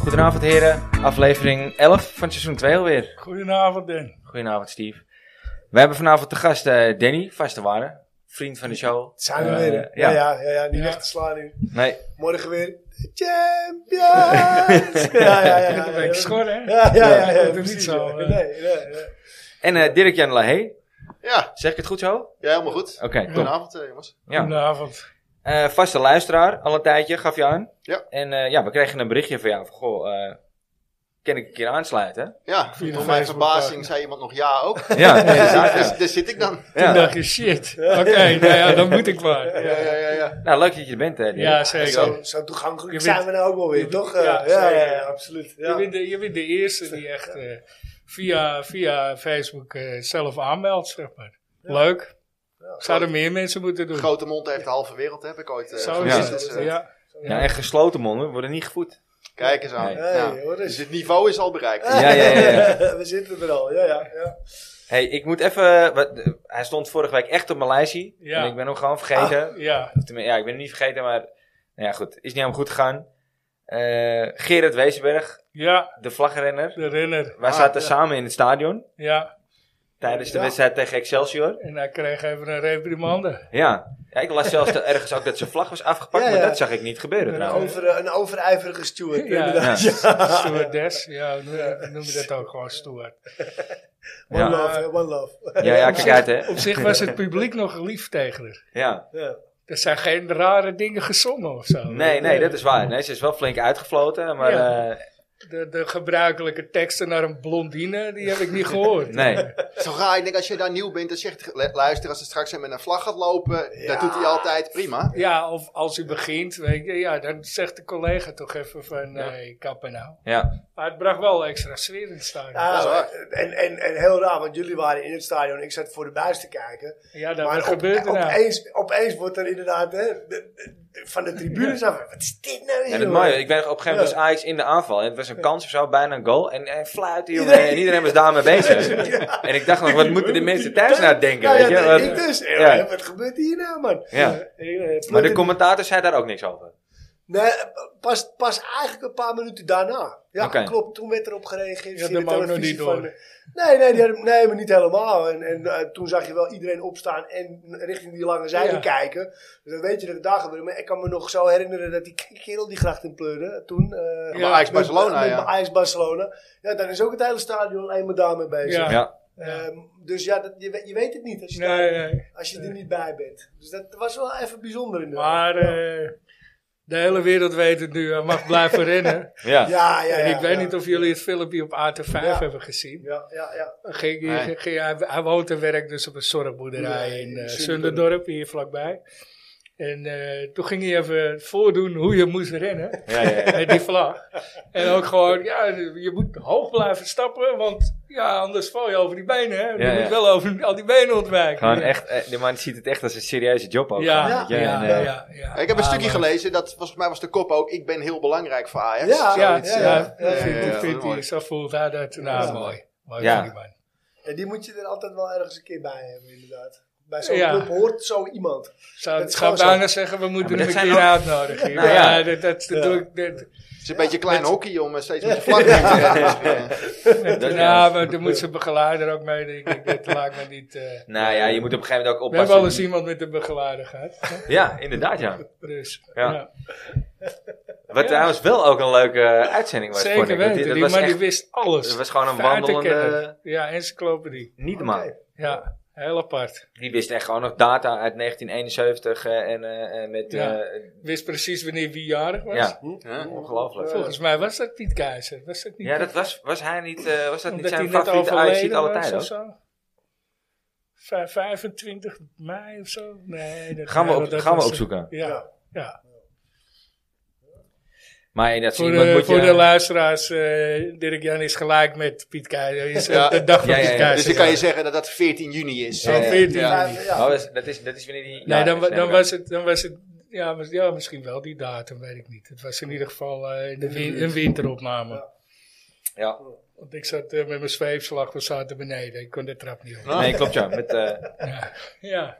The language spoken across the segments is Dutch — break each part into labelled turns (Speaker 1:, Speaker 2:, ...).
Speaker 1: Goedenavond heren, aflevering 11 van seizoen 2 alweer.
Speaker 2: Goedenavond, Den.
Speaker 1: Goedenavond Steve. We hebben vanavond te gast eh, Danny, vaste waarde. Vriend van de show.
Speaker 3: Zijn we
Speaker 1: Eh,
Speaker 3: weer. hè?
Speaker 1: ja.
Speaker 3: Ja, ja, ja, ja, niet
Speaker 2: Ja.
Speaker 3: weg te slaan nu.
Speaker 1: Nee,
Speaker 3: Morgen weer de Champions! ja, ja, ja. ja,
Speaker 2: Dat ben ik schor, hè?
Speaker 3: Ja, ja, ja. ja,
Speaker 2: doe niet
Speaker 3: precies,
Speaker 2: zo,
Speaker 3: ja.
Speaker 2: eh.
Speaker 3: Nee, nee, nee.
Speaker 1: en eh, Dirk-Jan Lahey.
Speaker 4: Ja,
Speaker 1: Zeg ik het goed zo? Oké,
Speaker 4: ja helemaal goed.
Speaker 1: top.
Speaker 4: Goedenavond, eh, jongens.
Speaker 1: Ja.
Speaker 2: Goedenavond.
Speaker 1: Eh, vaste luisteraar, al een tijdje, gaf je aan.
Speaker 4: Ja.
Speaker 1: En eh, ja, we kregen een berichtje van jou van, goh, eh, kan ik een keer aansluiten?
Speaker 4: Ja,
Speaker 2: Via de
Speaker 4: tot mijn
Speaker 2: Facebook pagina.
Speaker 4: verbazing zei iemand nog ja ook.
Speaker 1: hè? Ja,
Speaker 4: Dus
Speaker 1: inderdaad,
Speaker 4: daar,
Speaker 1: ja.
Speaker 4: daar zit ik dan.
Speaker 2: Toen
Speaker 1: ja.
Speaker 2: dacht je, shit. Oké, nou ja, dan moet ik maar.
Speaker 4: Ja, ja, ja. ja.
Speaker 1: Nou, leuk dat je er bent, hè, Dirk.
Speaker 2: Ja, zeker.
Speaker 3: Zo, zo toegankelijk
Speaker 2: Je
Speaker 3: zijn
Speaker 2: bent-
Speaker 3: we nou ook wel
Speaker 2: je
Speaker 3: weer,
Speaker 2: bent-
Speaker 3: toch? Eh,
Speaker 2: ja,
Speaker 3: Ja, ja, ja,
Speaker 2: zeker.
Speaker 3: absoluut.
Speaker 2: Je,
Speaker 3: Ja.
Speaker 2: bent de, je bent de eerste die echt eh, via, via Facebook eh, zelf aanmeldt, zeg maar. Leuk. Zouden meer mensen moeten doen.
Speaker 4: Grote mond heeft de halve wereld, heb ik ooit eh,
Speaker 2: Zo
Speaker 1: Ja.
Speaker 2: is
Speaker 4: geleerd.
Speaker 2: het.
Speaker 4: Dus, eh,
Speaker 2: ja.
Speaker 1: Ja, en gesloten monden worden niet gevoed.
Speaker 4: Kijk eens aan.
Speaker 1: Nee.
Speaker 3: Hey,
Speaker 4: Ja.
Speaker 3: hoor
Speaker 4: Dus
Speaker 3: eens.
Speaker 4: het niveau is al bereikt.
Speaker 1: Ja, ja, ja, ja.
Speaker 3: we zitten er al, ja, ja. ja.
Speaker 1: hey, ik moet even... wat- eh, hij stond vorige week echt op mijn lijstje.
Speaker 2: Ja.
Speaker 1: En ik ben hem gewoon vergeten.
Speaker 2: Ja.
Speaker 1: Of tenmin- ja, ik ben hem niet vergeten, maar... Nou ja, goed. Is niet helemaal goed gegaan. Eh Gerard Wezenberg,
Speaker 2: ja,
Speaker 1: de vlagrenner.
Speaker 2: de renner.
Speaker 1: Wij
Speaker 4: Ah,
Speaker 1: zaten
Speaker 4: ja.
Speaker 1: samen in het stadion.
Speaker 2: Ja,
Speaker 1: Tijdens de
Speaker 3: Ja.
Speaker 1: wedstrijd tegen Excelsior.
Speaker 2: en hij kreeg even een reprimande.
Speaker 1: Ja. ja ik las zelfs dat ergens ook dat zijn vlag was afgepakt.
Speaker 3: Ja,
Speaker 1: Maar
Speaker 3: ja.
Speaker 1: dat zag ik niet gebeuren
Speaker 3: Een,
Speaker 1: trouwens.
Speaker 3: over, een overijverige steward,
Speaker 2: Ja.
Speaker 3: inderdaad. Ja.
Speaker 2: Stewardess, ja, noem, noem je dat ook gewoon steward.
Speaker 3: One
Speaker 1: Ja.
Speaker 3: love, hè, one love.
Speaker 1: Ja, ja, kijk uit hè.
Speaker 2: Op zich was het publiek nog lief tegen haar.
Speaker 1: Ja.
Speaker 3: Ja.
Speaker 2: Er zijn geen rare dingen gezongen of zo.
Speaker 1: Nee, nee, dat is waar. Nee, ze is wel flink uitgefloten. Maar
Speaker 2: Ja.
Speaker 1: eh,
Speaker 2: De, de gebruikelijke teksten naar een blondine, die heb ik niet gehoord.
Speaker 1: nee.
Speaker 4: Zo raar, ik denk als je daar nieuw bent, dan zegt le- luister, als het straks met een vlag gaat lopen, dat doet hij altijd prima.
Speaker 2: Ja, of als u begint, weet je, ja, dan zegt de collega toch even van, nee, kappen nou.
Speaker 1: Ja.
Speaker 2: Maar het bracht wel extra sfeer in het stadion.
Speaker 3: Ja,
Speaker 4: Dat is waar.
Speaker 3: Nou, en, en, en heel raar, want jullie waren in het stadion. Ik zat voor de buis te kijken.
Speaker 2: ja, dat
Speaker 3: maar
Speaker 2: wat
Speaker 3: op-
Speaker 2: gebeurt er nou?
Speaker 3: opeens, opeens wordt er inderdaad hè, de- de- de- van de tribunes af. Wat is dit nou? hier,
Speaker 1: En het
Speaker 3: hoor?
Speaker 1: mooie, ik ben op een gegeven moment
Speaker 3: Ja.
Speaker 1: was Ajax in de aanval. En het was een kans of zo, bijna een goal. En, en fluiten, jongen.
Speaker 3: Iedereen-
Speaker 1: En iedereen was daarmee bezig. En ik dacht nog, wat moeten de mensen thuis nou denken?
Speaker 3: Nou
Speaker 1: weet je?
Speaker 3: ja,
Speaker 1: Wat-
Speaker 3: dat- ik dus. Eh,
Speaker 1: ja.
Speaker 3: Wat gebeurt hier nou, man?
Speaker 1: Ja.
Speaker 3: Eh, eh,
Speaker 1: Maar de commentator zei daar ook niks over.
Speaker 3: Nee, pas, pas eigenlijk een paar minuten daarna. Ja,
Speaker 1: Oké.
Speaker 3: klopt. Toen werd erop gereageerd.
Speaker 2: Je had
Speaker 3: via de
Speaker 2: hem ook nog
Speaker 3: televisie
Speaker 2: niet
Speaker 3: van
Speaker 2: door.
Speaker 3: de- nee, nee, die hadden- nee, maar niet helemaal. En, en eh, toen zag je wel iedereen opstaan en richting die lange zijde
Speaker 2: Ja.
Speaker 3: kijken. Dus dan weet je dat het daar gebeurde. Maar ik kan me nog zo herinneren dat die kerel die gracht in pleurde toen. eh,
Speaker 2: Ja,
Speaker 4: Ajax Barcelona,
Speaker 3: met,
Speaker 4: ja.
Speaker 3: Ajax Barcelona. Ja, dan is ook het hele stadion alleen maar daarmee bezig.
Speaker 2: Ja.
Speaker 1: Ja.
Speaker 3: Ehm, dus ja, dat, je, weet- je weet het niet als je,
Speaker 2: Nee,
Speaker 3: daar-
Speaker 2: nee.
Speaker 3: als je er niet bij bent. Dus dat was wel even bijzonder inderdaad.
Speaker 2: Maar eh, de hele wereld weet het nu, hij mag blijven rennen.
Speaker 1: Ja.
Speaker 3: ja, ja, ja,
Speaker 2: en ik weet
Speaker 3: ja.
Speaker 2: niet of jullie het filmpje op AT5
Speaker 3: Ja.
Speaker 2: hebben gezien.
Speaker 3: Ja, ja, ja.
Speaker 2: Ging,
Speaker 4: Nee.
Speaker 2: ging- ging- hij, hij woont en werkt dus op een zorgboerderij
Speaker 3: Nee,
Speaker 2: in
Speaker 3: in
Speaker 2: eh
Speaker 3: Zunderdorp.
Speaker 2: Zunderdorp, hier vlakbij. En eh, toen ging hij even voordoen hoe je moest rennen
Speaker 1: Ja, ja, ja.
Speaker 2: met die vlag. En ook gewoon, ja, je moet hoog blijven stappen, want ja, anders val je over die benen. Hè? je
Speaker 1: Ja,
Speaker 2: moet
Speaker 1: ja.
Speaker 2: wel over al die benen ontwijken.
Speaker 1: Gewoon echt, eh, de man ziet het echt als een serieuze job ook.
Speaker 2: Ja,
Speaker 1: gewoon,
Speaker 2: ja,
Speaker 1: weet je.
Speaker 2: ja,
Speaker 1: En, eh,
Speaker 2: ja, ja.
Speaker 4: Ik heb een
Speaker 2: Ah,
Speaker 4: stukje
Speaker 2: maar-
Speaker 4: gelezen, dat was, volgens mij was de kop ook, ik ben heel belangrijk voor Ajax.
Speaker 3: Ja,
Speaker 2: Ja,
Speaker 4: Zoiets,
Speaker 2: ja,
Speaker 4: eh,
Speaker 2: ja,
Speaker 3: ja,
Speaker 2: vindt-
Speaker 4: ja, ja,
Speaker 2: vindt
Speaker 4: mooi.
Speaker 2: hij, zo voelt hij dat. Nou,
Speaker 3: Ja.
Speaker 2: mooi. Mooi
Speaker 1: Ja.
Speaker 2: voor die man.
Speaker 3: En die moet je er altijd wel ergens een keer bij hebben, inderdaad. Bij zo'n
Speaker 2: Ja.
Speaker 3: club hoort zo iemand.
Speaker 2: Zou,
Speaker 3: Dat is
Speaker 2: zou
Speaker 3: gewoon zo.
Speaker 2: bijna zeggen, we moeten
Speaker 1: maar
Speaker 2: hem
Speaker 1: dat
Speaker 2: een
Speaker 1: zijn
Speaker 2: keer
Speaker 1: ook-
Speaker 2: uitnodigen. Ja,
Speaker 1: Nou ja.
Speaker 2: dat, dat, dat
Speaker 3: Ja.
Speaker 2: doe ik. Dat,
Speaker 4: Het is een beetje klein hockey om eh, steeds met de vlag te Dus rennen.
Speaker 1: Dat-
Speaker 2: ja, maar dan moet zijn begeleider ook mee. Ik denk, dat laat me niet... eh.
Speaker 1: Nou ja, je moet op een gegeven moment ook
Speaker 2: we
Speaker 1: oppassen.
Speaker 2: hebben al eens iemand met een begeleider gehad.
Speaker 1: Ja, inderdaad ja.
Speaker 2: Dus,
Speaker 1: Ja.
Speaker 2: ja.
Speaker 1: Wat
Speaker 2: Ja.
Speaker 1: trouwens wel ook een leuke eh, uitzending was, vond
Speaker 2: Zeker
Speaker 1: ik. Want
Speaker 2: weten.
Speaker 1: dat
Speaker 2: Die
Speaker 1: was
Speaker 2: man die
Speaker 1: echt-
Speaker 2: wist alles.
Speaker 1: dat was gewoon een
Speaker 2: Kaartenkenner.
Speaker 1: wandelende-
Speaker 2: Ja, encyclopedie.
Speaker 1: Niet
Speaker 3: Oké.
Speaker 1: normaal.
Speaker 2: Ja, heel apart.
Speaker 1: Die wist echt gewoon nog data uit 1971 eh, en eh, eh, met...
Speaker 2: Ja.
Speaker 1: eh,
Speaker 2: Wist precies wanneer wie jarig was.
Speaker 1: ja.
Speaker 3: Hm?
Speaker 4: Ja,
Speaker 1: ongelooflijk.
Speaker 3: Ja.
Speaker 2: Volgens mij was dat niet Keizer. Was dat niet
Speaker 1: ja, dat was, was hij niet... eh, was dat niet
Speaker 2: Omdat
Speaker 1: zijn
Speaker 2: hij net
Speaker 1: favoriete Ajax
Speaker 2: overleden
Speaker 1: alle
Speaker 2: was
Speaker 1: tijden?
Speaker 2: of
Speaker 1: hoor?
Speaker 2: zo. Vij- 25 mei of zo? Nee. Dat,
Speaker 1: Gaan we,
Speaker 2: ja,
Speaker 1: op,
Speaker 2: dat
Speaker 1: gaan we
Speaker 2: was-
Speaker 1: opzoeken.
Speaker 2: Ja. ja.
Speaker 1: Maar dat
Speaker 2: Voor,
Speaker 1: iemand
Speaker 2: de,
Speaker 1: moet
Speaker 2: voor
Speaker 1: je...
Speaker 2: de luisteraars, eh Dirk-Jan is gelijk met Piet Keizer. Is, eh,
Speaker 4: Ja.
Speaker 2: De dag van
Speaker 1: Ja, ja,
Speaker 2: Piet
Speaker 1: ja.
Speaker 2: Keizer.
Speaker 4: Dus dan kan je zeggen dat dat 14 juni is.
Speaker 2: Zo'n
Speaker 1: Ja, ja.
Speaker 2: 14
Speaker 4: Ja.
Speaker 2: juni.
Speaker 3: Ja.
Speaker 1: Oh, dat, is, dat, is, dat is wanneer die...
Speaker 2: Nee,
Speaker 1: ja,
Speaker 2: dan,
Speaker 1: dat is
Speaker 2: wa- dan,
Speaker 1: helemaal-
Speaker 2: was het, dan was het... Ja, mis- ja, misschien wel die datum, weet ik niet. Het was in ieder geval eh, de win- een winteropname.
Speaker 3: Ja.
Speaker 1: Ja.
Speaker 2: Want ik zat eh, met mijn zweepslag, we zaten beneden. Ik kon de trap niet op.
Speaker 4: Ah.
Speaker 1: Nee, klopt ja. Met, eh,
Speaker 2: Ja, ja.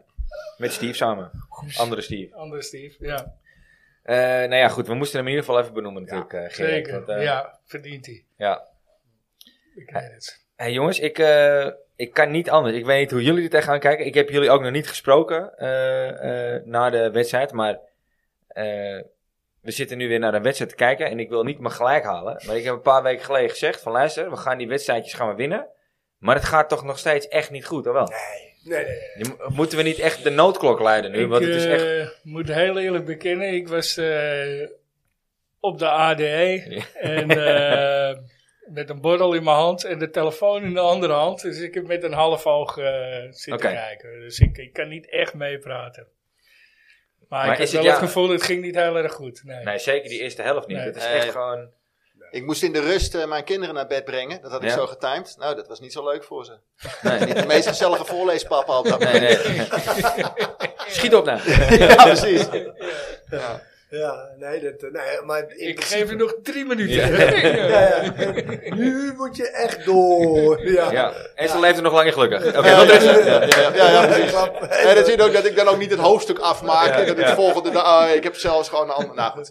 Speaker 1: met Steve samen. Andere Steve.
Speaker 2: andere Steve. Ja.
Speaker 1: Eh, nou ja, goed. We moesten hem in ieder geval even benoemen natuurlijk, eh, Gerard.
Speaker 2: Zeker,
Speaker 1: want, eh,
Speaker 2: ja, verdient hij.
Speaker 1: ja.
Speaker 2: Ik weet het.
Speaker 1: Hé, jongens, ik, eh, ik kan niet anders. Ik weet niet hoe jullie er tegenaan kijken. Ik heb jullie ook nog niet gesproken eh, eh, na de wedstrijd. Maar eh, we zitten nu weer naar een wedstrijd te kijken. En ik wil niet me gelijk halen. Maar ik heb een paar weken geleden gezegd van luister, we gaan die wedstrijdjes gaan we winnen. Maar het gaat toch nog steeds echt niet goed, of wel?
Speaker 3: Nee, nee, nee.
Speaker 1: Je mo- moeten we niet echt de noodklok leiden nu?
Speaker 2: Ik
Speaker 1: want het is echt...
Speaker 2: eh, moet heel eerlijk bekennen, ik was eh, op de E. ADE
Speaker 1: Ja.
Speaker 2: en, eh, met een borrel in mijn hand en de telefoon in de andere hand. Dus ik heb met een half oog eh, zitten
Speaker 1: Oké.
Speaker 2: kijken. Dus ik, ik kan niet echt meepraten.
Speaker 1: Maar
Speaker 2: Maar, ik heb
Speaker 1: is het
Speaker 2: wel het
Speaker 1: ja-
Speaker 2: gevoel, het ging niet heel erg goed. Nee.
Speaker 1: Nee, zeker die eerste helft niet.
Speaker 2: Nee.
Speaker 1: Het is
Speaker 4: Nee.
Speaker 1: echt gewoon...
Speaker 4: Ik moest in de rust eh, mijn kinderen naar bed brengen. Dat had ik
Speaker 1: Ja.
Speaker 4: zo getimed. Nou, dat was niet zo leuk voor ze.
Speaker 1: Nee,
Speaker 4: Niet de meest gezellige voorleespapa op dat moment.
Speaker 1: nee, nee. Schiet op nou.
Speaker 4: Ja, precies.
Speaker 3: Ja, nee, dat, eh, nee maar in
Speaker 2: Ik
Speaker 3: principe-
Speaker 2: geef je nog drie minuten.
Speaker 1: Ja.
Speaker 3: Ja, ja. Nu moet je echt door. Ja,
Speaker 1: Ja. En ze leeft er nog langer gelukkig. Oké,
Speaker 4: Ja,
Speaker 1: dat
Speaker 4: ja,
Speaker 1: is het.
Speaker 4: ja, ja, ja, ja, precies.
Speaker 3: Klap.
Speaker 4: En dan zie je ook dat ik dan ook niet het hoofdstuk afmaak.
Speaker 1: Ja,
Speaker 4: en dat ik
Speaker 1: ja.
Speaker 4: de volgende dag... ah, ik heb zelfs gewoon een andere... Nou goed,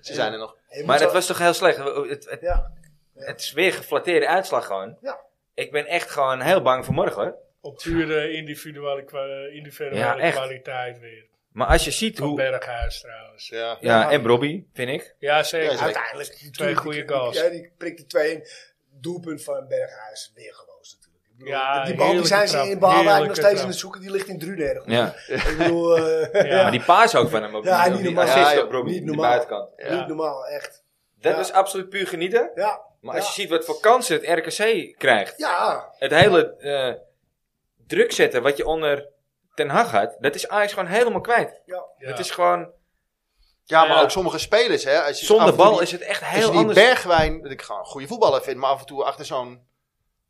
Speaker 4: ze zijn er nog.
Speaker 3: Je
Speaker 1: Maar
Speaker 3: moet
Speaker 1: dat
Speaker 3: wel-
Speaker 1: was toch heel slecht. Het, het,
Speaker 3: Ja,
Speaker 1: het is weer een geflatteerde uitslag gewoon.
Speaker 3: Ja.
Speaker 1: Ik ben echt gewoon heel bang voor morgen hoor.
Speaker 2: Op pure individuele, kwa- individuele
Speaker 1: Ja, echt.
Speaker 2: kwaliteit weer.
Speaker 1: Maar als je ziet
Speaker 2: Van
Speaker 1: hoe...
Speaker 2: Berghuis trouwens. Ja,
Speaker 4: Ja.
Speaker 1: Ja, en Robbie, vind ik.
Speaker 2: zeker.
Speaker 4: Ja, zeker.
Speaker 3: uiteindelijk. die
Speaker 2: Twee
Speaker 3: die-
Speaker 2: goede
Speaker 3: die-
Speaker 2: goals.
Speaker 3: Ja, die prikt die twee in. Doelpunt van Berghuis. Weer gewoos natuurlijk. Ik bedoel,
Speaker 2: Ja,
Speaker 3: die bal die zijn ze
Speaker 2: heerlijke
Speaker 3: in
Speaker 2: trap.
Speaker 3: Baalwijk nog
Speaker 2: Heerlijke
Speaker 3: steeds
Speaker 2: trap.
Speaker 3: aan het zoeken. Die ligt in Drunen ergens.
Speaker 1: Ja.
Speaker 3: Ik bedoel, eh,
Speaker 2: Ja.
Speaker 1: Maar die paas ook van hem. Op
Speaker 3: Ja,
Speaker 1: die,
Speaker 3: niet
Speaker 1: op die
Speaker 3: normaal.
Speaker 1: assist
Speaker 4: Ja, joh,
Speaker 1: op Robbie,
Speaker 3: niet
Speaker 1: die
Speaker 3: normaal.
Speaker 1: buitenkant.
Speaker 4: Ja.
Speaker 3: niet normaal, echt.
Speaker 1: Dat
Speaker 3: Ja.
Speaker 1: is absoluut puur genieten.
Speaker 3: Ja,
Speaker 1: Maar als
Speaker 3: Ja.
Speaker 1: je ziet wat voor kansen het RKC krijgt.
Speaker 3: ja.
Speaker 1: Het hele eh, druk zetten wat je onder Ten Hag had. Dat is Ajax gewoon helemaal kwijt.
Speaker 2: Ja.
Speaker 1: Het is gewoon...
Speaker 4: Ja, maar
Speaker 2: Ja.
Speaker 4: ook sommige spelers, hè. Als je af
Speaker 1: Zonder
Speaker 4: en toe
Speaker 1: bal
Speaker 4: die-
Speaker 1: is het echt
Speaker 4: als je
Speaker 1: heel
Speaker 4: die
Speaker 1: anders.
Speaker 4: Bergwijn, dat ik gewoon een goede voetballer vind, maar af en toe achter zo'n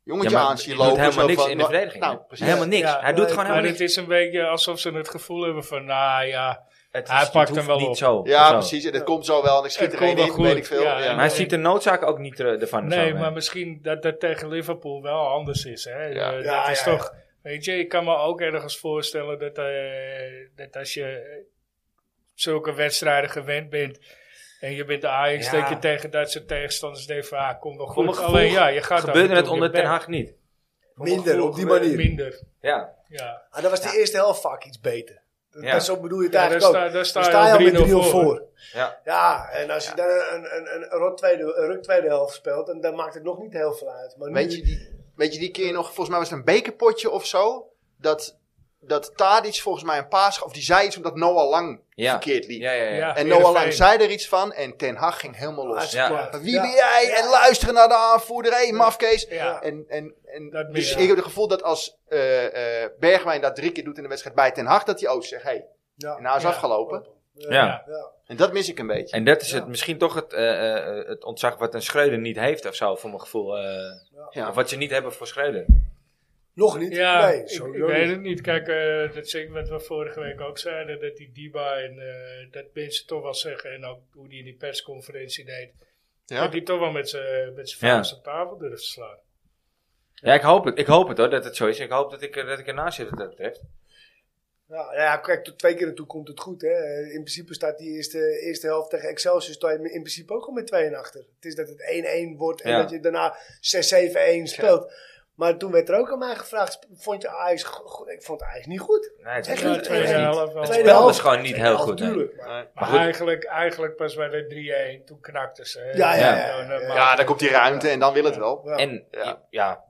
Speaker 4: jongetje
Speaker 1: Ja, maar
Speaker 4: aan zie
Speaker 1: die
Speaker 4: lopen.
Speaker 1: doet helemaal
Speaker 4: zo
Speaker 1: niks
Speaker 4: van,
Speaker 1: in de
Speaker 4: nou,
Speaker 1: verdediging.
Speaker 4: Nou,
Speaker 1: hè?
Speaker 4: precies.
Speaker 1: helemaal niks. hij
Speaker 2: Ja,
Speaker 1: doet
Speaker 3: nee,
Speaker 1: gewoon
Speaker 2: Maar
Speaker 1: helemaal
Speaker 2: het
Speaker 1: niks.
Speaker 2: is een beetje alsof ze het gevoel hebben van, nou ja,
Speaker 1: Het
Speaker 2: hij
Speaker 1: het
Speaker 2: pakt
Speaker 1: hoeft
Speaker 2: hem wel
Speaker 1: niet
Speaker 2: op.
Speaker 1: zo.
Speaker 4: Ja,
Speaker 1: zo.
Speaker 4: precies. En dat komt zo wel en ik schiet
Speaker 2: Het
Speaker 4: er één
Speaker 2: komt
Speaker 4: in,
Speaker 2: wel
Speaker 4: weet
Speaker 2: goed,
Speaker 4: ik veel.
Speaker 2: ja.
Speaker 4: Ja,
Speaker 1: Maar hij ziet de noodzaak ook niet eh, ervan. of
Speaker 2: nee,
Speaker 1: zo,
Speaker 2: maar misschien dat dat tegen Liverpool wel anders is. Hè?
Speaker 4: Ja.
Speaker 2: Eh, dat
Speaker 3: Ja,
Speaker 2: is
Speaker 3: ja, ja.
Speaker 2: toch, weet je, ik kan me ook ergens voorstellen dat, eh, dat als je eh, zulke wedstrijden gewend bent en je bent de Ajax,
Speaker 1: Ja.
Speaker 2: dat je tegen dat soort tegenstanders denkt van, ah, kom wel
Speaker 1: Voor mijn
Speaker 2: goed.
Speaker 1: gevoel
Speaker 2: Alleen ja, je gaat
Speaker 1: Gebeurde
Speaker 2: af en
Speaker 1: het
Speaker 2: toe
Speaker 1: onder
Speaker 2: je
Speaker 1: Ten
Speaker 2: bek.
Speaker 1: Hag niet.
Speaker 3: Minder op die
Speaker 2: Gevoel, eh,
Speaker 3: manier.
Speaker 2: Minder,
Speaker 1: Ja.
Speaker 2: ja.
Speaker 3: Ah, dat was de eerste helft vaak iets beter. Dat,
Speaker 1: Ja.
Speaker 3: dat- zo bedoel je het
Speaker 2: Ja, daar
Speaker 3: eigenlijk
Speaker 2: sta-
Speaker 3: ook.
Speaker 2: daar sta
Speaker 3: Dan
Speaker 2: je al
Speaker 3: sta je al
Speaker 2: 3-0
Speaker 3: met 3-0
Speaker 2: voor.
Speaker 3: voor.
Speaker 1: Ja.
Speaker 3: Ja, en als je dan een, een, een, rot tweede, een ruk tweede helft speelt, dan, dan maakt het nog niet heel veel uit. Maar nu,
Speaker 4: Weet je, die, weet je die keer nog, volgens mij was het een bekerpotje of zo, dat, dat Tadic volgens mij een paas, gaf, of die zei iets omdat Noah Lang
Speaker 1: Ja.
Speaker 4: verkeerd liep.
Speaker 1: Ja, ja, ja.
Speaker 2: Ja.
Speaker 4: En Noah Lang
Speaker 2: Heerenveen.
Speaker 4: zei er iets van en Ten Hag ging helemaal los.
Speaker 1: Ja.
Speaker 3: Ja.
Speaker 4: Wie ben jij? En luisteren naar de aanvoerder, hé, mafkees.
Speaker 2: Ja.
Speaker 4: En, en, en,
Speaker 2: Dat
Speaker 4: dus
Speaker 2: mis-
Speaker 4: ik heb het gevoel dat als eh, eh, Bergwijn dat drie keer doet in de wedstrijd bij Ten Hag, dat hij ook zegt, hé, hey,
Speaker 3: Ja.
Speaker 4: en nou is
Speaker 2: Ja.
Speaker 4: afgelopen.
Speaker 1: Ja.
Speaker 3: Ja.
Speaker 4: En dat mis ik een beetje.
Speaker 1: En dat is
Speaker 3: Ja.
Speaker 1: het, misschien toch het, eh, eh, het ontzag wat een Schreuder niet heeft of zo, voor mijn gevoel. eh.
Speaker 4: Ja.
Speaker 1: Of wat ze niet hebben voor Schreuder.
Speaker 3: Nog niet?
Speaker 2: Ja,
Speaker 3: nee,
Speaker 2: ik,
Speaker 3: sowieso
Speaker 2: ik
Speaker 3: niet.
Speaker 2: weet het niet. Kijk, eh, dat zeker wat we vorige week ook zeiden, dat die Diba en eh, dat mensen toch wel zeggen, en ook hoe die in die persconferentie deed,
Speaker 4: Ja.
Speaker 2: dat hij toch wel met zijn met
Speaker 1: Ja.
Speaker 2: zijn vuist op tafel durft te slaan.
Speaker 1: Ja, ik hoop het. Ik hoop het hoor, dat het zo is. Ik hoop dat ik, er- dat ik ernaast zit wat dat betreft.
Speaker 3: Ja, ja, kijk, tot twee keer naartoe komt het goed. Hè. In principe staat die eerste, eerste helft tegen Excelsior sta je in principe ook al met 2 achter. Het is dat het 1-1 wordt en
Speaker 1: Ja.
Speaker 3: dat je daarna 6-7-1 speelt. Maar toen werd er ook aan mij gevraagd, sp- vond je Ajax... go- go- Ik vond Ajax niet goed.
Speaker 1: Nee, het,
Speaker 3: Echt
Speaker 1: is-
Speaker 3: niet,
Speaker 1: het is
Speaker 3: tweede
Speaker 1: niet.
Speaker 2: helft wel.
Speaker 1: Het
Speaker 3: Tweede
Speaker 1: spel
Speaker 3: helft.
Speaker 1: is gewoon niet heel goed. nee.
Speaker 3: Natuurlijk. maar-
Speaker 4: Nee.
Speaker 1: Maar
Speaker 2: Maar,
Speaker 1: goed.
Speaker 2: eigenlijk, eigenlijk pas bij de 3-1, toen knakte ze. hè.
Speaker 3: Ja,
Speaker 1: ja,
Speaker 3: ja, ja,
Speaker 2: Dan, eh,
Speaker 3: ja.
Speaker 2: maar-
Speaker 4: Ja, dan komt die ruimte en dan wil het wel.
Speaker 3: Ja.
Speaker 1: En ja.
Speaker 4: Ja.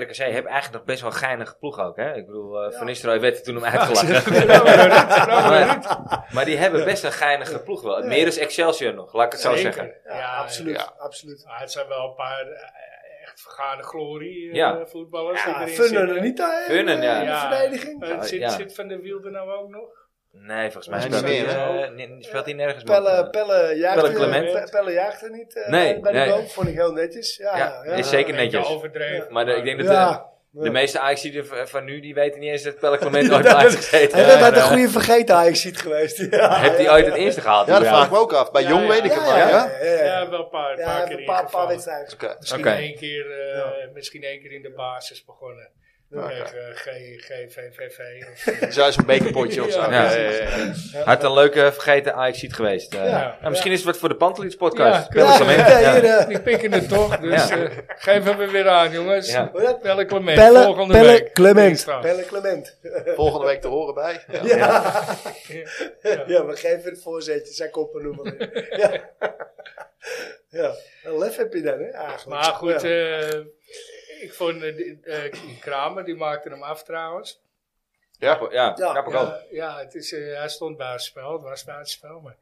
Speaker 1: RKC heeft eigenlijk nog best wel een geinige ploeg ook. Hè? Ik bedoel, eh,
Speaker 3: Ja.
Speaker 1: Van Nistelrooy werd toen hem uitgelachen.
Speaker 2: Nou, maar dat- nou, maar dat-
Speaker 1: maar, maar die hebben best een geinige ploeg wel. Meer is Excelsior nog, laat ik het zo
Speaker 2: Zeker.
Speaker 1: zeggen.
Speaker 3: ja,
Speaker 2: Ja,
Speaker 3: absoluut,
Speaker 4: ja.
Speaker 3: absoluut.
Speaker 2: Maar het zijn wel een paar eh, echt vergane glorie eh,
Speaker 1: Ja.
Speaker 2: voetballers. die
Speaker 3: Ja,
Speaker 2: erin
Speaker 3: Funnen
Speaker 2: zitten.
Speaker 3: en Anita hè, in,
Speaker 1: Funnen,
Speaker 3: eh,
Speaker 1: ja.
Speaker 3: in de
Speaker 2: Ja.
Speaker 3: verdediging.
Speaker 2: Eh, zit,
Speaker 1: Ja.
Speaker 2: zit Van der Wiel er nou ook nog?
Speaker 1: Nee, volgens mij
Speaker 4: Nee,
Speaker 1: speelt,
Speaker 4: niet
Speaker 1: hij,
Speaker 4: meer,
Speaker 2: hè?
Speaker 1: eh, nee, speelt hij nergens meer.
Speaker 3: Pelle, Pelle, jaagt
Speaker 1: eh, Pelle
Speaker 3: er-
Speaker 1: Clement.
Speaker 3: Pe- Pelle jaagt er niet eh,
Speaker 1: Nee,
Speaker 3: bij de
Speaker 1: nee.
Speaker 3: boom. Vond ik heel netjes. Ja,
Speaker 1: Ja,
Speaker 3: ja,
Speaker 1: is zeker
Speaker 2: Eh, Een beetje
Speaker 1: netjes.
Speaker 2: Overdreven.
Speaker 1: Maar de- ik denk dat
Speaker 3: Ja.
Speaker 1: de, de meeste Ajaxiden v- van nu, die weten niet eens dat Pelle Clement ooit bij
Speaker 3: dat-
Speaker 1: Ajax gezeten
Speaker 3: Hij dat
Speaker 1: Maar,
Speaker 3: had een
Speaker 1: eh,
Speaker 3: goede vergeten Ajax ziet geweest. Ja,
Speaker 1: Heeft hij
Speaker 3: ja.
Speaker 1: ooit het eerste gehaald?
Speaker 4: Ja, dat vraag ik
Speaker 1: überhaupt?
Speaker 4: me ook af. Bij
Speaker 2: Ja,
Speaker 4: Jong
Speaker 2: ja,
Speaker 4: weet ik
Speaker 3: Ja,
Speaker 4: het wel, ja?
Speaker 3: ja, ja, ja.
Speaker 2: Ja, wel een paar, een
Speaker 3: Ja,
Speaker 2: paar
Speaker 3: hij heeft
Speaker 2: keer
Speaker 3: een paar, paar
Speaker 2: ingevallen.
Speaker 3: wedstrijden.
Speaker 4: Oké.
Speaker 2: Misschien
Speaker 1: Oké.
Speaker 2: één keer, eh, misschien één keer in de basis begonnen.
Speaker 4: Ja, oké.
Speaker 2: Tegen G, GVVV. of-
Speaker 4: Juist een bekerpotje of zo.
Speaker 2: Ja,
Speaker 1: Ja,
Speaker 4: ja,
Speaker 1: precies.
Speaker 4: ja, ja.
Speaker 1: Had een leuke vergeten ajax geweest. eh.
Speaker 2: Ja.
Speaker 1: Nou, misschien is het wat voor de Pantelits podcast.
Speaker 2: Ja,
Speaker 1: Spel eens
Speaker 2: ja,
Speaker 1: omheen.
Speaker 3: ja,
Speaker 1: Ja.
Speaker 3: hier, eh,
Speaker 2: Die pikken het toch, dus
Speaker 1: Ja.
Speaker 2: eh, geef hem weer aan, jongens.
Speaker 1: Ja.
Speaker 3: hoor je dat?
Speaker 2: Pelle Clement,
Speaker 3: Pelle,
Speaker 2: volgende
Speaker 3: Pelle
Speaker 2: week.
Speaker 3: Clement.
Speaker 2: Dinsdag.
Speaker 3: Pelle Clement.
Speaker 4: Volgende week te horen bij. Ja.
Speaker 3: Ja.
Speaker 2: Ja.
Speaker 3: Ja. we geven het voorzetje. Zij komt er noemen. ja. ja. Een lef heb je dan, hè? Eigenlijk.
Speaker 2: Maar goed,
Speaker 3: Ja.
Speaker 2: eh, ik vond eh, die- eh, die Kramer, die maakte hem af trouwens.
Speaker 1: Ja, ja,
Speaker 3: Ja.
Speaker 1: knap ik ook.
Speaker 2: Ja, ja het is, eh, hij stond buitenspel, het was buitenspel. Maar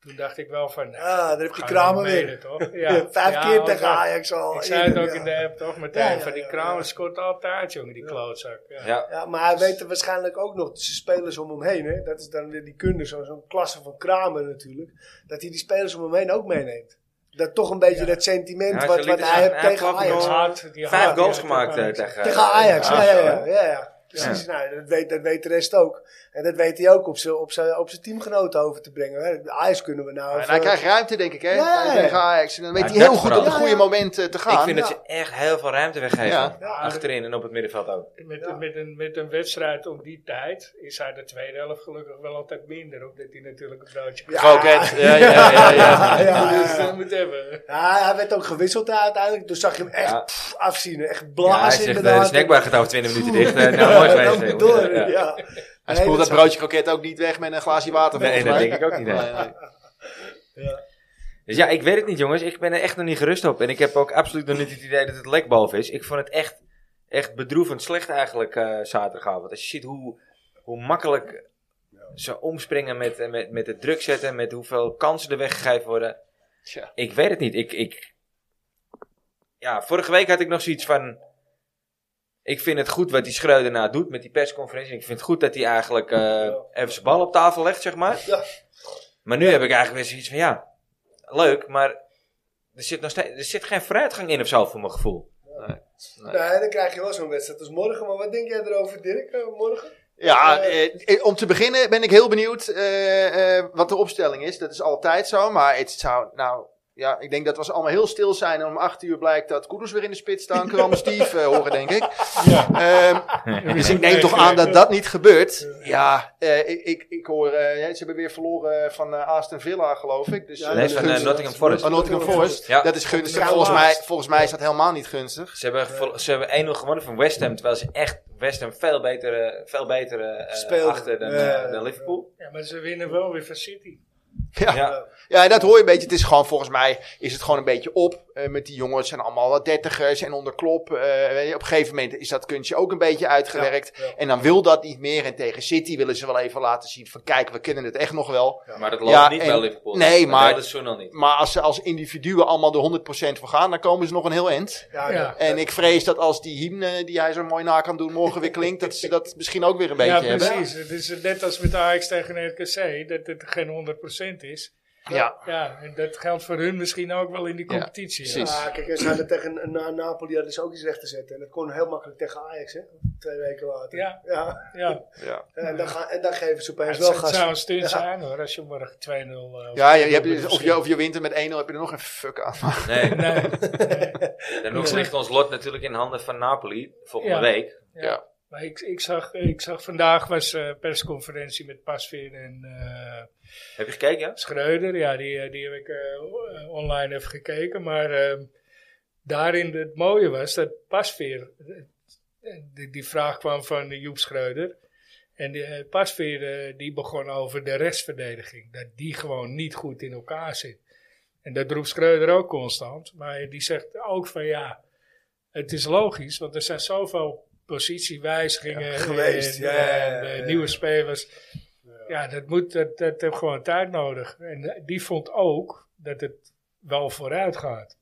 Speaker 2: toen dacht ik wel van... nou,
Speaker 3: Ah, daar heb je
Speaker 2: ga
Speaker 3: Kramer
Speaker 2: nou mede,
Speaker 3: weer.
Speaker 2: Toch?
Speaker 3: Ja, Vijf
Speaker 2: Ja,
Speaker 3: keer
Speaker 2: want
Speaker 3: tegen
Speaker 2: dat-
Speaker 3: Ajax al.
Speaker 2: Ik zei het
Speaker 3: eerder,
Speaker 2: ook
Speaker 3: ja.
Speaker 2: in de app toch, Martijn?
Speaker 3: Ja, ja,
Speaker 2: van die
Speaker 3: ja,
Speaker 2: Kramer
Speaker 3: ja.
Speaker 2: scoort altijd, jongen, die klootzak. Ja.
Speaker 1: Ja.
Speaker 3: Ja, maar hij weet er waarschijnlijk ook nog zijn spelers om hem heen. Hè? Dat is dan weer die kunde, zo- zo'n klasse van Kramer natuurlijk. Dat hij die spelers om hem heen ook meeneemt. Dat toch een
Speaker 2: Ja.
Speaker 3: beetje dat sentiment
Speaker 1: Ja,
Speaker 3: wat,
Speaker 1: ze
Speaker 3: wat
Speaker 1: lieten-
Speaker 3: hij heeft
Speaker 1: hij
Speaker 3: tegen
Speaker 1: gaf hem
Speaker 3: Ajax.
Speaker 1: nog-
Speaker 2: Hard, die
Speaker 1: Vijf
Speaker 2: hard,
Speaker 1: goals
Speaker 2: ja,
Speaker 1: gemaakt eh,
Speaker 2: Ajax.
Speaker 1: tegen,
Speaker 3: Tegen Ajax, ja, ja, ja.
Speaker 1: hoor.
Speaker 3: ja, ja. Precies, Nou, dat, weet, dat weet de rest ook. En dat weet hij ook op zijn op zijn- op zijn teamgenoten over te brengen. Hè. De Ajax kunnen we nou
Speaker 4: En
Speaker 3: even-
Speaker 4: hij krijgt ruimte, denk ik, hè?
Speaker 3: Ja, ja, ja.
Speaker 4: Tegen Ajax. En dan weet
Speaker 1: Ja,
Speaker 4: hij
Speaker 1: dat
Speaker 4: heel goed op
Speaker 1: vooral.
Speaker 4: het goede
Speaker 3: Ja, ja.
Speaker 4: moment eh, te gaan.
Speaker 1: Ik vind dat
Speaker 4: Ja.
Speaker 1: ze echt heel veel ruimte weggeven.
Speaker 4: Ja.
Speaker 3: Ja.
Speaker 1: Achterin en op het middenveld ook.
Speaker 2: Met,
Speaker 3: Ja.
Speaker 2: met, een, met een wedstrijd om die tijd is hij de tweede helft gelukkig wel altijd minder. Omdat hij natuurlijk een broodje
Speaker 3: Ja.
Speaker 4: Kroket, ja, ja, ja, ja.
Speaker 3: Ja, ja, ja.
Speaker 2: Dus dat moet hebben.
Speaker 3: Ja, hij werd ook gewisseld daar uiteindelijk. Toen zag je hem echt
Speaker 1: Ja.
Speaker 3: pff, afzien. Echt
Speaker 1: Ja, hij
Speaker 3: blazen
Speaker 1: zegt, eh, de
Speaker 3: inderdaad.
Speaker 1: snackbar gaat over 20 minuten dicht. Eh,
Speaker 3: Ja,
Speaker 1: nou, mooi
Speaker 3: dan
Speaker 1: geweest.
Speaker 3: moet
Speaker 1: eh,
Speaker 3: door,
Speaker 1: jongens. Ja.
Speaker 3: ja.
Speaker 4: Hij
Speaker 3: Nee,
Speaker 4: spoelt
Speaker 3: dat
Speaker 4: dat
Speaker 3: zou-
Speaker 4: broodje kroket ook niet weg met een glaasje water,
Speaker 1: Nee,
Speaker 4: volgens
Speaker 1: dat
Speaker 4: mij.
Speaker 1: denk ik ook niet. nee.
Speaker 4: Nee, nee.
Speaker 3: Ja.
Speaker 1: Dus ja, ik weet het niet, jongens. Ik ben er echt nog niet gerust op. En ik heb ook absoluut nog niet het idee dat het lekbalf is. Ik vond het echt, echt bedroevend slecht eigenlijk eh, zaterdagavond. Als je ziet hoe, hoe makkelijk ze omspringen met, eh, met, met het druk zetten. Met hoeveel kansen er weggegeven worden.
Speaker 4: Tja.
Speaker 1: Ik weet het niet. Ik, ik... Ja, vorige week had ik nog zoiets van... Ik vind het goed wat die Schreuder nou doet met die persconferentie. Ik vind het goed dat hij eigenlijk eh, even zijn bal op tafel legt, zeg maar.
Speaker 3: Ja.
Speaker 1: Maar nu heb ik eigenlijk weer zoiets van, ja, leuk, maar er zit, nog steeds, er zit geen vooruitgang in of zo, voor mijn gevoel.
Speaker 3: Nou, dan krijg je wel zo'n wedstrijd als morgen. Maar wat denk jij erover, Dirk, eh, morgen?
Speaker 4: Ja, eh, eh, om te beginnen ben ik heel benieuwd eh, eh, wat de opstelling is. Dat is altijd zo, maar het zou... Nou, ja, ik denk dat we allemaal heel stil zijn. En om acht uur blijkt dat Koeders weer in de spits staan. Kunnen we allemaal Steve eh, horen, denk ik. Ehm, dus ik neem toch aan dat dat niet gebeurt. Ja, eh, ik, ik, ik hoor... eh, ze hebben weer verloren van eh, Aston Villa, geloof ik. Dus,
Speaker 3: Ja,
Speaker 4: eh,
Speaker 1: Nee, van eh,
Speaker 4: gunstig.
Speaker 1: Nottingham Forest.
Speaker 4: Oh, Nottingham Forest.
Speaker 1: Ja.
Speaker 4: Dat is gunstig.
Speaker 3: Ja,
Speaker 4: Volgens mij,
Speaker 3: laatst.
Speaker 4: volgens mij is dat helemaal niet gunstig.
Speaker 1: Ze hebben, vol- ze hebben 1-0 gewonnen van West Ham, terwijl ze echt West Ham veel beter, eh, veel beter eh,
Speaker 3: Speelden.
Speaker 1: achter dan,
Speaker 3: Ja.
Speaker 1: eh, dan Liverpool.
Speaker 2: Ja, maar ze winnen wel weer van City.
Speaker 4: Ja.
Speaker 1: Ja.
Speaker 4: Ja, en dat hoor je een beetje. Het is gewoon, volgens mij is het gewoon een beetje op eh, met die jongens. zijn allemaal wat dertigers en onder klop. eh, weet je, op een gegeven moment is dat kunstje ook een beetje uitgewerkt.
Speaker 3: Ja, ja.
Speaker 4: En dan wil dat niet meer. En tegen City willen ze wel even laten zien van kijk, we kunnen het echt nog wel.
Speaker 1: Maar dat loopt
Speaker 4: Ja,
Speaker 1: niet
Speaker 4: en-
Speaker 1: bij Liverpool.
Speaker 4: nee,
Speaker 1: dat
Speaker 4: maar-
Speaker 1: hele seizoen al niet.
Speaker 4: Maar als ze als individuen allemaal er 100% voor gaan, dan komen ze nog een heel eind.
Speaker 3: Ja,
Speaker 2: Ja.
Speaker 3: ja.
Speaker 4: En ik vrees dat als die hymne die hij zo mooi na kan doen morgen weer klinkt, dat ze dat misschien ook weer een beetje
Speaker 2: ja,
Speaker 4: hebben.
Speaker 2: precies. Het is net als met Ajax tegen RKC, dat het geen 100% is.
Speaker 4: Ja,
Speaker 2: Ja, en dat geldt voor hun misschien ook wel in die
Speaker 4: Ja,
Speaker 2: competitie. Ja,
Speaker 4: precies.
Speaker 3: Ah, kijk, en ze hadden tegen na Napoli hadden ze ook iets recht te zetten. En dat kon heel makkelijk tegen Ajax, hè? Twee weken later.
Speaker 2: Ja.
Speaker 3: ja.
Speaker 2: ja.
Speaker 4: ja.
Speaker 3: En, dan gaan, en dan geven ze
Speaker 2: Het
Speaker 3: opeens wel
Speaker 2: zou- het
Speaker 3: gas.
Speaker 2: zou een stunt zijn hoor, als je morgen 2-0... eh, of
Speaker 4: ja je,
Speaker 2: 3-0
Speaker 4: je hebt, dus
Speaker 2: met
Speaker 4: of, je, of je wint er met 1-0, heb je er nog een fuck aan.
Speaker 1: Nee,
Speaker 2: Nee, nee.
Speaker 1: dan nog ligt ons lot natuurlijk in handen van Napoli volgende
Speaker 2: Ja.
Speaker 1: week.
Speaker 4: Ja.
Speaker 2: Maar ik, ik, zag, ik zag vandaag was eh persconferentie met Pasveer en eh,
Speaker 1: Heb je gekeken? ja?
Speaker 2: Schreuder. Ja, die, eh, die heb ik eh, o- eh, online even gekeken. Maar ehm, daarin het mooie was dat Pasveer, eh, die, die vraag kwam van Joep Schreuder. En die, eh, Pasveer eh, die begon over de restverdediging. Dat die gewoon niet goed in elkaar zit. En dat roept Schreuder ook constant. Maar die zegt ook van ja, het is logisch. Want er zijn zoveel positiewijzigingen.
Speaker 3: Ja, geweest,
Speaker 2: en,
Speaker 3: ja,
Speaker 2: eh,
Speaker 3: ja,
Speaker 2: en, eh,
Speaker 3: ja.
Speaker 2: Nieuwe spelers. Ja, dat, moet, dat, dat heeft gewoon tijd nodig. En eh, die vond ook dat het wel vooruit gaat.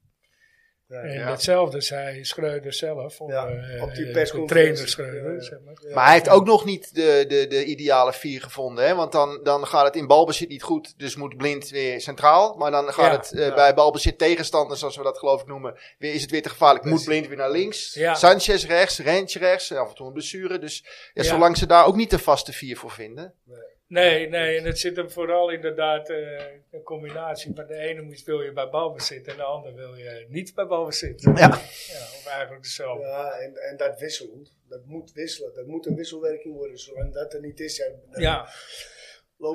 Speaker 3: Ja,
Speaker 2: En
Speaker 4: ja.
Speaker 2: datzelfde zei Schreuder zelf. Om,
Speaker 3: Ja,
Speaker 2: eh,
Speaker 3: op die
Speaker 2: eh,
Speaker 3: persconferentie.
Speaker 2: Trainer Schreuder,
Speaker 3: Ja, ja.
Speaker 2: zeg maar.
Speaker 3: Ja.
Speaker 4: Maar hij heeft ook nog niet de, de, de ideale vier gevonden. Hè? Want dan, dan gaat het in balbezit niet goed. Dus moet blind weer centraal. Maar dan gaat
Speaker 2: Ja,
Speaker 4: het eh,
Speaker 3: ja.
Speaker 4: bij balbezit tegenstanders, zoals we dat geloof ik noemen. Weer, is het weer te gevaarlijk. Moet
Speaker 3: Precies.
Speaker 4: blind weer naar links.
Speaker 2: Ja.
Speaker 4: Sanchez rechts, Rentje rechts. en Af en toe een blessure. Dus
Speaker 2: Ja.
Speaker 4: ja, zolang ze daar ook niet de vaste vier voor vinden.
Speaker 2: Nee, nee, en het zit hem vooral inderdaad eh, een combinatie. Van de ene moet, wil je bij balbezit en de ander wil je niet bij balbezit. Ja. of eigenlijk hetzelfde.
Speaker 3: Ja, en, en dat wisselt. Dat moet wisselen. Dat moet een wisselwerking worden. Zolang dat er niet is, ja, dan
Speaker 2: Ja,
Speaker 3: loopt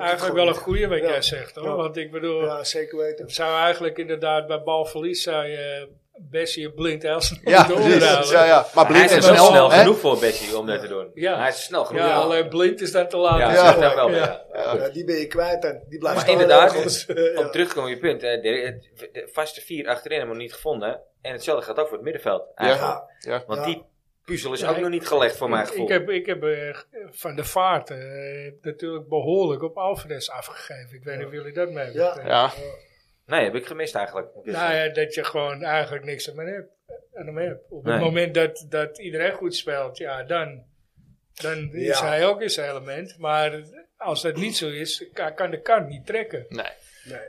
Speaker 3: het
Speaker 2: eigenlijk
Speaker 3: gewoon
Speaker 2: wel een
Speaker 3: niet.
Speaker 2: goede wat
Speaker 3: Ja.
Speaker 2: jij zegt hoor.
Speaker 3: Ja.
Speaker 2: Want ik bedoel,
Speaker 3: Ja, zeker weten.
Speaker 2: zou eigenlijk inderdaad bij balverlies zou je best je blind Els
Speaker 4: Ja,
Speaker 2: moeten
Speaker 4: precies.
Speaker 2: onderhouden.
Speaker 4: Ja, ja. Maar
Speaker 1: Hij
Speaker 4: blind
Speaker 1: is
Speaker 4: en
Speaker 1: er wel
Speaker 4: snel.
Speaker 1: snel
Speaker 4: hè?
Speaker 1: genoeg voor Bessie om dat te doen.
Speaker 2: Ja.
Speaker 1: Hij is snel genoeg.
Speaker 2: Ja, alleen blind is dat te laat.
Speaker 1: Ja,
Speaker 4: Ja.
Speaker 1: dat is daar wel bij,
Speaker 2: Ja.
Speaker 1: ja.
Speaker 3: Ja, die ben je kwijt dan. Die blijft
Speaker 1: Maar
Speaker 3: staan
Speaker 1: inderdaad,
Speaker 3: ergens. Ja.
Speaker 1: Om terug te komen op je punt, eh, Dirk, het- de vaste vier achterin hebben we nog niet gevonden. En hetzelfde gaat ook voor het middenveld. eigenlijk.
Speaker 3: Ja.
Speaker 1: Want
Speaker 3: Ja.
Speaker 1: die puzzel is
Speaker 2: Ja,
Speaker 1: ook
Speaker 2: ik-
Speaker 1: nog niet gelegd voor mijn gevoel.
Speaker 2: Ik heb, ik heb eh, van de vaart eh, natuurlijk behoorlijk op Alvarez afgegeven. Ik weet niet of jullie dat mee
Speaker 3: Ja.
Speaker 2: weten.
Speaker 4: Ja.
Speaker 1: Nee, heb ik gemist eigenlijk. Dus,
Speaker 2: Nou
Speaker 1: eh,
Speaker 2: ja, dat je gewoon eigenlijk niks aan hem hebt. Aan hem hebt. Op
Speaker 1: Nee.
Speaker 2: het moment dat, dat iedereen goed speelt, ja, dan, dan is
Speaker 3: Ja.
Speaker 2: hij ook in zijn element. Maar als dat niet zo is, ka- kan de kant niet trekken.
Speaker 4: Nee.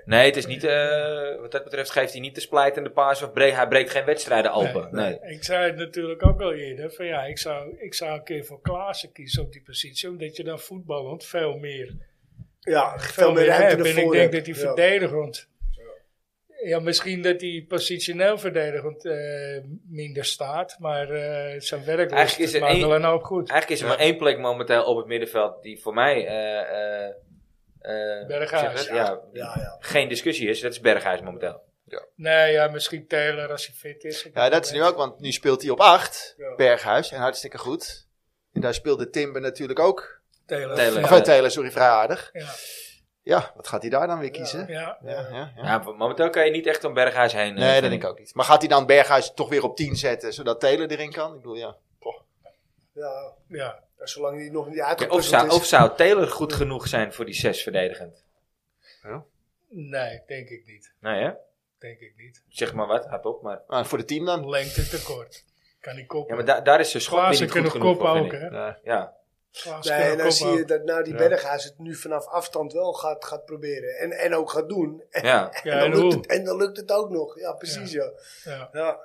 Speaker 1: Nee, het is niet, eh, wat dat betreft geeft hij niet de splijtende paas of breekt, hij breekt geen wedstrijden open. Nee,
Speaker 2: Ik zei het natuurlijk ook al eerder, van ja, ik zou, ik zou een keer voor Klaassen kiezen op die positie. Omdat je dan voetballend veel meer
Speaker 3: Ja,
Speaker 2: veel meer
Speaker 3: ruimte
Speaker 2: heb. En ik
Speaker 3: ervoor
Speaker 2: denk dat
Speaker 3: hebt.
Speaker 2: die
Speaker 3: Ja.
Speaker 2: verdedigend. Ja, misschien dat die positioneel verdedigend eh, minder staat. Maar eh, zijn werk
Speaker 1: Eigenlijk is er
Speaker 2: maakt
Speaker 1: één-
Speaker 2: wel een hoop goed.
Speaker 1: Eigenlijk is er maar één plek momenteel op het middenveld die voor mij eh, eh, eh,
Speaker 2: Berghuis.
Speaker 1: zeg het, ja,
Speaker 3: Ja, ja.
Speaker 1: geen discussie is. Dat is Berghuis momenteel.
Speaker 2: Nee, ja, misschien Taylor als hij fit is.
Speaker 4: Ja, dat is nu ook, want nu speelt hij op 8,
Speaker 3: Ja.
Speaker 4: Berghuis, en hartstikke goed. En daar speelde Timber natuurlijk ook,
Speaker 2: Taylor.
Speaker 1: Taylor.
Speaker 4: of
Speaker 1: Ja.
Speaker 4: eh, Taylor, sorry, vrij aardig.
Speaker 2: Ja,
Speaker 4: Ja, wat gaat hij daar dan weer kiezen?
Speaker 2: ja.
Speaker 4: Ja, ja, ja.
Speaker 1: Ja, momenteel kan je niet echt om Berghuis heen. eh,
Speaker 4: Nee, dat
Speaker 1: vind
Speaker 4: denk ik ook niet. Maar gaat hij dan Berghuis toch weer op 10 zetten, zodat Taylor erin kan? Ik bedoel, ja.
Speaker 3: Ja,
Speaker 2: ja.
Speaker 3: zolang die nog niet
Speaker 1: Ja, of,
Speaker 3: uitgeput
Speaker 1: zou,
Speaker 3: is.
Speaker 1: of zou Taylor goed genoeg zijn voor die zes verdedigend?
Speaker 2: Nee, denk ik niet.
Speaker 1: Nou ja,
Speaker 2: Denk ik niet.
Speaker 1: zeg maar wat, hard op. Maar,
Speaker 4: Maar Nou, voor de 10 dan?
Speaker 2: Lengte tekort. Kan die
Speaker 1: ja,
Speaker 2: koppen.
Speaker 1: maar da- daar is zijn schot weer
Speaker 2: Klaassen
Speaker 1: niet goed
Speaker 2: kunnen
Speaker 1: genoeg
Speaker 2: koppen
Speaker 1: voor, vind
Speaker 2: ook,
Speaker 1: ik.
Speaker 2: hè?
Speaker 4: Ja.
Speaker 1: Ja,
Speaker 2: Klaassen
Speaker 3: Nee,
Speaker 2: kunnen
Speaker 3: en dan
Speaker 2: koppen
Speaker 3: zie je
Speaker 2: ook.
Speaker 3: dat nou die
Speaker 1: Ja.
Speaker 3: Berghuis het nu vanaf afstand wel gaat, gaat proberen. En, en ook gaat doen. En,
Speaker 1: ja.
Speaker 2: Ja,
Speaker 3: dan
Speaker 2: en
Speaker 3: lukt
Speaker 2: hoe?
Speaker 3: het, en dan lukt het ook nog. Ja, precies ja.
Speaker 2: Ja.
Speaker 3: Ja.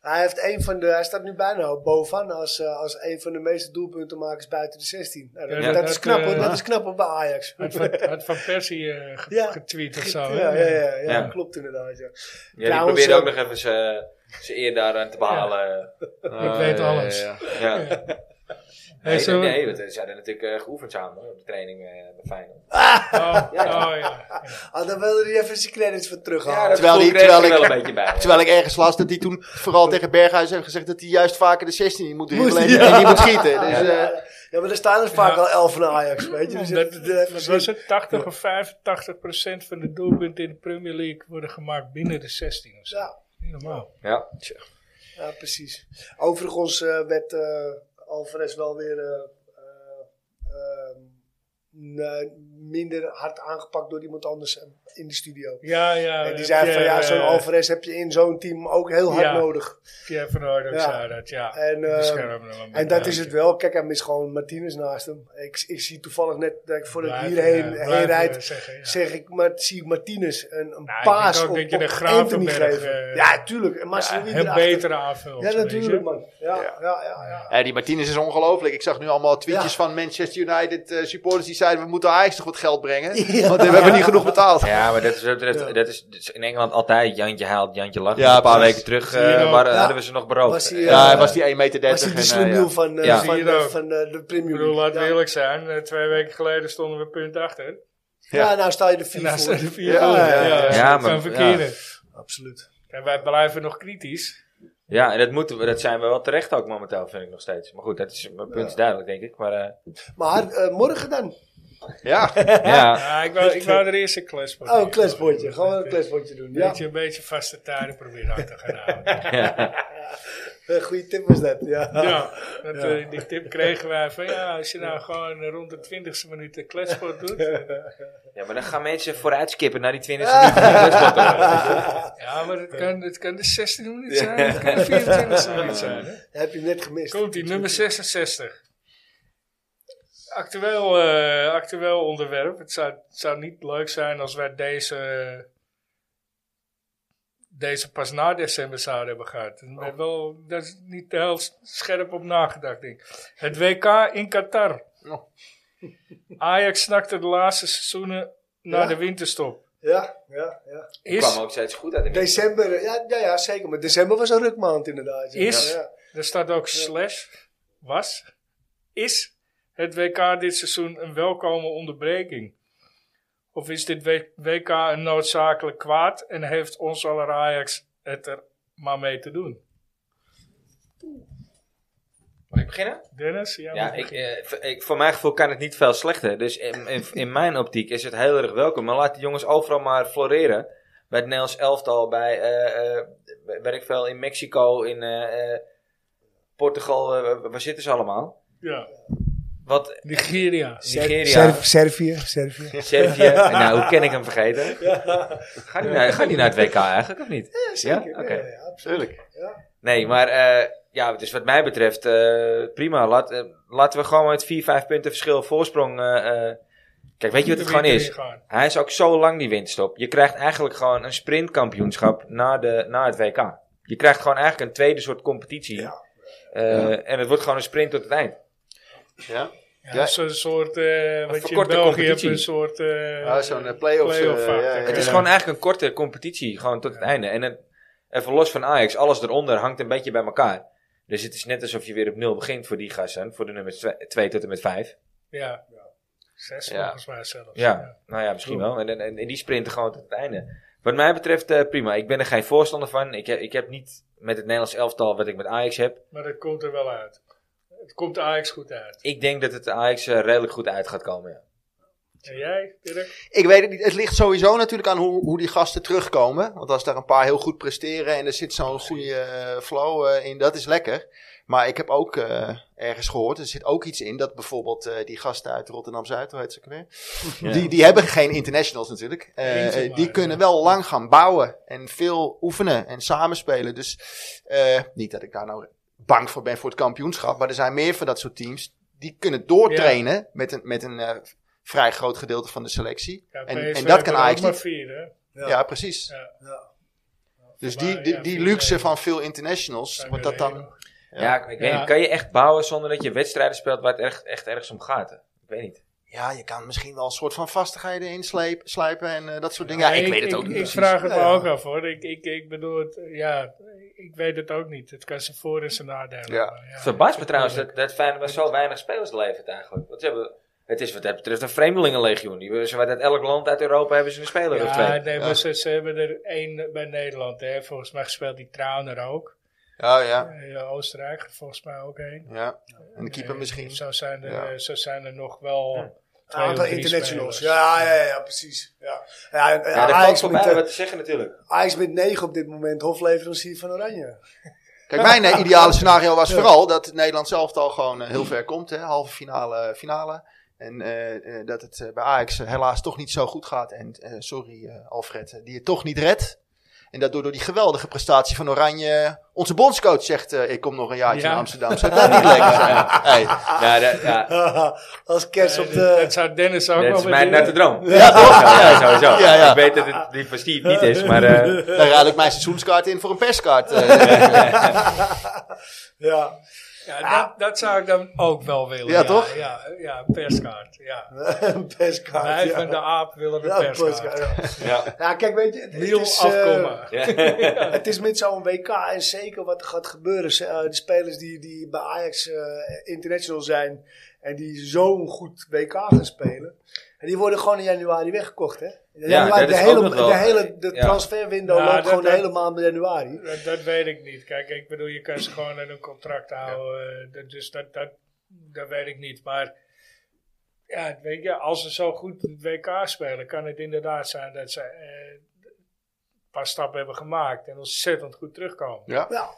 Speaker 3: Hij, heeft een van de, hij staat nu bijna bovenaan als, eh, als een van de meeste doelpuntenmakers buiten de 16. Nou, dat,
Speaker 2: Ja,
Speaker 3: dat
Speaker 2: dat,
Speaker 3: is knap hoor,
Speaker 2: eh,
Speaker 3: dat is knap op bij Ajax.
Speaker 2: Had van, had van Persie eh, ge-
Speaker 3: Ja.
Speaker 2: getweet of zo.
Speaker 3: Ja,
Speaker 2: hè?
Speaker 3: ja, ja, ja,
Speaker 1: Ja.
Speaker 3: klopt inderdaad. Ja.
Speaker 1: ja die
Speaker 3: Trouwens,
Speaker 1: probeerde
Speaker 3: eh,
Speaker 1: ook nog even zijn zijn eer daar aan te behalen.
Speaker 2: Ik weet alles.
Speaker 4: Eh, Ja, ja.
Speaker 1: Ja. Nee,
Speaker 2: zo-
Speaker 1: nee, want ze hadden natuurlijk eh, geoefend samen hoor, op de training eh bij Feyenoord.
Speaker 2: Oh, oh, ja.
Speaker 3: Ah, dan wilde hij even zijn credits voor terughalen.
Speaker 1: Ja, dat
Speaker 4: Terwijl
Speaker 1: terwijl
Speaker 4: die-
Speaker 1: die,
Speaker 4: terwijl
Speaker 1: er
Speaker 4: ik-
Speaker 1: wel een beetje bij.
Speaker 4: Terwijl ik ergens las dat hij toen vooral tegen Berghuis heeft gezegd dat hij juist vaker de 16 in moet
Speaker 3: Moest-
Speaker 4: dribbelen en-
Speaker 3: ja.
Speaker 4: en die moet schieten. Dus, eh,
Speaker 3: Ja, maar er staan er vaak
Speaker 2: Ja.
Speaker 3: al elf van Ajax, weet je. Dus
Speaker 2: Dat,
Speaker 3: het- het-
Speaker 2: wat was het? 80 of 85 procent van de doelpunten in de Premier League worden gemaakt binnen de 16 of zo.
Speaker 3: Ja,
Speaker 2: Niet normaal.
Speaker 1: Ja.
Speaker 3: ja, precies. Overigens eh, werd eh, Alvarez wel weer eh, eh, ehm, nee, minder hard aangepakt door iemand anders eh, in de studio.
Speaker 2: Ja, ja.
Speaker 3: en die zei van ja, zo'n Alvarez heb je in zo'n team ook heel hard
Speaker 2: ja.
Speaker 3: nodig.
Speaker 2: eh, Pierre van Hooydonk
Speaker 3: Ja.
Speaker 2: zei dat, ja.
Speaker 3: En,
Speaker 2: De
Speaker 3: eh,
Speaker 2: schermen er wel bij.
Speaker 3: En dat is het wel. Kijk, hij mist gewoon Martinez naast hem. Ik, ik zie toevallig net dat ik voordat ik
Speaker 2: Blijven,
Speaker 3: hierheen
Speaker 2: eh,
Speaker 3: heen
Speaker 2: blijven
Speaker 3: rijd,
Speaker 2: zeggen, ja.
Speaker 3: zeg ik, maar zie ik Martinez een, een
Speaker 2: Nou, ik
Speaker 3: paas
Speaker 2: denk
Speaker 3: op,
Speaker 2: ook
Speaker 3: op
Speaker 2: dat je de
Speaker 3: Anthony
Speaker 2: Gravenberg,
Speaker 3: geven.
Speaker 2: eh,
Speaker 3: ja, tuurlijk. Maar ze
Speaker 2: Hem betere aanvult.
Speaker 3: Ja,
Speaker 2: weet je.
Speaker 3: natuurlijk, man. Ja, ja, ja. ja,
Speaker 4: Ja, die Martinez is ongelooflijk. Ik zag nu allemaal tweetjes
Speaker 3: Ja.
Speaker 4: van Manchester United eh, supporters die zeiden... we moeten Ajax toch wat geld brengen,
Speaker 3: Ja.
Speaker 4: want eh, we hebben niet genoeg betaald.
Speaker 1: Ja, maar dat is, dat,
Speaker 3: Ja.
Speaker 1: dat, dat is, dat is in Engeland altijd Jantje haalt, Jantje lacht.
Speaker 4: Ja,
Speaker 1: een paar
Speaker 4: precies.
Speaker 1: weken terug
Speaker 2: Zie je
Speaker 1: eh
Speaker 2: ook.
Speaker 1: waren,
Speaker 3: Ja.
Speaker 1: hadden we ze nog beroofd.
Speaker 3: Was hij,
Speaker 1: Eh,
Speaker 3: eh,
Speaker 4: Ja, hij was die 1,30 meter.
Speaker 3: Was hij de
Speaker 4: en, eh,
Speaker 3: slimiel
Speaker 4: ja.
Speaker 3: van, eh,
Speaker 1: Ja.
Speaker 3: van,
Speaker 2: Zie je
Speaker 3: eh,
Speaker 2: ook.
Speaker 3: van eh, de
Speaker 2: Ik
Speaker 3: Premier
Speaker 2: bedoel,
Speaker 3: League?
Speaker 2: laten we eerlijk zijn. eh, Twee weken geleden stonden we punt achter.
Speaker 3: Ja. ja, nou sta je de
Speaker 2: En
Speaker 3: vier
Speaker 2: daar
Speaker 3: voor.
Speaker 2: zijn de vier
Speaker 4: Ja,
Speaker 2: doelen.
Speaker 3: ja,
Speaker 1: ja. Ja,
Speaker 2: dat
Speaker 1: maar-
Speaker 2: kan verkeren.
Speaker 3: Absoluut.
Speaker 2: En wij blijven nog kritisch.
Speaker 1: Ja, en dat, moeten we, dat zijn we wel terecht ook momenteel, vind ik nog steeds. Maar goed, dat is, mijn punt is duidelijk, denk ik. Maar eh,
Speaker 3: Maar eh, morgen dan?
Speaker 4: Ja.
Speaker 1: ja,
Speaker 2: Ja, ik wou, ik wou er eerst een klesbordje.
Speaker 3: Oh, een klesbordje. Gewoon een klesbordje doen.
Speaker 2: Ja.
Speaker 3: Ja.
Speaker 2: Dat je een beetje vaste tijden probeert aan te gaan houden.
Speaker 3: Eh, Goeie tip was dat. Ja.
Speaker 2: Ja, dat, eh, die tip kregen wij van ja, als je nou gewoon rond de twintigste minuut een kletspot doet.
Speaker 1: ja, maar dan gaan mensen vooruit skippen naar die 20 minuten. van de wedstrijd, hoor.
Speaker 2: Ja, maar het kan, het kan de 16e minuut zijn, het kan de 24e minuut zijn. hè.
Speaker 3: Heb je hem net gemist.
Speaker 2: Komt die nummer 66. Actueel, eh, actueel onderwerp. Het zou, het zou niet leuk zijn als wij deze, deze pas na december zouden hebben gehad. En we Wel, daar is niet heel s- scherp op nagedacht, denk ik. Het WK in Qatar.
Speaker 4: Oh.
Speaker 2: Ajax snakte de laatste seizoenen naar
Speaker 3: Ja.
Speaker 2: de winterstop.
Speaker 3: Ja, ja, ja.
Speaker 1: Die
Speaker 2: Is,
Speaker 1: kwam ook steeds goed uit de midden.
Speaker 3: December, eh, ja, ja, ja, zeker. Maar december was een rukmaand inderdaad. ja.
Speaker 2: Is-
Speaker 3: Ja,
Speaker 2: er staat ook slash, was. Is het WK dit seizoen een welkome onderbreking? Of is dit W- WK een noodzakelijk kwaad en heeft ons aller Ajax het er maar mee te doen?
Speaker 1: Mag ik beginnen?
Speaker 2: Dennis? jij
Speaker 1: Ja,
Speaker 2: moet
Speaker 1: ik,
Speaker 2: beginnen.
Speaker 1: eh, v- ik, voor mijn gevoel kan het niet veel slechter. Dus in, in, in mijn optiek is het heel erg welkom. Maar laat die jongens overal maar floreren. Bij het Nederlands elftal, bij, eh, eh, bij- weet ik veel, in Mexico, in eh, eh, Portugal. eh, waar zitten ze allemaal?
Speaker 2: Ja.
Speaker 1: Wat
Speaker 2: Nigeria.
Speaker 1: Nigeria,
Speaker 3: Serv- Servië, Servië.
Speaker 1: Servië. nou, hoe ken ik hem vergeten?
Speaker 3: Ja,
Speaker 1: Gaat die naar, gaat die naar het WK eigenlijk, of niet?
Speaker 3: zeker.
Speaker 1: Ja? Oké.
Speaker 3: Ja, ja, absoluut.
Speaker 4: Tuurlijk.
Speaker 1: Nee, maar eh, ja, dus wat mij betreft, eh, prima. Laat, eh, laten we gewoon met 4, 5 punten verschil voorsprong. eh, eh, kijk, weet je wat het gewoon is?
Speaker 2: Ingaan.
Speaker 1: Hij is ook zo lang die winterstop. Je krijgt eigenlijk gewoon een sprintkampioenschap na, de, na het WK. Je krijgt gewoon eigenlijk een tweede soort competitie.
Speaker 3: Ja.
Speaker 1: Eh, En het wordt gewoon een sprint tot het eind.
Speaker 4: Ja.
Speaker 2: Ja,
Speaker 4: Ja.
Speaker 2: Zo'n soort, eh wat je in
Speaker 1: verkorte
Speaker 2: België hebt,
Speaker 1: competitie.
Speaker 2: een soort... eh,
Speaker 4: Ah, zo'n eh, play-offs.
Speaker 2: Play-off
Speaker 4: eh,
Speaker 2: vaak,
Speaker 4: ja,
Speaker 2: ja.
Speaker 4: ja,
Speaker 1: Het is
Speaker 4: ja.
Speaker 1: gewoon eigenlijk een korte competitie, gewoon tot het einde. En het, even los van Ajax, alles eronder hangt een beetje bij elkaar. Dus het is net alsof je weer op nul begint voor die gasten, voor de nummers 2 tot en met 5.
Speaker 2: Ja. Zes
Speaker 4: Ja.
Speaker 2: volgens mij zelfs.
Speaker 1: Ja, nou ja, misschien wel. En, en, en die sprinten gewoon tot het einde. Wat mij betreft, eh, prima. Ik ben er geen voorstander van. Ik, heb- ik heb niet met het Nederlands elftal wat ik met Ajax heb.
Speaker 2: Maar dat komt er wel uit. Het komt de Ajax goed uit.
Speaker 1: Ik denk dat het de Ajax eh, redelijk goed uit gaat komen. Ja.
Speaker 2: En jij, Dirk?
Speaker 4: Ik weet het niet. Het ligt sowieso natuurlijk aan hoe, hoe die gasten terugkomen. Want als daar een paar heel goed presteren en er zit zo'n goede eh, flow eh, in, dat is lekker. Maar ik heb ook eh, ergens gehoord, er zit ook iets in dat bijvoorbeeld eh, die gasten uit Rotterdam-Zuid, hoe heet ze ook weer? Die, die hebben geen internationals natuurlijk. Eh,
Speaker 2: Eentje
Speaker 4: eh,
Speaker 2: maar,
Speaker 4: die
Speaker 2: ja.
Speaker 4: kunnen wel lang gaan bouwen en veel oefenen en samenspelen. Dus eh, niet dat ik daar nou bang voor ben voor het kampioenschap. Maar er zijn meer van dat soort teams die kunnen doortrainen met een, met een eh, vrij groot gedeelte van de selectie.
Speaker 2: Ja,
Speaker 4: en,
Speaker 2: PSV
Speaker 4: en dat
Speaker 2: heeft
Speaker 4: kan
Speaker 2: er
Speaker 4: Ajax
Speaker 2: ook maar
Speaker 4: niet.
Speaker 2: vier, hè?
Speaker 4: Ja, precies.
Speaker 2: Ja.
Speaker 3: Ja.
Speaker 4: Dus
Speaker 2: Maar,
Speaker 4: die, die,
Speaker 2: ja,
Speaker 4: die
Speaker 2: vier,
Speaker 4: luxe
Speaker 2: eh,
Speaker 4: van veel internationals,
Speaker 2: zijn
Speaker 4: wordt
Speaker 2: we
Speaker 4: dat
Speaker 2: er
Speaker 4: dan...
Speaker 2: nog.
Speaker 1: Ja,
Speaker 4: Ja,
Speaker 1: ik weet
Speaker 2: Ja.
Speaker 1: niet. Kan je echt bouwen zonder dat je wedstrijden speelt waar het echt, echt ergens om gaat? hè? Ik weet niet.
Speaker 4: Ja, je kan misschien wel een soort van vastigheden inslijpen slijpen en eh, dat soort dingen. Ja, ik,
Speaker 2: Nee,
Speaker 4: weet het ook niet
Speaker 2: Ik
Speaker 4: precies.
Speaker 2: vraag het
Speaker 3: Ja,
Speaker 2: me
Speaker 3: ja.
Speaker 2: ook af, hoor. Ik, ik, ik bedoel, het, ja, ik weet het ook niet. Het kan zijn voor- en zijn nadelen.
Speaker 4: Ja.
Speaker 2: hebben. Ja.
Speaker 1: Verbaast me trouwens dat, dat Feyenoord zo weinig spelers levert eigenlijk. Want ze hebben, het is wat dat betreft een vreemdelingenlegioen. Die hebben ze uit elk land uit Europa hebben ze een speler of
Speaker 2: Ja,
Speaker 1: twee.
Speaker 2: nee,
Speaker 4: Ja.
Speaker 2: maar ze, ze hebben er één bij Nederland. Hè. Volgens mij speelt die Trauner ook.
Speaker 4: Ja, ja,
Speaker 2: Eh, Oostenrijk er volgens mij ook één.
Speaker 4: ja. En de keeper
Speaker 2: Eh,
Speaker 4: misschien.
Speaker 2: Zo zijn er, eh,
Speaker 4: Ja.
Speaker 2: zo zijn er nog wel
Speaker 1: Ja.
Speaker 2: twee
Speaker 3: Aantal
Speaker 2: of drie
Speaker 3: internationals.
Speaker 2: spelers.
Speaker 3: Ja, ja, ja, precies. Ja, ja, en- en
Speaker 1: Ja, daar valt
Speaker 3: Ajax,
Speaker 1: voor
Speaker 3: met,
Speaker 1: mij
Speaker 3: eh,
Speaker 1: wat te zeggen natuurlijk.
Speaker 3: Ajax met 9 op dit moment, hofleverancier van Oranje.
Speaker 4: Kijk, mijn eh, ideale scenario was vooral dat Nederland zelf al gewoon eh, heel ver komt. Hè, halve finale, eh, finale. En eh, eh, dat het eh, bij Ajax eh, helaas toch niet zo goed gaat. En eh, sorry eh, Alfred, eh, die het toch niet redt. En dat door, door die geweldige prestatie van Oranje. Onze bondscoach zegt, eh, ik kom nog een jaartje
Speaker 2: Ja.
Speaker 4: in Amsterdam. Zou dat niet lekker zijn? Hey.
Speaker 1: Ja, dat, ja,
Speaker 3: Als kerst op
Speaker 2: Eh, dat- dat
Speaker 3: de...
Speaker 2: zou Dennis ook
Speaker 1: dat
Speaker 2: wel
Speaker 1: is mijn
Speaker 2: willen.
Speaker 1: natte droom.
Speaker 4: Ja, toch?
Speaker 1: Ja, sowieso.
Speaker 4: Ja, ja.
Speaker 1: Ik weet dat het die van Steve niet is, maar... eh,
Speaker 4: Dan ruil ik mijn seizoenskaart in voor een perskaart. eh.
Speaker 3: Ja.
Speaker 2: Ja, Dat, dat zou ik dan ook wel willen.
Speaker 4: Ja, toch?
Speaker 2: Ja, ja perskaart. Ja.
Speaker 3: Perskaart.
Speaker 2: Wij
Speaker 3: ja.
Speaker 2: van de aap willen we
Speaker 3: Ja,
Speaker 2: perskaart.
Speaker 3: perskaart, ja.
Speaker 1: ja.
Speaker 3: Ja, kijk, weet je, het, het
Speaker 2: Niel
Speaker 3: is, eh,
Speaker 2: afkomen.
Speaker 1: Ja.
Speaker 3: het is met zo'n WK en zeker wat er gaat gebeuren. Ze- eh, de spelers die, die bij Ajax eh, international zijn en die zo'n goed WK gaan spelen. En die worden gewoon in januari weggekocht, hè? In
Speaker 1: Ja,
Speaker 3: januari,
Speaker 1: dat
Speaker 3: de,
Speaker 1: is ook
Speaker 3: hele,
Speaker 1: nog wel-
Speaker 3: de hele de
Speaker 1: ja.
Speaker 3: transferwindow
Speaker 2: Ja,
Speaker 3: loopt
Speaker 2: dat-
Speaker 3: gewoon de
Speaker 2: dat-
Speaker 3: hele maand januari.
Speaker 2: Dat, dat weet ik niet. Kijk, ik bedoel, je kan ze gewoon in een contract houden. eh, dat- Dus dat, dat, dat weet ik niet. Maar ja, weet je, als ze zo goed het WK spelen, kan het inderdaad zijn dat ze eh, een paar stappen hebben gemaakt en ontzettend goed terugkomen.
Speaker 4: ja.
Speaker 3: Ja.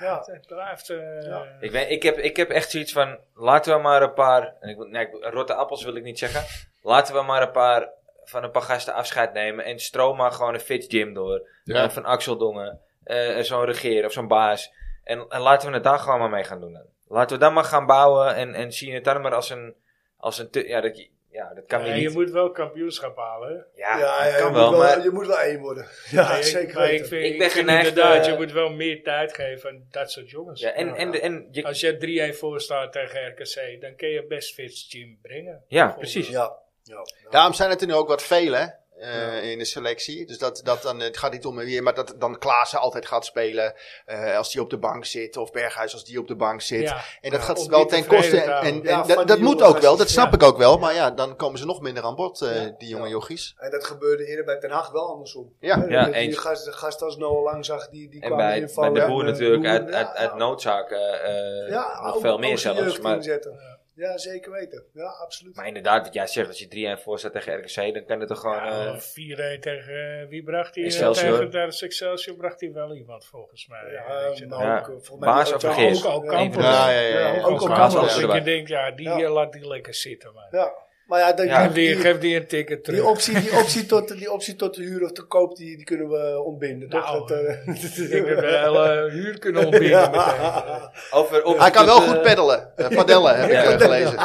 Speaker 3: Ja.
Speaker 2: Het, het blijft. eh,
Speaker 3: Ja.
Speaker 1: Ik, weet, ik, heb, ik heb echt zoiets van, laten we maar een paar... en Ik, wil- nee, ik- rotte appels wil ik niet zeggen. Laten we maar een paar van een paar gasten afscheid nemen. En stroom maar gewoon een fit gym door.
Speaker 4: Ja.
Speaker 1: Eh, van Axel Dongen. eh, zo'n regeer of zo'n baas. En, en laten we het daar gewoon maar mee gaan doen. Dan. Laten we dan maar gaan bouwen. En, en zien het dan maar als een... Als een te- ja, dat, je- ja, dat kan
Speaker 2: Ja,
Speaker 1: weer
Speaker 2: je
Speaker 1: niet.
Speaker 2: moet wel kampioenschap halen. hè.
Speaker 1: Ja,
Speaker 3: ja,
Speaker 1: dat
Speaker 3: je
Speaker 1: kan
Speaker 3: moet
Speaker 1: wel, maar
Speaker 3: je moet wel één worden. Ja,
Speaker 2: Maar ik-
Speaker 3: zeker
Speaker 2: maar
Speaker 3: weten.
Speaker 2: ik vind,
Speaker 1: Ik
Speaker 2: ik
Speaker 1: ben
Speaker 2: vind
Speaker 1: geneigd,
Speaker 2: inderdaad,
Speaker 1: eh,
Speaker 2: je moet wel meer tijd geven aan dat soort jongens.
Speaker 1: Ja, en, en, de- en je-
Speaker 2: Als je 3-1 voor staat tegen RKC, dan kun je best Fitz team brengen.
Speaker 1: ja, precies.
Speaker 3: Ja. Ja. Ja.
Speaker 4: Daarom zijn het er nu ook wat velen hè, eh, in de selectie. Dus dat, dat dan, het gaat niet om wie, maar dat dan Klaassen altijd gaat spelen eh, als die op de bank zit. Of Berghuis als die op de bank zit.
Speaker 2: Ja.
Speaker 4: En dat
Speaker 3: Ja,
Speaker 4: gaat
Speaker 2: om
Speaker 4: wel
Speaker 2: die
Speaker 4: ten
Speaker 2: tevreden
Speaker 4: koste.
Speaker 2: te
Speaker 4: En,
Speaker 2: houden.
Speaker 4: en-
Speaker 3: Ja,
Speaker 4: en
Speaker 3: van
Speaker 4: dat,
Speaker 3: die
Speaker 4: dat moet
Speaker 3: jongens
Speaker 4: ook wel,
Speaker 3: als-
Speaker 4: dat snap
Speaker 3: ja.
Speaker 4: ik ook wel. Maar ja, dan komen ze nog minder aan bod, eh,
Speaker 3: Ja,
Speaker 4: die jonge
Speaker 3: ja.
Speaker 4: jochies.
Speaker 3: En dat gebeurde eerder bij Den Haag wel andersom.
Speaker 4: Ja,
Speaker 3: Hè,
Speaker 1: ja,
Speaker 3: dat je
Speaker 1: eens.
Speaker 3: gast, gast als Noah Lang zag, die, die
Speaker 1: En
Speaker 3: kwamen
Speaker 1: bij, bij
Speaker 3: invallen.
Speaker 1: de
Speaker 3: Ja,
Speaker 1: boer
Speaker 3: eh,
Speaker 1: natuurlijk
Speaker 3: Boer,
Speaker 1: uit,
Speaker 3: ja,
Speaker 1: uit, uit
Speaker 3: ja.
Speaker 1: noodzaak eh, eh,
Speaker 3: Ja,
Speaker 1: nog
Speaker 3: ook-
Speaker 1: veel
Speaker 3: ook
Speaker 1: meer
Speaker 3: zijn
Speaker 1: zelfs.
Speaker 3: jeugd
Speaker 1: Maar,
Speaker 3: inzetten. Ja, zeker weten. Ja, absoluut.
Speaker 1: maar inderdaad, wat jij zegt, als je 3-1 voor staat tegen RKC, dan kan het toch gewoon...
Speaker 2: Ja,
Speaker 1: eh,
Speaker 2: 4-1 tegen eh, wie bracht hij? eh,
Speaker 1: Excelsior.
Speaker 2: Tegen daar Excelsior bracht hij wel iemand volgens mij.
Speaker 3: Ja,
Speaker 2: Weet je.
Speaker 3: maar
Speaker 1: Ja.
Speaker 3: ook, eh, volgens mij
Speaker 1: Baas
Speaker 3: die-
Speaker 1: of
Speaker 3: ja,
Speaker 1: vergis.
Speaker 2: ook al
Speaker 1: Eén van
Speaker 2: Campbell.
Speaker 1: de-
Speaker 4: Ja, ja, ja. ja.
Speaker 3: Ja,
Speaker 2: ook al
Speaker 1: Campbell
Speaker 2: kan
Speaker 1: was
Speaker 2: dat.
Speaker 1: er
Speaker 2: Ik
Speaker 1: erbij.
Speaker 2: denk, ja, die
Speaker 3: Ja.
Speaker 2: eh, laat die lekker zitten, man.
Speaker 3: Ja. Maar ja, dan,
Speaker 1: Ja.
Speaker 2: Geef, die,
Speaker 3: die,
Speaker 2: geef die een ticket terug.
Speaker 3: die optie, die, optie tot, die optie tot de huur of te koop, die, die kunnen we ontbinden.
Speaker 2: Nou,
Speaker 3: toch? Dat, eh,
Speaker 2: Ik denk dat we de hele huur kunnen ontbieden
Speaker 3: Ja.
Speaker 2: meteen.
Speaker 1: over, over
Speaker 4: Hij kan
Speaker 1: tot,
Speaker 4: wel
Speaker 1: eh,
Speaker 4: goed peddelen. eh, padellen heb ik eh, gelezen.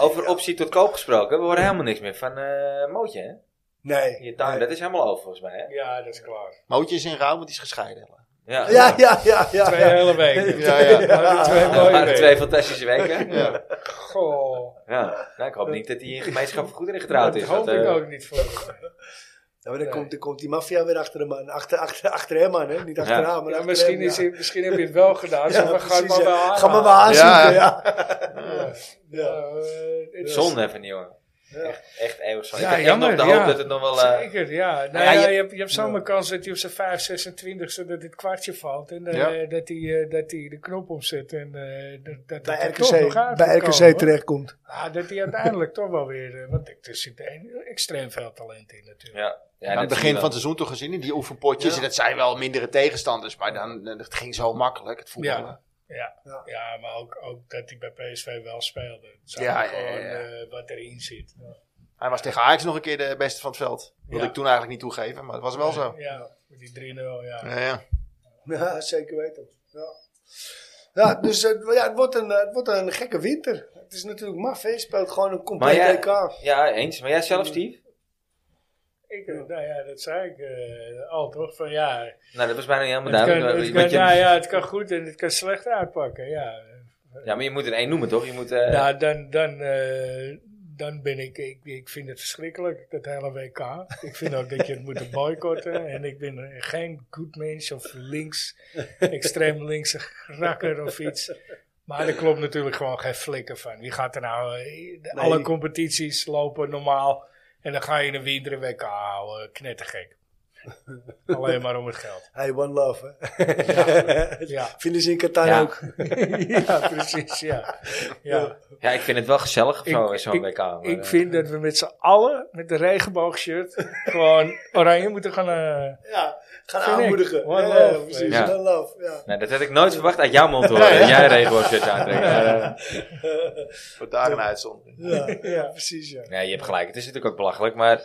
Speaker 1: Over optie tot koop gesproken, we horen helemaal niks meer van eh Mootje, hè?
Speaker 3: nee.
Speaker 1: Je tuin, dat is helemaal over volgens mij, hè?
Speaker 2: Ja, dat is klaar.
Speaker 4: Mootje is in rouw, want die is gescheiden.
Speaker 1: Ja,
Speaker 3: Ja, ja, ja, ja.
Speaker 2: Twee hele weken.
Speaker 4: Ja, ja.
Speaker 2: We hadden twee
Speaker 1: Ja, dat
Speaker 2: mooie
Speaker 1: waren twee
Speaker 2: weken.
Speaker 1: fantastische weken.
Speaker 4: Ja.
Speaker 2: Goh,
Speaker 1: Ja. Nou, ik hoop niet dat hij in gemeenschap van goederen getrouwd
Speaker 2: dat
Speaker 1: is.
Speaker 2: hoop
Speaker 1: dat,
Speaker 2: ik
Speaker 1: eh,
Speaker 2: ook niet voor. me.
Speaker 3: Ja, maar dan,
Speaker 2: Nee.
Speaker 3: komt, dan komt die maffia weer achter hem aan. Achter, achter, achter hem aan, hè? Niet achter
Speaker 1: Ja.
Speaker 3: haar, maar
Speaker 2: Ja,
Speaker 3: achter
Speaker 2: misschien,
Speaker 3: hem,
Speaker 2: is
Speaker 3: ja.
Speaker 2: hij, misschien heb je het wel gedaan. zo
Speaker 3: Ja,
Speaker 2: van, ga het maar
Speaker 3: precies,
Speaker 2: wel
Speaker 3: ja.
Speaker 2: aan.
Speaker 3: Ga maar wel aanzoeken, ja.
Speaker 2: Ja.
Speaker 3: Ja.
Speaker 2: Eh, het is-
Speaker 1: Zonde van die jongen.
Speaker 3: Ja.
Speaker 1: Echt, echt eeuwig zonde.
Speaker 2: Ja,
Speaker 1: ik heb echt
Speaker 2: jammer,
Speaker 1: nog de hoop
Speaker 2: ja.
Speaker 1: dat het nog wel... eh,
Speaker 2: Zeker, ja. Nou,
Speaker 1: ja,
Speaker 2: ja,
Speaker 1: je-
Speaker 2: je, hebt, je hebt zomaar kans dat hij op zijn 5, 26 e dat dit kwartje valt. En eh,
Speaker 4: Ja.
Speaker 2: dat, hij, eh, dat hij de knop omzet. En eh, dat, dat
Speaker 3: Bij
Speaker 2: het er toch
Speaker 3: RKC,
Speaker 2: nog uit
Speaker 3: bij
Speaker 2: kan
Speaker 3: RKC
Speaker 2: komen.
Speaker 3: terechtkomt.
Speaker 2: Ah, dat hij uiteindelijk toch wel weer... eh, want er zit een- extreem veel talent in natuurlijk.
Speaker 1: ja. Ja,
Speaker 4: Aan
Speaker 1: dat zie je
Speaker 4: het begin
Speaker 1: wel.
Speaker 4: van het seizoen toch gezien, in die oefenpotjes.
Speaker 3: Ja.
Speaker 4: En dat zijn wel mindere tegenstanders, maar dan, eh, dat ging zo makkelijk, het voetballen.
Speaker 2: Ja. Ja,
Speaker 3: Ja.
Speaker 2: ja. maar ook, ook dat hij bij PSV wel speelde. Het zag ja,
Speaker 4: Ja, ja,
Speaker 2: gewoon
Speaker 4: ja,
Speaker 2: eh, wat erin zit.
Speaker 4: Hij was tegen Ajax nog een keer de beste van het veld. Wilde
Speaker 2: Ja.
Speaker 4: ik toen eigenlijk niet toegeven, maar het was wel zo.
Speaker 2: Ja, met die 3-0, ja.
Speaker 4: Ja, ja.
Speaker 3: Ja, zeker weten. Ja, ja dus eh, ja, het, wordt een, eh, het wordt een gekke winter. Het is natuurlijk maf, hè? Je speelt gewoon een compleet
Speaker 1: Maar ja-
Speaker 3: WK.
Speaker 1: Ja, eens. Maar jij zelf, Steve?
Speaker 2: Ik, eh, nou ja, dat zei ik eh, al toch. Van ja,
Speaker 1: Nou, dat was bijna niet helemaal
Speaker 2: Het kan,
Speaker 1: duidelijk.
Speaker 2: het
Speaker 1: Want
Speaker 2: kan-
Speaker 1: je-
Speaker 2: ja, ja, het kan goed en het kan slecht uitpakken. Ja,
Speaker 1: ja, maar je moet er één noemen, toch? Je moet... eh,
Speaker 2: ja Nou, dan, dan, eh, dan ben ik, ik, ik vind het verschrikkelijk, dat hele WK. Ik vind ook dat je het moet boycotten. En ik ben geen goed mens of links, extreem linkse rakker of iets. Maar er klopt natuurlijk gewoon geen flikker van. Wie gaat er nou... eh, de- Alle competities lopen normaal. En dan ga je in de winter een WK houden. Knettergek. Alleen maar om het geld.
Speaker 3: Hey, one love, hè?
Speaker 2: Ja.
Speaker 3: Vinden ze in Qatar
Speaker 1: Ja.
Speaker 3: ook.
Speaker 2: ja, precies, ja. ja.
Speaker 1: Ja, ik vind het wel gezellig of
Speaker 2: Ik-
Speaker 1: zo in zo'n
Speaker 2: ik-
Speaker 1: WK. maar, eh,
Speaker 2: Ik vind dat we met z'n allen met de regenboogshirt gewoon oranje moeten gaan. eh,
Speaker 3: Ja, gaan
Speaker 2: Vind ik.
Speaker 3: aanmoedigen.
Speaker 2: One
Speaker 3: ja,
Speaker 2: love,
Speaker 3: ja, precies.
Speaker 1: ja.
Speaker 3: One love, ja.
Speaker 1: Nee, dat had ik nooit verwacht uit jouw mond te horen. dat Jij regenboogshirts aantrekt.
Speaker 4: Voor daar een uitzondering.
Speaker 3: Ja, ja, precies, ja.
Speaker 1: Nee, je hebt gelijk. Het is natuurlijk ook belachelijk, maar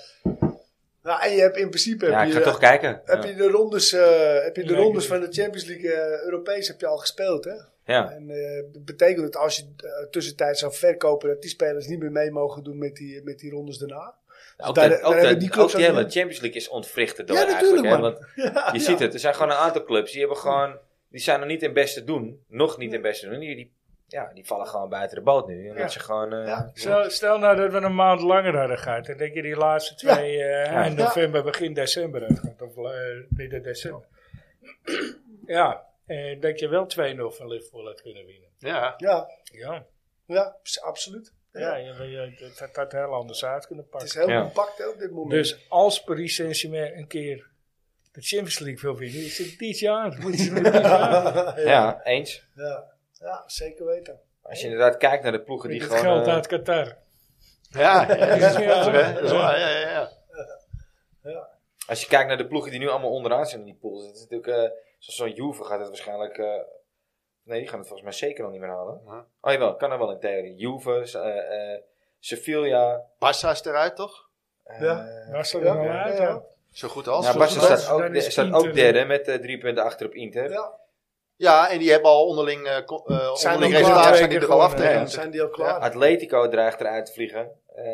Speaker 3: Nou, en je hebt in principe...
Speaker 1: ja,
Speaker 3: heb
Speaker 1: ik
Speaker 3: je, eh,
Speaker 1: ga toch kijken.
Speaker 3: Heb je de rondes, eh, heb je de
Speaker 2: Nee,
Speaker 3: rondes
Speaker 2: ik-
Speaker 3: van de Champions League eh, Europees heb je al gespeeld, hè?
Speaker 1: Ja,
Speaker 3: En eh, dat betekent dat als je eh, tussentijds zou verkopen, dat die spelers niet meer mee mogen doen met die, met die rondes daarna. Dus
Speaker 1: Ja, ook,
Speaker 3: daar-
Speaker 1: de,
Speaker 3: daar
Speaker 1: ook,
Speaker 3: hebben
Speaker 1: de-
Speaker 3: die
Speaker 1: ook
Speaker 3: clubs
Speaker 1: die
Speaker 3: ook
Speaker 1: hele
Speaker 3: niet-
Speaker 1: Champions League is ontwricht door
Speaker 3: Ja, natuurlijk,
Speaker 1: eigenlijk. hè,
Speaker 3: man.
Speaker 1: want
Speaker 3: Ja,
Speaker 1: je
Speaker 3: ja.
Speaker 1: ziet het, er zijn gewoon een aantal clubs die hebben gewoon, die zijn nog niet in beste doen, nog niet in beste doen. Die, die, ja, die vallen gewoon buiten de boot nu. Omdat
Speaker 2: Ja.
Speaker 1: ze gewoon, eh,
Speaker 3: Ja.
Speaker 2: stel, stel nou dat we een maand langer hadden gehad. Dan denk je die laatste twee eh, eind
Speaker 3: Ja.
Speaker 2: november, begin december hadden gehad. Of eh, midden december. Ja, en dat je wel 2-0 van Liverpool had kunnen winnen.
Speaker 4: Ja.
Speaker 3: Ja,
Speaker 2: Ja,
Speaker 3: ja, s- absoluut.
Speaker 2: ja.
Speaker 3: Ja.
Speaker 2: je, je, het had- had heel anders uit kunnen
Speaker 3: Het is
Speaker 2: pakken.
Speaker 3: heel
Speaker 1: Ja.
Speaker 3: compact hè, op dit moment.
Speaker 2: Dus als Paris Saint-Germain een keer de Champions League wil winnen, is het dit jaar. Moeten ze het dit jaar.
Speaker 1: ja. eens.
Speaker 3: ja. ja, zeker weten.
Speaker 1: Als je inderdaad kijkt naar de ploegen die
Speaker 2: Met het
Speaker 1: gewoon...
Speaker 2: geld
Speaker 1: eh,
Speaker 2: uit Qatar.
Speaker 4: Ja, ja, dat is een
Speaker 2: Ja.
Speaker 4: sponsor, hè. Dat is waar, ja, ja, ja.
Speaker 1: Als je kijkt naar de ploegen die nu allemaal onderaan zijn in die pool. Het is natuurlijk, eh, zoals zo'n Juve gaat het waarschijnlijk... eh, nee, die gaan het volgens mij zeker nog niet meer halen.
Speaker 4: Ja.
Speaker 1: Oh jawel, kan er wel in theorie. Juve, eh, eh, Sevilla...
Speaker 4: Barça is eruit, toch?
Speaker 1: eh,
Speaker 3: Ja.
Speaker 2: Was er
Speaker 3: Ja,
Speaker 2: wel
Speaker 3: ja,
Speaker 2: uit,
Speaker 3: ja.
Speaker 2: hoor.
Speaker 4: Zo goed als.
Speaker 1: Nou,
Speaker 4: volgens
Speaker 1: Barca
Speaker 4: mij.
Speaker 1: staat ook,
Speaker 2: Dan is
Speaker 1: staat
Speaker 2: Inter-
Speaker 1: ook derde met eh, drie punten achter op Inter.
Speaker 3: Ja,
Speaker 4: Ja, en die hebben al onderling, eh co- eh, onderling
Speaker 3: al
Speaker 4: resultaten
Speaker 3: klaar,
Speaker 4: zijn die er al af
Speaker 2: gewoon,
Speaker 4: tegen.
Speaker 3: Zijn die al klaar?
Speaker 1: Atletico dreigt eruit te vliegen. Eh,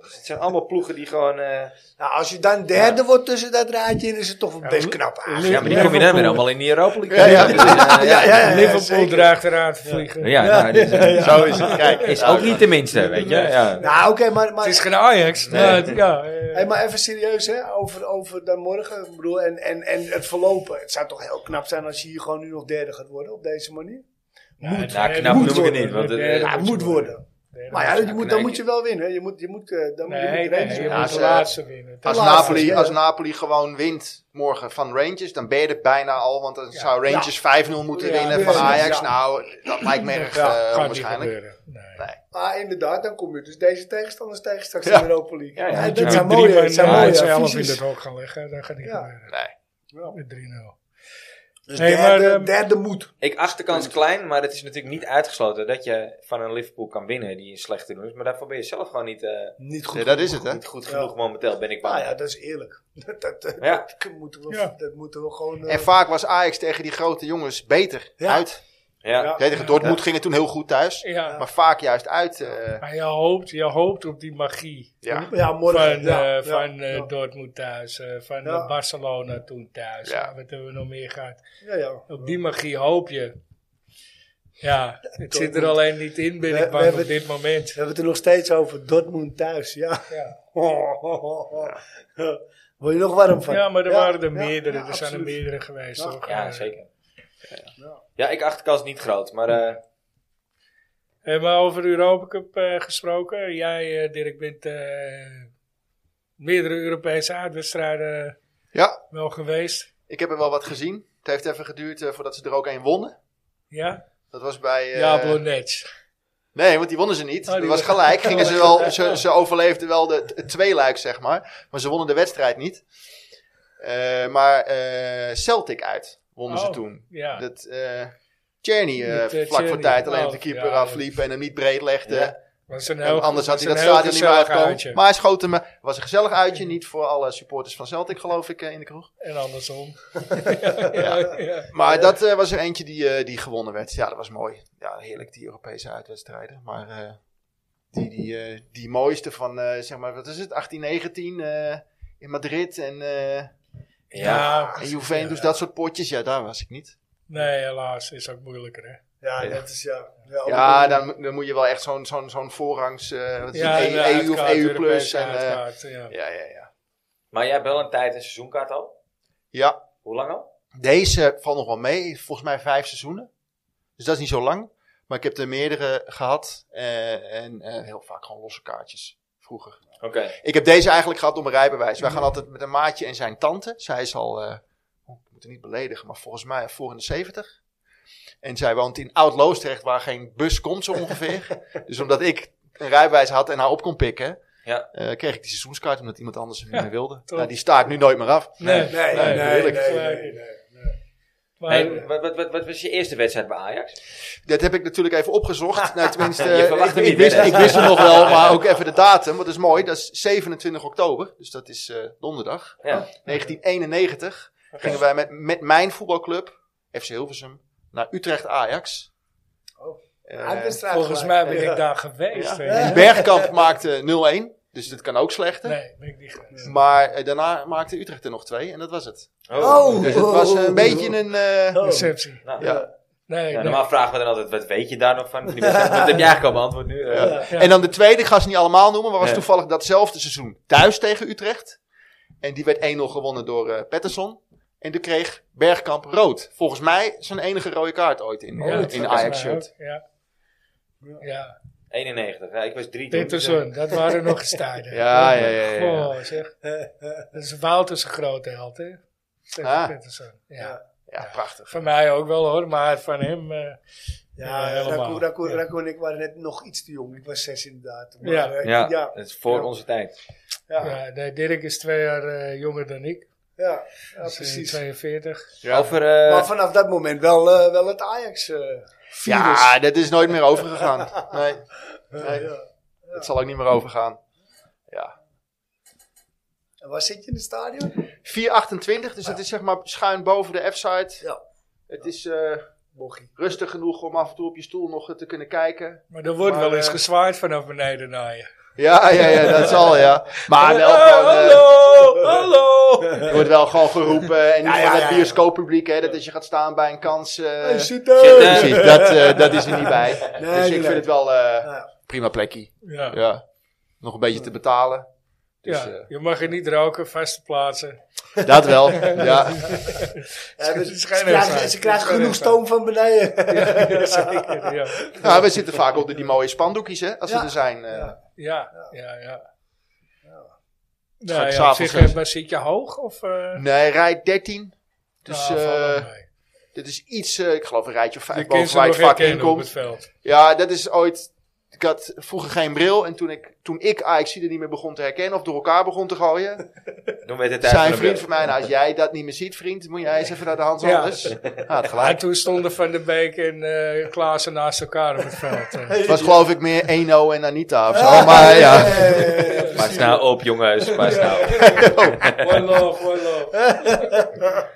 Speaker 1: dus het zijn allemaal ploegen die gewoon... eh,
Speaker 3: Nou, als je dan derde wordt tussen dat raadje, dan is het toch wel
Speaker 2: Ja,
Speaker 3: best
Speaker 2: Lu-
Speaker 3: knap. eigenlijk.
Speaker 2: Lu-
Speaker 1: ja, maar die kom je dan
Speaker 2: Liverpool.
Speaker 1: weer allemaal in die Europa League.
Speaker 4: Ja, ja.
Speaker 1: Dus, eh, ja,
Speaker 3: ja, ja,
Speaker 2: Liverpool
Speaker 3: zeker.
Speaker 2: draagt eruit vliegen.
Speaker 1: Ja, nou, dus, eh,
Speaker 4: Zo is het. Kijk,
Speaker 1: is
Speaker 4: Nou,
Speaker 1: ook niet de minste, weet je. Ja.
Speaker 3: Nou, oké, maar, maar,
Speaker 2: Het is geen Ajax.
Speaker 1: Nee.
Speaker 2: maar het- ja, eh,
Speaker 3: hey, maar even serieus, hè? Over, over dan morgen. Ik bedoel, en, en, en het verlopen. Het zou toch heel knap zijn als je hier gewoon nu nog derde gaat worden op deze manier?
Speaker 2: nou, het-
Speaker 1: nou,
Speaker 2: het
Speaker 1: knap
Speaker 2: moet
Speaker 1: noem ik het
Speaker 2: worden.
Speaker 1: niet, want het-
Speaker 2: Derde
Speaker 1: Ja,
Speaker 3: Ja, het moet worden.
Speaker 2: Derde
Speaker 3: Maar ja,
Speaker 2: moet
Speaker 3: je
Speaker 1: nee,
Speaker 3: moet, dan
Speaker 1: ik-
Speaker 3: moet je wel winnen. Je moet, je moet, eh, dan moet eh,
Speaker 2: worden.
Speaker 3: je
Speaker 2: Nee,
Speaker 3: moet
Speaker 2: nee,
Speaker 3: rennen
Speaker 2: je
Speaker 3: zijn.
Speaker 4: Ja,
Speaker 2: moet eh, de
Speaker 4: ze-
Speaker 2: laatste winnen.
Speaker 4: Als
Speaker 3: Laatste
Speaker 4: Napoli,
Speaker 3: speler.
Speaker 4: als Napoli gewoon wint morgen van Rangers, dan ben je er bijna al. Want dan zou Rangers 5-0 moeten
Speaker 2: Ja.
Speaker 4: winnen
Speaker 3: Ja.
Speaker 4: van Ajax.
Speaker 3: Ja.
Speaker 4: Nou, dat lijkt me erg
Speaker 2: Ja,
Speaker 4: eh,
Speaker 2: gaat niet
Speaker 4: onwaarschijnlijk.
Speaker 2: gebeuren. Nee.
Speaker 3: Maar Ah, inderdaad, dan kom je dus deze tegenstanders tegen straks
Speaker 4: Ja.
Speaker 3: in de Europa League.
Speaker 1: Ja, ja,
Speaker 3: Nee,
Speaker 1: dat
Speaker 3: dat eh,
Speaker 1: is
Speaker 3: zijn
Speaker 2: Drie
Speaker 3: mooie,
Speaker 2: man- eh,
Speaker 3: dat zijn
Speaker 2: ja,
Speaker 3: mooie
Speaker 2: als ze elf in
Speaker 3: visies.
Speaker 2: het hoek gaan leggen, dan gaat niet
Speaker 3: Ja.
Speaker 2: gebeuren.
Speaker 4: Nee.
Speaker 2: Met 3-0.
Speaker 3: Dus
Speaker 2: Nee, maar,
Speaker 3: derde,
Speaker 2: ehm,
Speaker 3: derde moet.
Speaker 1: Ik acht de kans klein, maar het is natuurlijk niet uitgesloten dat je van een Liverpool kan winnen die slecht te doen is. Maar daarvoor ben je zelf gewoon niet, eh,
Speaker 3: Niet goed.
Speaker 4: Ja, dat is het, hè?
Speaker 1: niet goed
Speaker 3: Ja.
Speaker 1: genoeg momenteel, ben ik bang.
Speaker 3: Nou ja, dat is eerlijk. Dat, dat, dat,
Speaker 1: Ja.
Speaker 3: dat moeten we,
Speaker 2: Ja.
Speaker 3: dat moeten we gewoon... eh,
Speaker 4: En vaak was Ajax tegen die grote jongens beter
Speaker 3: Ja.
Speaker 4: uit.
Speaker 1: Ja.
Speaker 3: Ja.
Speaker 4: Tegen Dortmund ging het toen heel goed thuis.
Speaker 2: Ja,
Speaker 4: Maar vaak juist uit. eh,
Speaker 2: maar je hoopt, je hoopt op die magie.
Speaker 4: ja.
Speaker 3: ja,
Speaker 2: Van,
Speaker 3: morgen.
Speaker 2: eh,
Speaker 3: ja, ja,
Speaker 2: van eh,
Speaker 3: ja.
Speaker 2: Dortmund thuis, eh, van
Speaker 3: Ja.
Speaker 2: eh, Barcelona toen thuis.
Speaker 4: Ja.
Speaker 2: Ja. Wat hebben we nog meer gehad?
Speaker 3: Ja, ja.
Speaker 2: Op die magie hoop je. Ja, het zit er alleen niet in, ben
Speaker 3: We-
Speaker 2: ik
Speaker 3: we
Speaker 2: bang
Speaker 3: hebben-
Speaker 2: op dit moment.
Speaker 3: We hebben het er nog steeds over Dortmund thuis, ja.
Speaker 2: Ja.
Speaker 3: Word je nog warm van?
Speaker 2: Ja, maar er
Speaker 3: Ja,
Speaker 2: waren er
Speaker 3: ja,
Speaker 2: meerdere.
Speaker 3: ja,
Speaker 2: er zijn er
Speaker 3: absoluut.
Speaker 2: meerdere geweest,
Speaker 3: Ja.
Speaker 2: toch?
Speaker 1: Ja,
Speaker 2: Eh,
Speaker 1: zeker. Ja. Ja, ik acht de kans niet groot, maar eh,
Speaker 2: Hey, maar over de Europa Cup eh, gesproken. Jij, eh, Dirk, bent eh, meerdere Europese aardwedstrijden eh,
Speaker 4: ja,
Speaker 2: wel geweest.
Speaker 4: ik heb er wel wat gezien. Het heeft even geduurd eh, voordat ze er ook één wonnen.
Speaker 2: Ja?
Speaker 4: Dat was bij... eh,
Speaker 2: Jablonec.
Speaker 4: Nee, want die wonnen ze niet.
Speaker 2: Oh,
Speaker 4: Het
Speaker 2: die
Speaker 4: was
Speaker 2: wonnen- Oh,
Speaker 4: gelijk. Gingen ze, wel, ze, ze overleefden wel de, het tweeluik, zeg maar. Maar ze wonnen de wedstrijd niet. Eh, maar eh, Celtic uit wonnen ze
Speaker 2: Oh,
Speaker 4: toen.
Speaker 2: Ja.
Speaker 4: Dat eh Tierney eh,
Speaker 2: Met, eh,
Speaker 4: vlak voor
Speaker 2: Tierney.
Speaker 4: tijd alleen op de
Speaker 2: Oh,
Speaker 4: keeper
Speaker 2: ja,
Speaker 4: afliep en hem niet breed legde.
Speaker 1: Ja.
Speaker 2: Was een
Speaker 4: En
Speaker 2: heel,
Speaker 4: anders
Speaker 2: was
Speaker 4: had hij
Speaker 2: nou, een
Speaker 4: dat
Speaker 2: heel
Speaker 4: stadion niet meer
Speaker 2: gezellig
Speaker 4: uitgekomen.
Speaker 2: uitje.
Speaker 4: Maar hij schoot hem. Het was een gezellig uitje. Niet voor alle supporters van Celtic, geloof ik, eh, in de kroeg.
Speaker 2: En andersom. ja, ja, ja.
Speaker 4: Maar dat eh, was er eentje die, eh, die gewonnen werd. Ja, dat was mooi. Ja, heerlijk, die Europese uitwedstrijden. Maar eh, die, die, eh, die mooiste van, eh, zeg maar, wat is het, 1819 eh in Madrid en, eh
Speaker 1: ja.
Speaker 4: en Juventus,
Speaker 2: ja.
Speaker 4: dat soort potjes. Ja, daar was ik niet.
Speaker 2: Nee, helaas. Is ook moeilijker, hè?
Speaker 3: Ja,
Speaker 4: Ja.
Speaker 3: dat is ja. Ja,
Speaker 2: Oh,
Speaker 4: Ja,
Speaker 3: ook-
Speaker 4: dan, mo- dan moet je wel echt zo'n zo'n zo'n voorrangs, eh, wat is het,
Speaker 2: de
Speaker 4: EU of
Speaker 2: uitkaart,
Speaker 4: EU+. Plus
Speaker 2: Europese
Speaker 4: en, eh,
Speaker 2: uitkaart, ja.
Speaker 4: ja, ja, ja.
Speaker 1: Maar jij hebt wel een tijd een seizoenkaart al.
Speaker 4: Ja,
Speaker 1: Hoe lang al?
Speaker 4: Deze valt nog wel mee. Volgens mij vijf seizoenen. Dus dat is niet zo lang. Maar ik heb er meerdere gehad. eh, en eh, heel vaak gewoon losse kaartjes. Vroeger.
Speaker 1: Oké.
Speaker 4: Ik heb deze eigenlijk gehad om mijn rijbewijs. Wij gaan altijd met een maatje en zijn tante. Zij is al, eh ik moet haar niet beledigen, maar volgens mij voor in de zeventig. En zij woont in Oud-Loosdrecht, waar geen bus komt zo ongeveer. dus omdat ik een rijbewijs had en haar op kon pikken,
Speaker 1: Ja.
Speaker 4: eh, kreeg ik die seizoenskaart omdat iemand anders hem niet
Speaker 2: Ja,
Speaker 4: meer wilde.
Speaker 2: top.
Speaker 4: Nou, die staat nu nooit meer af.
Speaker 1: Nee.
Speaker 3: Nee, nee, nee, nee,
Speaker 4: heerlijk.
Speaker 3: nee, nee.
Speaker 2: Maar,
Speaker 1: Hey, wat, wat, wat, wat was je eerste wedstrijd bij Ajax?
Speaker 4: Dat heb ik natuurlijk even opgezocht. Nou, tenminste,
Speaker 1: Je verwacht
Speaker 4: ik,
Speaker 1: hem
Speaker 4: ik
Speaker 1: niet,
Speaker 4: wist,
Speaker 1: hè?
Speaker 4: ik wist hem nog wel, maar ook even de datum. Want dat is mooi. Dat is 27 oktober. Dus dat is eh, donderdag.
Speaker 1: Ja.
Speaker 4: 1991 gingen wij met, met mijn voetbalclub, FC Hilversum, naar Utrecht Ajax.
Speaker 3: Oh.
Speaker 4: Eh,
Speaker 3: Uitwedstrijd
Speaker 2: volgens
Speaker 3: gelijk.
Speaker 2: mij ben
Speaker 3: Ja.
Speaker 2: ik daar geweest.
Speaker 4: Ja.
Speaker 2: hè.
Speaker 4: Bergkamp maakte 0-1. Dus dat kan ook slechter.
Speaker 2: Nee, ben ik niet geweest.
Speaker 4: Maar eh, daarna maakte Utrecht er nog twee. En dat was het.
Speaker 3: Oh.
Speaker 4: Dus het was een beetje een... eh,
Speaker 3: Oh.
Speaker 2: Receptie.
Speaker 1: Nou,
Speaker 4: ja.
Speaker 2: Nee,
Speaker 1: ja,
Speaker 2: nee.
Speaker 1: normaal vragen we dan altijd, wat weet je daar nog van? van die wedstrijd? Dat heb je eigenlijk al beantwoord nu. eh.
Speaker 3: Ja.
Speaker 2: Ja.
Speaker 4: En dan de tweede, ik ga ze niet allemaal noemen, maar was
Speaker 1: Nee.
Speaker 4: toevallig datzelfde seizoen thuis tegen Utrecht. En die werd 1-0 gewonnen door eh Pettersson. En toen kreeg Bergkamp rood. Volgens mij zijn enige rode kaart ooit in,
Speaker 2: Ja,
Speaker 4: eh,
Speaker 2: dat
Speaker 4: in de
Speaker 2: was
Speaker 4: Ajax
Speaker 2: mij
Speaker 4: shirt.
Speaker 2: ook, Ja. Ja,
Speaker 1: 91. Ja, ik was drie toen.
Speaker 2: Peterson, dat waren nog eens tijden.
Speaker 4: Ja, ja, ja, ja, ja.
Speaker 2: Goh, zeg. Dat is Wouters een grote held, hè? Steven
Speaker 4: Ah.
Speaker 2: Peterson. Ja.
Speaker 4: Ja, prachtig.
Speaker 2: Van mij ook wel, hoor. Maar van hem... eh,
Speaker 3: Ja,
Speaker 2: Ja,
Speaker 3: ja
Speaker 2: helemaal.
Speaker 3: Raccoon, Raccoon,
Speaker 2: Ja.
Speaker 3: Raccoon en ik waren net nog iets te jong. Ik was zes inderdaad. Maar,
Speaker 2: Ja.
Speaker 3: eh,
Speaker 1: Ja,
Speaker 3: ja,
Speaker 1: dat is voor
Speaker 3: Ja.
Speaker 1: onze tijd.
Speaker 3: ja, ja,
Speaker 2: ja, nee, Dirk is twee jaar eh, jonger dan ik.
Speaker 3: ja,
Speaker 2: Dus, eh,
Speaker 3: precies.
Speaker 2: 42.
Speaker 1: Over, eh,
Speaker 3: maar vanaf dat moment wel, eh, wel het Ajax eh virus.
Speaker 4: Ja, dat is nooit meer overgegaan. Nee,
Speaker 3: Ja,
Speaker 4: nee.
Speaker 3: ja.
Speaker 4: dat zal ook niet meer overgaan. Ja.
Speaker 3: En waar zit je in het stadion?
Speaker 4: 4,28, dus dat is zeg maar schuin boven de F-site.
Speaker 3: Ja.
Speaker 4: Het is eh,
Speaker 2: bochie.
Speaker 4: Rustig genoeg om af en toe op je stoel nog eh, te kunnen kijken.
Speaker 2: Maar er wordt
Speaker 4: Maar,
Speaker 2: wel eens
Speaker 4: eh,
Speaker 2: gezwaaid vanaf beneden naar je.
Speaker 4: Ja, ja, ja, dat zal ja. Maar wel
Speaker 2: Eh,
Speaker 4: gewoon, eh,
Speaker 2: hallo, hallo.
Speaker 4: er wordt wel gewoon geroepen. En niet
Speaker 3: Ja, ja,
Speaker 4: van het
Speaker 3: ja, ja.
Speaker 4: bioscooppubliek, hè, dat als je gaat staan bij een kans. eh,
Speaker 3: Hey, zit daar.
Speaker 1: zit daar.
Speaker 4: precies, dat, eh, dat is er niet bij.
Speaker 3: Nee,
Speaker 4: dus ik
Speaker 3: nee,
Speaker 4: vind
Speaker 3: nee.
Speaker 4: het wel eh,
Speaker 3: Ja.
Speaker 4: prima plekje.
Speaker 2: Ja. Ja.
Speaker 4: Ja. Nog een beetje te betalen. Dus eh,
Speaker 2: je mag er niet roken, vaste plaatsen.
Speaker 4: dat wel. Ja.
Speaker 3: Ja, we-
Speaker 2: Het is
Speaker 3: ze,
Speaker 2: geen
Speaker 3: krijgen,
Speaker 2: wedstrijd.
Speaker 3: ze krijgen
Speaker 2: Het is geen
Speaker 3: genoeg stoom van beneden.
Speaker 2: Ja, zeker. Ja.
Speaker 4: Nou, we zitten vaak onder die mooie spandoekjes, hè, als ze
Speaker 3: Ja.
Speaker 4: er zijn. eh.
Speaker 3: Ja.
Speaker 2: Ja, ja, ja.
Speaker 4: Ga
Speaker 2: Nou ja,
Speaker 4: ik
Speaker 2: op
Speaker 4: s'avonds
Speaker 2: zich,
Speaker 4: eens.
Speaker 2: eh, maar zit je hoog? Of, eh
Speaker 4: Nee, rij 13. Dus
Speaker 2: nou, valt wel
Speaker 4: eh,
Speaker 2: mee.
Speaker 4: dit is iets, eh, ik geloof een rijtje of
Speaker 2: je
Speaker 4: vijf
Speaker 2: kunt
Speaker 4: boven
Speaker 2: ze
Speaker 4: waar je
Speaker 2: nog
Speaker 4: het vak
Speaker 2: herkennen op
Speaker 4: inkomt.
Speaker 2: het veld.
Speaker 4: Ja, dat is ooit. Ik had vroeger geen bril en toen ik, toen ik AXC er niet meer begon te herkennen of door elkaar begon te gooien,
Speaker 1: Toen werd het tijd
Speaker 4: zei een
Speaker 1: voor de
Speaker 4: vriend van mij: nou, als jij dat niet meer ziet, vriend, moet jij eens even naar de Hans
Speaker 2: Ja.
Speaker 4: Anders. Ja, het
Speaker 2: Maar
Speaker 4: gelijk.
Speaker 2: toen stonden Van der Beek en eh Klaassen naast elkaar op het veld. eh.
Speaker 4: Het was geloof ik meer Eno en Anita of
Speaker 1: Ah,
Speaker 4: zo, maar ja.
Speaker 1: bril. Pas nou op, jongens. Pas nou op.
Speaker 2: One love, one love.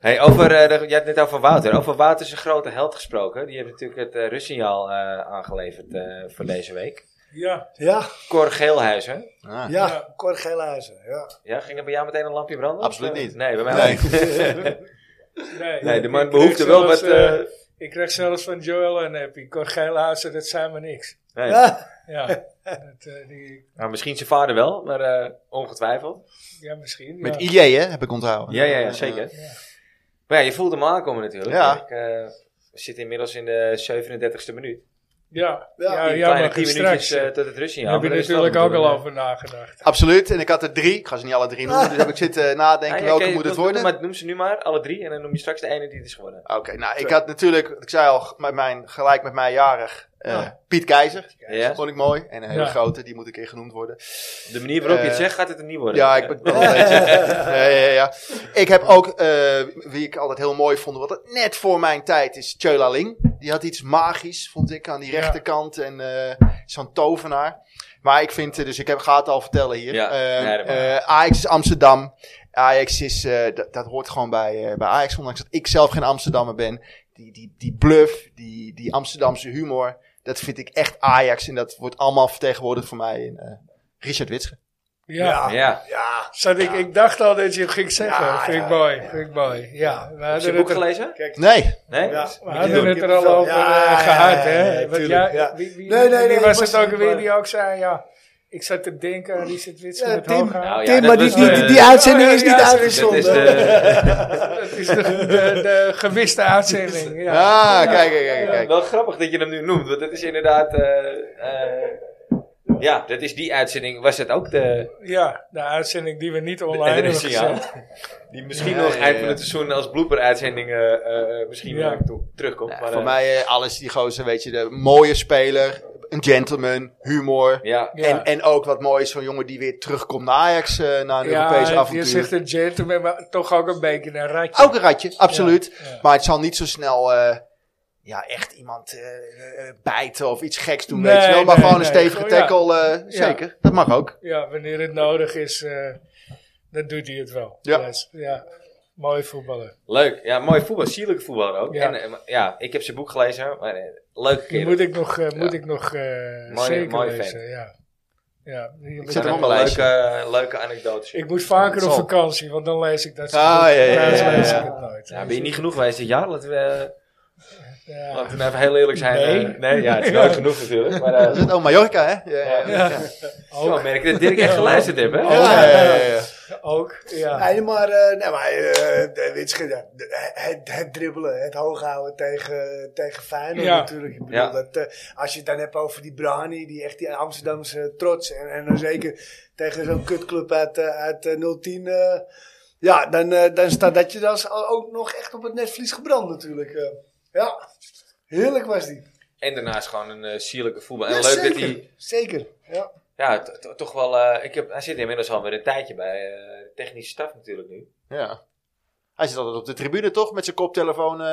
Speaker 1: Hey, over, eh, de- je had het net over Wouter. Over Wouter zijn grote held gesproken. Die heeft natuurlijk het eh rustsignaal eh, aangeleverd eh, voor deze week.
Speaker 2: Ja,
Speaker 3: Ja,
Speaker 1: Cor Geelhuizen.
Speaker 4: Ah.
Speaker 2: Ja.
Speaker 3: ja, Cor Geelhuizen. Ja.
Speaker 1: Ja, ging er bij jou meteen een lampje branden?
Speaker 4: Absoluut
Speaker 1: Of, eh,
Speaker 4: niet.
Speaker 1: Nee, bij mij
Speaker 4: Nee.
Speaker 1: ook niet.
Speaker 2: nee.
Speaker 1: nee, de
Speaker 2: Ik
Speaker 1: man
Speaker 2: kreeg
Speaker 1: behoefte wel
Speaker 2: zelfs,
Speaker 1: wat...
Speaker 2: eh,
Speaker 1: eh,
Speaker 2: ik kreeg zelfs van Joel en Happy. Cor Geilhazen, dat zijn me niks.
Speaker 1: nee.
Speaker 3: Ja.
Speaker 2: Ja, dat, eh, die,
Speaker 1: Nou, misschien zijn vader wel, maar eh, ongetwijfeld.
Speaker 2: ja misschien.
Speaker 4: Met
Speaker 2: ja.
Speaker 4: IJ, hè, heb ik onthouden.
Speaker 1: Ja, ja, ja zeker.
Speaker 2: Ja.
Speaker 1: Maar ja, je voelt hem aankomen natuurlijk.
Speaker 4: Ja.
Speaker 1: Ik, eh, we zitten inmiddels in de 37e minuut.
Speaker 2: Ja,
Speaker 3: Ja,
Speaker 2: ja,
Speaker 1: In
Speaker 2: ja,
Speaker 1: kleine
Speaker 2: maar
Speaker 1: 10
Speaker 2: straks
Speaker 1: minuutjes eh,
Speaker 2: eh,
Speaker 1: tot het rustsignaal.
Speaker 2: heb je
Speaker 1: Maar dat is
Speaker 2: natuurlijk
Speaker 1: wel
Speaker 2: ook al
Speaker 1: bedoeld,
Speaker 2: over nagedacht.
Speaker 4: Eh, Absoluut, en ik had er drie. Ik ga ze niet alle drie noemen, dus heb ik zitten
Speaker 1: hè.
Speaker 4: nadenken
Speaker 1: Ah. Ja,
Speaker 4: welke
Speaker 1: oké,
Speaker 4: moet het
Speaker 1: doe-
Speaker 4: worden.
Speaker 1: Maar noem ze nu maar, alle drie. En dan noem je straks de ene die het is geworden.
Speaker 4: Oké, nou ik had natuurlijk, ik zei al, met mijn, gelijk met mij jarig, eh, Piet Keizer.
Speaker 1: Ja.
Speaker 4: Vond ik mooi. En een hele
Speaker 2: Ja.
Speaker 4: grote, die moet een keer genoemd worden.
Speaker 1: De manier waarop je het
Speaker 4: Eh,
Speaker 1: zegt, gaat het er niet worden.
Speaker 4: Ja, ik ben wel een beetje. Ja, ja, ja. Ik heb ook, eh, wie ik altijd heel mooi vond, wat het net voor mijn tijd is, Chola Ling. Die had iets magisch, vond ik, aan die
Speaker 2: Ja.
Speaker 4: rechterkant. En eh, zo'n tovenaar. Maar ik vind, eh, dus ik heb, ga het al vertellen hier.
Speaker 1: Ja,
Speaker 4: Eh,
Speaker 1: ja, dat mag.
Speaker 4: eh, Ajax is Amsterdam. Ajax is, eh, dat, dat hoort gewoon bij, eh, bij Ajax, ondanks dat ik zelf geen Amsterdammer ben. Die, die, die bluff, die, die Amsterdamse humor, dat vind ik echt Ajax. En dat wordt allemaal vertegenwoordigd voor mij in eh, Richard Witsche.
Speaker 2: Ja.
Speaker 1: Ja,
Speaker 3: Ja.
Speaker 2: Zat ik, ik dacht al dat je het ging zeggen.
Speaker 3: Ja,
Speaker 2: vind ik
Speaker 3: ja,
Speaker 2: mooi, vind ik mooi. Ja, we
Speaker 1: heb je
Speaker 2: hadden
Speaker 1: het boek
Speaker 2: het er,
Speaker 1: gelezen?
Speaker 4: Nee,
Speaker 1: Nee?
Speaker 3: Ja.
Speaker 2: we
Speaker 3: Ik
Speaker 2: hadden
Speaker 3: heb
Speaker 2: het er al
Speaker 3: kippenvel.
Speaker 2: over eh,
Speaker 3: Ja, ja,
Speaker 2: gehad,
Speaker 3: ja,
Speaker 2: hè?
Speaker 3: ja,
Speaker 2: Want jij-
Speaker 3: tuurlijk, ja.
Speaker 2: Wie, wie,
Speaker 3: Nee, nee,
Speaker 2: wie
Speaker 3: nee,
Speaker 2: was
Speaker 3: ik
Speaker 2: het
Speaker 3: was
Speaker 2: ook
Speaker 3: er
Speaker 2: weer
Speaker 3: niet
Speaker 2: die ook zei, ja, ik zat te denken aan Richard Witsen
Speaker 3: Ja,
Speaker 2: met
Speaker 3: Tim.
Speaker 2: Hooghaar.
Speaker 1: Nou, ja,
Speaker 3: Tim,
Speaker 1: dat
Speaker 3: maar die,
Speaker 1: was
Speaker 3: die,
Speaker 1: de-
Speaker 3: die, die uitzending
Speaker 2: eh, ja,
Speaker 3: is
Speaker 2: ja,
Speaker 3: niet
Speaker 2: ja,
Speaker 1: Dat
Speaker 3: uitgezonden.
Speaker 1: is
Speaker 2: eh,
Speaker 1: de...
Speaker 2: Dat is de, de, de gewiste uitzending. Ja.
Speaker 4: Ah, kijk, kijk, kijk, kijk.
Speaker 1: Wel grappig dat je hem nu noemt, want dat is inderdaad... eh, eh, ja, dat is die uitzending. Was het ook de...
Speaker 2: Ja, de uitzending die we niet
Speaker 1: de-
Speaker 2: online
Speaker 1: de
Speaker 2: hebben
Speaker 1: rustsignaal?
Speaker 2: gezet.
Speaker 1: Die misschien
Speaker 4: Ja,
Speaker 1: nog
Speaker 4: ja,
Speaker 1: eind
Speaker 4: ja.
Speaker 1: van het seizoen als blooper-uitzending eh, eh, eh, misschien
Speaker 2: Ja.
Speaker 1: nog toe, terugkomt. maar,
Speaker 4: voor
Speaker 1: eh,
Speaker 4: mij eh, alles die gozer, weet je, de mooie speler, een gentleman, humor.
Speaker 1: Ja,
Speaker 2: Ja.
Speaker 4: En, en ook wat mooi is, zo'n jongen die weer terugkomt naar Ajax, eh, na een Europese
Speaker 2: Ja, je
Speaker 4: avontuur.
Speaker 2: zegt een gentleman, maar toch ook een beetje een ratje.
Speaker 4: Ook een ratje, absoluut.
Speaker 2: Ja.
Speaker 4: Maar het zal niet zo snel eh, ja, echt iemand eh, eh, bijten of iets geks doen,
Speaker 2: Nee,
Speaker 4: weet je wel. Maar
Speaker 2: nee,
Speaker 4: gewoon een
Speaker 2: nee.
Speaker 4: stevige
Speaker 2: Gewoon, ja.
Speaker 4: tackle, eh,
Speaker 2: Ja.
Speaker 4: zeker. Dat mag ook.
Speaker 2: Ja, wanneer het nodig is, eh, dan doet hij het wel.
Speaker 4: Ja.
Speaker 2: Dus, ja. Mooi voetballer.
Speaker 1: leuk. Ja, mooi voetbal. Sierlijke voetbal ook.
Speaker 2: Ja.
Speaker 1: En, eh, maar- ja, ik heb zijn boek gelezen. Maar, eh, leuke
Speaker 2: Die
Speaker 1: keer.
Speaker 2: moet ik nog, eh, moet
Speaker 4: Ja.
Speaker 2: ik nog eh,
Speaker 1: Mooi-
Speaker 2: zeker
Speaker 1: mooi
Speaker 2: lezen. Ja. Ja. die-
Speaker 4: zet hem op
Speaker 1: een
Speaker 4: mijn lijstje.
Speaker 1: leuke, eh, leuke anekdotes. in.
Speaker 2: ik moet vaker op
Speaker 4: Zal.
Speaker 2: vakantie, want dan lees ik dat.
Speaker 4: Ah, ja, ja,
Speaker 2: Thuis
Speaker 1: ja,
Speaker 2: lees
Speaker 1: ja.
Speaker 2: ik het nooit.
Speaker 1: Ja, ben je niet genoeg geweest dit jaar? Laten we, eh,
Speaker 2: Ja.
Speaker 1: laten we nou even heel eerlijk zijn.
Speaker 2: Nee.
Speaker 1: eh, nee ja, het is
Speaker 2: Ja.
Speaker 1: nooit genoeg natuurlijk. Maar eh
Speaker 4: Dat is het, oh, Mallorca, hè? Ja, ja, ja.
Speaker 2: Ja.
Speaker 1: zo
Speaker 2: Ook,
Speaker 1: merk ik dat Dirk echt geluisterd heeft. Hè?
Speaker 2: Ja.
Speaker 4: Ja, ja, ja, ja.
Speaker 2: ook, ja.
Speaker 3: Nee, maar, eh, nee, maar eh, de Witsche, ja, de- het, het dribbelen, het hooghouden tegen, tegen Feyenoord
Speaker 2: Ja.
Speaker 3: natuurlijk. Ik bedoel,
Speaker 1: Ja.
Speaker 3: dat, eh, als je het dan hebt over die Brani, die echt die Amsterdamse trots. En, en dan zeker tegen zo'n kutclub uit, eh, uit eh, 010. eh, ja, dan, eh, dan staat dat je dan ook nog echt op het netvlies gebrand natuurlijk. eh. ja, heerlijk was die.
Speaker 1: En daarnaast gewoon een eh, sierlijke voetbal. En
Speaker 3: Ja,
Speaker 1: leuk
Speaker 3: zeker.
Speaker 1: dat hij...
Speaker 3: Zezeker, ja.
Speaker 1: Ja, to- to- toch wel... eh, ik heb, hij zit inmiddels alweer een tijdje bij eh, de technische staf natuurlijk nu.
Speaker 4: Ja. Hij zit altijd op de tribune, toch? Met zijn koptelefoon eh,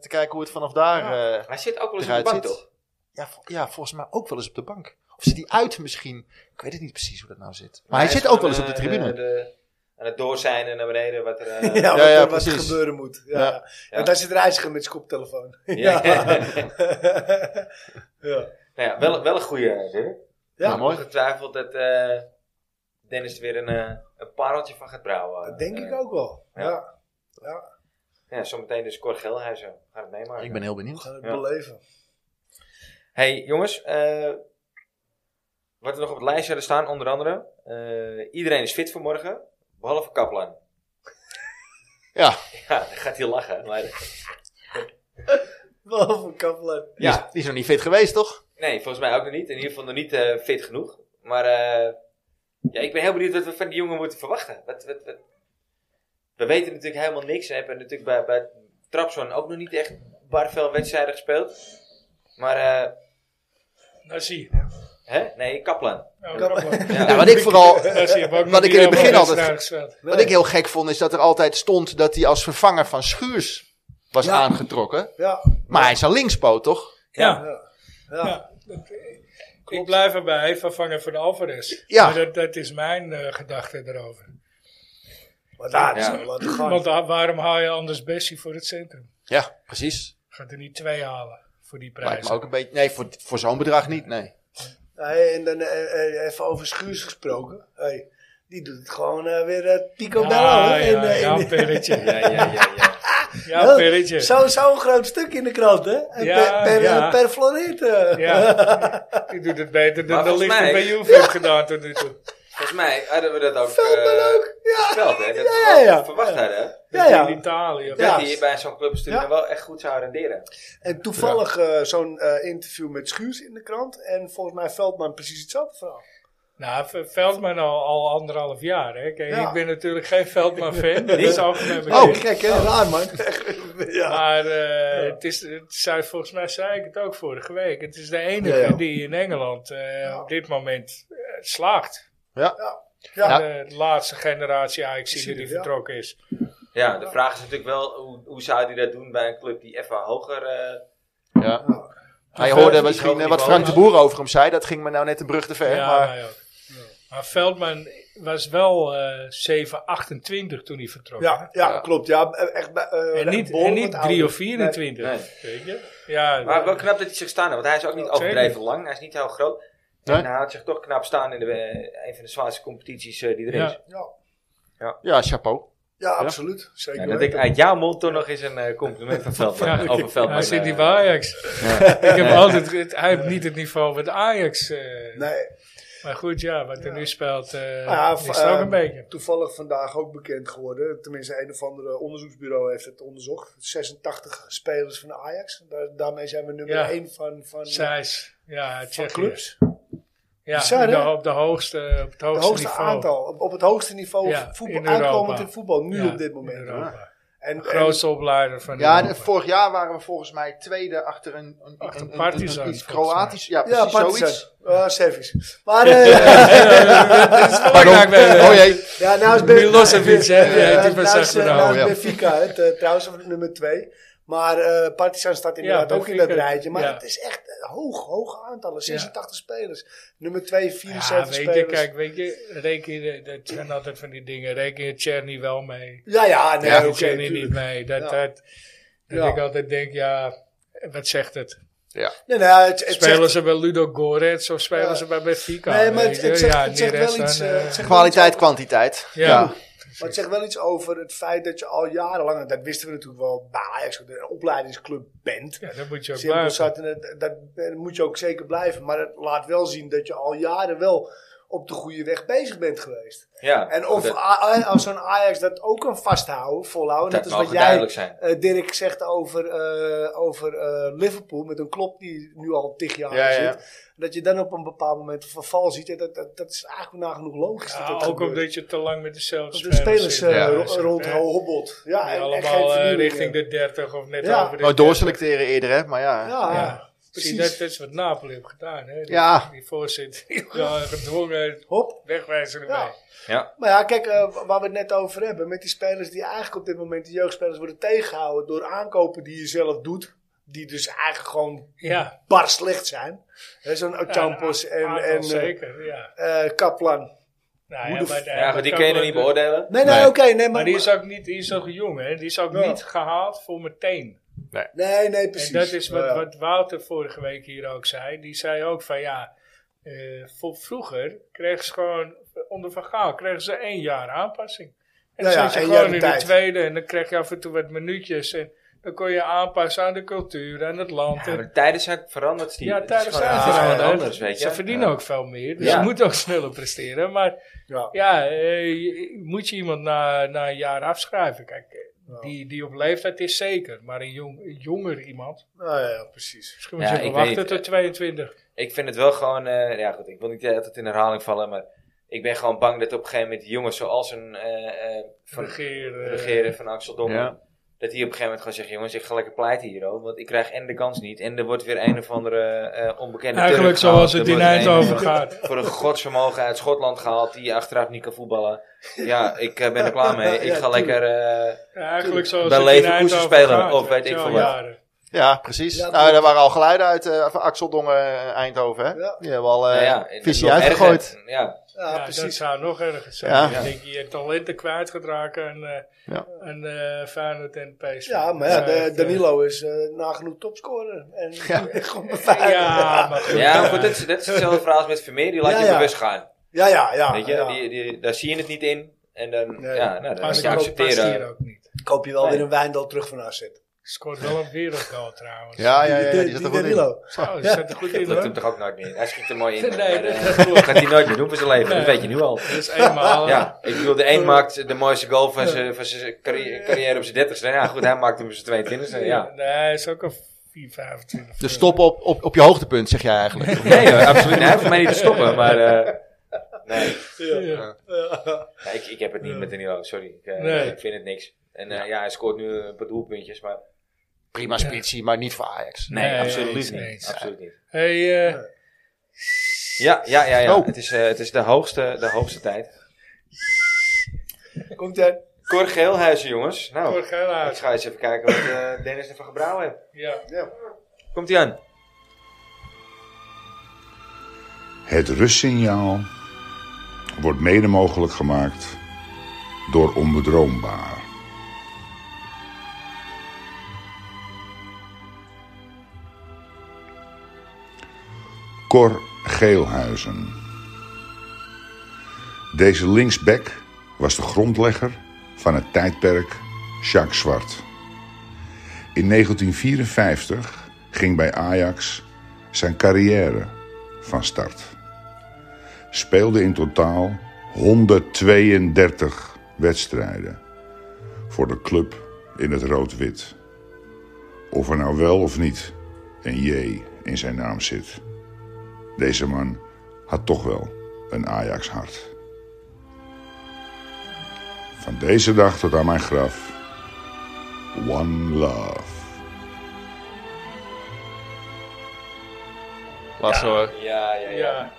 Speaker 4: te kijken hoe het vanaf daar... eh,
Speaker 1: Hij zit ook wel eens op de
Speaker 4: Eruit
Speaker 1: bank,
Speaker 4: zit.
Speaker 1: toch?
Speaker 4: Ja, vo- ja, volgens mij ook wel eens op de bank. Of zit hij uit misschien? Ik weet het niet precies hoe dat nou zit. Maar hij
Speaker 1: is
Speaker 4: zit ook wel
Speaker 1: gewoon,
Speaker 4: eens op de
Speaker 1: eh,
Speaker 4: tribune.
Speaker 1: de- aan het door zijn en naar beneden. Wat er, eh,
Speaker 3: ja,
Speaker 4: ja,
Speaker 3: wat, wat er
Speaker 4: precies.
Speaker 3: gebeuren moet. Ja.
Speaker 4: Ja.
Speaker 1: Ja.
Speaker 3: En daar zit Reiziger met zijn koptelefoon.
Speaker 1: Ja.
Speaker 3: ja.
Speaker 1: Nou ja, wel, wel een goede, Dirk.
Speaker 3: Ja,
Speaker 4: Nou, mooi.
Speaker 1: Ongetwijfeld dat eh, Dennis er weer een, eh, een pareltje van gaat brouwen.
Speaker 3: Dat denk
Speaker 1: Eh,
Speaker 3: ik ook wel.
Speaker 1: ja.
Speaker 3: Ja.
Speaker 1: Ja, zometeen dus Cor Gelhuizen. We gaan het meemaken.
Speaker 4: Ik ben heel
Speaker 3: We
Speaker 4: benieuwd.
Speaker 3: gaan het
Speaker 1: Ja.
Speaker 3: beleven.
Speaker 1: Hey jongens, eh, wat er nog op het lijstje hadden staan, onder andere. eh, iedereen is fit voor morgen, behalve Kaplan.
Speaker 4: Ja.
Speaker 1: Ja, dan gaat hij lachen. Maar,
Speaker 3: Behalve Kaplan.
Speaker 4: Die is,
Speaker 1: Ja.
Speaker 4: die is nog niet fit geweest, toch?
Speaker 1: nee, volgens mij ook nog niet. In ieder geval nog niet eh, fit genoeg. Maar eh, ja, ik ben heel benieuwd wat we van die jongen moeten verwachten. Wat, wat, wat- We weten natuurlijk helemaal niks. We hebben natuurlijk bij, bij Trapson ook nog niet echt barvel wedstrijden gespeeld. Maar, eh,
Speaker 2: Nassi.
Speaker 1: hè? Nee, Kaplan.
Speaker 2: Nou,
Speaker 3: Kan-
Speaker 2: Kaplan.
Speaker 1: Ja,
Speaker 4: Ja, wat ik vooral...
Speaker 2: Nassi heeft ook
Speaker 4: Wat
Speaker 2: nog
Speaker 4: ik
Speaker 2: niet
Speaker 4: in het begin
Speaker 2: helemaal
Speaker 4: altijd-
Speaker 2: wedstrijd gespeeld.
Speaker 4: Wat ik heel gek vond, is dat er altijd stond dat hij als vervanger van Schuurs was
Speaker 3: Ja.
Speaker 4: aangetrokken.
Speaker 3: Ja.
Speaker 4: Maar hij is een linkspoot, toch?
Speaker 2: Ja.
Speaker 3: Ja.
Speaker 2: Ja.
Speaker 3: Ja.
Speaker 2: dat- Ik blijf erbij, vervangen van Alvarez.
Speaker 4: Ja.
Speaker 2: Maar Dat, dat is mijn eh, gedachte erover.
Speaker 3: Maar daar is
Speaker 1: Ja.
Speaker 3: wel aan de gang.
Speaker 2: Want wa- waarom haal je anders Bessie voor het centrum?
Speaker 4: Ja, precies.
Speaker 2: Gaat er niet twee halen voor die
Speaker 4: Lijkt
Speaker 2: prijs.
Speaker 4: me ook een beetje... Nee, voor, voor zo'n bedrag niet, nee.
Speaker 3: Hey, en dan eh, eh, even over Schuurs gesproken. Hey, die doet het gewoon eh, weer eh, Pico
Speaker 2: Ja,
Speaker 3: Bello. hè, in,
Speaker 2: ja,
Speaker 3: eh,
Speaker 2: ja,
Speaker 3: in-
Speaker 2: Perretje.
Speaker 1: Ja, ja, ja. ja.
Speaker 2: Ja,
Speaker 3: Heel-
Speaker 2: Perretje.
Speaker 3: Zo- Zo'n groot stuk in de krant, hè? En
Speaker 2: Ja,
Speaker 3: per, per,
Speaker 2: ja.
Speaker 3: eh, per floreert, eh.
Speaker 2: Ja, die doet het beter
Speaker 1: Maar
Speaker 2: dan de
Speaker 1: volgens
Speaker 2: lichten
Speaker 1: mij-
Speaker 2: bij Juve heeft gedaan tot nu toe.
Speaker 1: Volgens mij hadden we dat ook...
Speaker 3: Veld
Speaker 1: eh,
Speaker 3: maar leuk. Ja.
Speaker 1: Geld, hè? Dat
Speaker 3: Ja,
Speaker 1: we wel
Speaker 3: ja, ja.
Speaker 1: verwacht hadden. hè?
Speaker 3: Ja, ja.
Speaker 2: In Italië.
Speaker 1: Dat
Speaker 3: Ja.
Speaker 1: hij hier bij zo'n clubbestuur
Speaker 3: Ja.
Speaker 1: wel echt goed zou renderen.
Speaker 3: En toevallig eh, zo'n eh, interview met Schuurs in de krant. En volgens mij Veldman precies hetzelfde verhaal.
Speaker 2: Nou, V- Veldman al, al anderhalf jaar. Hè. Kijk,
Speaker 3: Ja.
Speaker 2: Ik ben natuurlijk geen Veldman-fan. dat is algemeen
Speaker 3: Oh,
Speaker 2: bekend.
Speaker 3: gek hè? Raar man. ja.
Speaker 2: Maar eh, het is, het zei, volgens mij zei ik het ook vorige week. Het is de enige
Speaker 3: Ja, ja.
Speaker 2: die in Engeland eh,
Speaker 3: Ja.
Speaker 2: op dit moment eh, slaagt.
Speaker 3: Ja.
Speaker 4: Nou,
Speaker 2: de laatste generatie ajax die
Speaker 3: Ja.
Speaker 2: vertrokken is.
Speaker 1: Ja, de vraag is natuurlijk wel, hoe, hoe zou hij dat doen bij een club die even hoger... eh,
Speaker 4: Ja. Hij
Speaker 2: Ja,
Speaker 4: hoorde
Speaker 1: die
Speaker 4: misschien
Speaker 1: hoger
Speaker 4: eh, wat
Speaker 1: niveau,
Speaker 4: Frank de Boer over hem zei. Dat ging me nou net een brug te ver.
Speaker 2: ja,
Speaker 4: maar
Speaker 2: mij ook. Maar Veldman was wel eh 7,28 toen hij vertrok.
Speaker 3: Ja, ja, klopt. Ja, echt, bij- eh,
Speaker 2: En niet,
Speaker 3: behoorlijk
Speaker 2: en
Speaker 3: wat
Speaker 2: niet
Speaker 3: ouder.
Speaker 2: 3 of 24.
Speaker 1: Nee.
Speaker 2: Weet je? Ja,
Speaker 1: Maar wel knap dat hij zich staan houdt, want hij is ook niet
Speaker 2: Zeker.
Speaker 1: overdreven lang. Hij is niet heel groot.
Speaker 4: Nee.
Speaker 1: En hij houdt zich toch knap staan in de, eh, een van de zwaarste competities eh, die er
Speaker 2: Ja.
Speaker 1: is.
Speaker 3: Ja,
Speaker 4: ja, chapeau.
Speaker 3: ja, absoluut. Zeker.
Speaker 1: Ja, dat ik
Speaker 3: weten.
Speaker 1: uit jouw mond toch nog eens een eh, compliment van Veldman,
Speaker 2: Ja,
Speaker 1: over Veldman.
Speaker 2: hij zit
Speaker 1: eh,
Speaker 2: niet bij Ajax. ik heb altijd, het, hij heeft niet het niveau wat Ajax. eh,
Speaker 3: Nee,
Speaker 2: Maar goed, ja, wat er
Speaker 3: Ja.
Speaker 2: nu speelt, eh
Speaker 3: Nou ja,
Speaker 2: is
Speaker 3: v-
Speaker 2: het ook
Speaker 3: eh,
Speaker 2: een beetje.
Speaker 3: toevallig vandaag ook bekend geworden. Tenminste, een of andere onderzoeksbureau heeft het onderzocht. 86 spelers van de Ajax. Daar, daarmee zijn we nummer
Speaker 2: Ja.
Speaker 3: 1 van, van,
Speaker 2: Zijs, ja,
Speaker 3: van
Speaker 2: Tsjechië.
Speaker 3: clubs.
Speaker 2: Ja,
Speaker 3: Bizar,
Speaker 2: op de-
Speaker 3: hè?
Speaker 2: op, de hoogste, op het
Speaker 3: Het
Speaker 2: hoogste,
Speaker 3: hoogste
Speaker 2: niveau.
Speaker 3: aantal. Op, op het hoogste niveau
Speaker 2: Ja,
Speaker 3: voetbal,
Speaker 2: in
Speaker 3: aankomend
Speaker 2: Europa.
Speaker 3: in voetbal. Nu
Speaker 2: Ja,
Speaker 3: op dit
Speaker 2: in
Speaker 3: moment.
Speaker 2: Europa.
Speaker 3: Ja. En,
Speaker 2: De grootste opleider van
Speaker 4: Ja,
Speaker 2: Europa.
Speaker 4: de- vorig jaar waren we volgens mij tweede achter een, een,
Speaker 2: Achter
Speaker 4: een- een-
Speaker 2: Partizan,
Speaker 4: een- iets
Speaker 2: volgens mij.
Speaker 4: Kroatisch. Ja,
Speaker 3: en, ja,
Speaker 4: precies zoiets.
Speaker 3: Partizan. Ah, service. Maar, eh,
Speaker 2: Pardon.
Speaker 4: Oh jee.
Speaker 3: ja, nou is Ben-
Speaker 2: Milosevic, hè? Ja,
Speaker 3: Ja,
Speaker 2: die was
Speaker 3: nou
Speaker 2: echt
Speaker 3: is, eh,
Speaker 2: van de
Speaker 3: nou is
Speaker 4: hou, ja.
Speaker 3: Benfica, het, eh, trouwens, op nummer 2. Maar eh Partizan staat inderdaad ook in dat
Speaker 2: Benfica.
Speaker 3: rijtje. Maar
Speaker 2: Ja.
Speaker 3: het is echt eh, hoog, hoog aantallen. 86 spelers. Nummer 2,
Speaker 2: Ja,
Speaker 3: 74
Speaker 2: weet
Speaker 3: spelers.
Speaker 2: je, kijk, weet je, reken je, dat zijn altijd van die dingen, reken je Tjerni wel mee.
Speaker 3: ja, ja, nee,
Speaker 2: Ja,
Speaker 3: oké.
Speaker 2: Tjerni
Speaker 3: tuurlijk.
Speaker 2: niet mee. Dat,
Speaker 3: Ja.
Speaker 2: dat, dat
Speaker 3: Ja.
Speaker 2: ik altijd denk, ja, wat zegt het?
Speaker 3: Nee, nee, het, het
Speaker 2: Spelen
Speaker 3: zegt,
Speaker 2: ze bij Ludo Goretz of spelen
Speaker 3: Ja.
Speaker 2: ze bij Benfica?
Speaker 3: nee, maar
Speaker 2: weet
Speaker 3: het,
Speaker 2: je?
Speaker 3: het zegt,
Speaker 2: Ja,
Speaker 3: het zegt
Speaker 2: Neres
Speaker 3: wel iets,
Speaker 2: dan,
Speaker 3: eh,
Speaker 2: eh,
Speaker 3: het zegt wel iets
Speaker 4: Kwaliteit, kwantiteit.
Speaker 2: Ja.
Speaker 4: Ja.
Speaker 3: Maar het zegt wel iets over het feit dat je al jarenlang, en dat wisten we natuurlijk wel bij Ajax, een opleidingsclub bent.
Speaker 2: ja, dat moet je ook
Speaker 3: Simpel
Speaker 2: blijven.
Speaker 3: zat, en dat, dat eh, moet je ook zeker blijven. Maar het laat wel zien dat je al jaren wel op de goede weg bezig bent geweest.
Speaker 1: Ja,
Speaker 3: En of,
Speaker 1: dat,
Speaker 3: A- A- als zo'n Ajax dat ook kan vasthouden, volhouden.
Speaker 1: dat
Speaker 3: Dat, is
Speaker 1: mogen
Speaker 3: wat jij,
Speaker 1: duidelijk zijn.
Speaker 3: eh, Dirk, zegt over, eh, over eh, Liverpool met een klop die nu al tig jaar
Speaker 4: Ja, ja, ja.
Speaker 3: zit. Dat je dan op een bepaald moment een verval ziet. En dat, dat, dat is eigenlijk nagenoeg logisch.
Speaker 2: Ja,
Speaker 3: dat dat
Speaker 2: ook
Speaker 3: gebeurt.
Speaker 2: omdat je te lang met dezelfde
Speaker 3: Dat de spelers
Speaker 2: zit.
Speaker 3: eh,
Speaker 4: Ja,
Speaker 3: ro-
Speaker 2: Dus, eh,
Speaker 3: rond
Speaker 2: die
Speaker 3: hobbelt. Ja, en, en geen
Speaker 2: allemaal eh,
Speaker 3: vernieuwing,
Speaker 2: richting
Speaker 3: eh.
Speaker 2: de 30 of net
Speaker 3: Ja.
Speaker 1: Oh,
Speaker 2: over de
Speaker 4: Maar
Speaker 2: 30.
Speaker 4: Oh, doorselecteren eerder, hè. Maar ja.
Speaker 3: Ja,
Speaker 2: Ja. Zie, dat,
Speaker 3: precies.
Speaker 2: dat is wat Napoli heeft gedaan. Hè? Die,
Speaker 4: Ja.
Speaker 2: die voorzitter die gewoon gedwongen
Speaker 3: Hop.
Speaker 2: wegwijzen ermee.
Speaker 3: Ja.
Speaker 1: Ja,
Speaker 3: Maar ja, kijk, eh, waar we het net over hebben. Met die spelers die eigenlijk op dit moment, de jeugdspelers, worden tegengehouden door aankopen die je zelf doet. Die dus eigenlijk gewoon
Speaker 2: Ja.
Speaker 3: bar slecht zijn. Hè, Zo'n Ocampos
Speaker 2: Ja,
Speaker 3: en,
Speaker 2: aantal
Speaker 3: en eh,
Speaker 2: zeker, ja.
Speaker 3: eh, Kaplan.
Speaker 2: Nou,
Speaker 3: Hoe
Speaker 2: ja,
Speaker 3: de
Speaker 2: maar,
Speaker 3: f-
Speaker 1: Ja, goed, die kun je nog niet
Speaker 2: beoordelen.
Speaker 1: beoordelen.
Speaker 3: Nee, nee,
Speaker 5: Nee.
Speaker 3: oké. nee,
Speaker 2: Maar
Speaker 3: maar,
Speaker 2: die is ook niet, die is ook jong, hè? Die is ook
Speaker 3: Ja.
Speaker 2: niet gehaald voor meteen.
Speaker 3: nee, nee, precies.
Speaker 2: En dat is wat,
Speaker 3: Ja, ja.
Speaker 2: wat Wouter vorige week hier ook zei. Die zei ook van ja, eh, voor vroeger kregen ze gewoon, onder Van Gaal kregen ze één jaar aanpassing. En dan
Speaker 3: Nou Ja, ja,
Speaker 2: zat je
Speaker 3: één
Speaker 2: gewoon
Speaker 3: jaar
Speaker 2: in
Speaker 3: de
Speaker 2: de
Speaker 3: tijd.
Speaker 2: tweede en dan kreeg je af en toe wat minuutjes. En dan kon je aanpassen aan de cultuur, aan het land.
Speaker 1: Ja,
Speaker 2: en-
Speaker 1: maar tijden zijn veranderd, Steve.
Speaker 2: Ja,
Speaker 1: Het is
Speaker 2: tijdens
Speaker 1: gewoon-
Speaker 2: zijn
Speaker 1: het is gewoon
Speaker 2: veranderd.
Speaker 1: anders, weet je.
Speaker 2: Ze verdienen
Speaker 1: Ja.
Speaker 2: ook veel meer, dus
Speaker 1: Ja.
Speaker 2: ze moeten ook sneller presteren. Maar
Speaker 3: Ja.
Speaker 2: ja, eh, je- moet je iemand na, na een jaar afschrijven? Kijk, eh,
Speaker 3: Ja.
Speaker 2: die, die op leeftijd is zeker, maar een jong, een jonger iemand.
Speaker 3: Ja, ja, ja, precies.
Speaker 2: Misschien moet
Speaker 1: Ja,
Speaker 2: je
Speaker 1: ik
Speaker 2: even
Speaker 1: weet
Speaker 2: wachten
Speaker 1: het,
Speaker 2: tot 22.
Speaker 1: Ik vind het wel gewoon, eh, ja goed, ik wil niet altijd in herhaling vallen, maar ik ben gewoon bang dat op een gegeven moment jongens zoals een eh, eh, van
Speaker 2: Regeren.
Speaker 1: regeren van Axel Dongen,
Speaker 4: Ja.
Speaker 1: dat die op een gegeven moment gewoon zegt, jongens, ik ga lekker pleiten hierover, want ik krijg en de kans niet en er wordt weer een of andere eh, onbekende
Speaker 2: Eigenlijk
Speaker 1: Turk gehaald.
Speaker 2: zoals het
Speaker 1: Er
Speaker 2: in
Speaker 1: wordt een-
Speaker 2: Eindhoven gaat.
Speaker 1: Voor een godsvermogen uit Schotland gehaald, die achteraf niet kan voetballen. Ja, ik eh, ben er klaar mee. Ik
Speaker 3: Ja,
Speaker 1: ga
Speaker 3: tuurlijk.
Speaker 1: lekker... eh,
Speaker 2: Ja, eigenlijk zoals
Speaker 1: Bij
Speaker 2: het in
Speaker 1: Leverkusen
Speaker 2: Eindhoven
Speaker 1: spelen,
Speaker 2: gaat,
Speaker 1: of weet
Speaker 2: zo
Speaker 1: ik veel
Speaker 2: al
Speaker 1: wat.
Speaker 2: jaren.
Speaker 4: Ja, precies.
Speaker 3: Ja,
Speaker 4: nou,
Speaker 3: klopt.
Speaker 4: daar waren al geluiden uit eh, van Axel Dongen eh, Eindhoven. Hè?
Speaker 3: Ja.
Speaker 4: Die hebben al eh
Speaker 1: nou ja, en-
Speaker 4: visie
Speaker 1: nog erger.
Speaker 4: uitgegooid.
Speaker 1: Ja,
Speaker 3: Ja,
Speaker 2: ja, dat
Speaker 3: precies.
Speaker 2: zou nog ergens zijn.
Speaker 4: Ja.
Speaker 2: Ik denk, je hebt talenten kwijtgeraakt aan, eh
Speaker 4: Ja.
Speaker 2: aan eh, Feyenoord en PSV.
Speaker 3: Ja, maar ja, de-
Speaker 2: echt, eh,
Speaker 3: Danilo is eh, nagenoeg topscorer. En
Speaker 4: Ja.
Speaker 3: gewoon bij Feyenoord.
Speaker 2: Ja, maar goed.
Speaker 1: ja maar goed, dat is, dat is hetzelfde verhaal als met Vermeer. Die laat
Speaker 3: Ja,
Speaker 1: je
Speaker 3: ja.
Speaker 1: bewust gaan.
Speaker 3: ja, ja, ja.
Speaker 1: Weet je,
Speaker 3: ja.
Speaker 1: Die, die, daar zie je het niet in. En dan,
Speaker 3: Nee.
Speaker 1: ja, nou, dan moet
Speaker 2: Past
Speaker 1: je
Speaker 2: hier ook- past hier
Speaker 1: accepteren.
Speaker 2: ook niet.
Speaker 3: Koop je wel
Speaker 1: Nee.
Speaker 3: weer een Wijndal terug van AZ.
Speaker 2: Scoort wel een wereldgoal trouwens.
Speaker 4: Ja, ja, ja, ja,
Speaker 3: Die-
Speaker 4: die zit
Speaker 3: die
Speaker 4: er goed in.
Speaker 3: Danilo.
Speaker 2: Oh, dat zit er goed in
Speaker 1: Dat lukt hem
Speaker 2: hoor.
Speaker 1: toch ook nooit meer. Hij schiet er mooi in.
Speaker 2: Nee,
Speaker 1: maar,
Speaker 2: dat
Speaker 1: eh,
Speaker 2: is klopt.
Speaker 1: gaat hij nooit meer doen voor zijn leven. Dat
Speaker 2: Nee.
Speaker 1: weet je nu al.
Speaker 2: Dat is eenmaal.
Speaker 1: Oh, Ja, Eh. ik bedoel, de een maakt de mooiste goal van zijn, van zijn carri- carrière op zijn dertigste. Ja, goed, hij maakt hem op zijn 22e. Ja.
Speaker 2: Nee, hij is ook een 4, 25.
Speaker 4: Dus stop op, op, op je hoogtepunt, zeg jij eigenlijk.
Speaker 1: Nee hoor, absoluut. niet. Hij hoeft voor mij niet te stoppen, maar... eh, nee,
Speaker 3: Ja.
Speaker 2: Ja.
Speaker 3: Ja.
Speaker 1: Nee, ik, ik heb het niet met Danilo, sorry. Ik, eh,
Speaker 2: Nee.
Speaker 1: ik vind het niks. En eh, ja, hij scoort nu een paar doelpuntjes, maar...
Speaker 4: Prima spitsie, maar niet voor Ajax.
Speaker 1: Nee,
Speaker 2: Nee,
Speaker 1: absoluut,
Speaker 2: eens,
Speaker 1: niet.
Speaker 2: eens.
Speaker 1: absoluut niet.
Speaker 2: Hey, eh,
Speaker 1: Ja, ja, ja, ja.
Speaker 4: Oh.
Speaker 1: Het, is, eh, het is de hoogste, de hoogste tijd.
Speaker 3: Komt hij?
Speaker 1: Cor Geelhuizen, jongens. Nou,
Speaker 2: Cor Geelhuizen.
Speaker 1: ik ga eens even kijken wat eh, Dennis ervan gebrouwen heeft.
Speaker 2: ja.
Speaker 1: Komt hij aan?
Speaker 6: Het rustsignaal wordt mede mogelijk gemaakt door onbedroombaar. Cor Geelhuizen. Deze linksback was de grondlegger van het tijdperk Jacques Zwart. In 1954 ging bij Ajax zijn carrière van start. Speelde in totaal 132 wedstrijden voor de club in het rood-wit. Of er nou wel of niet een J in zijn naam zit. Deze man had toch wel een Ajax-hart. Van deze dag tot aan mijn graf. One love.
Speaker 4: Laatste hoor.
Speaker 1: Ja, ja, ja.
Speaker 2: Ja.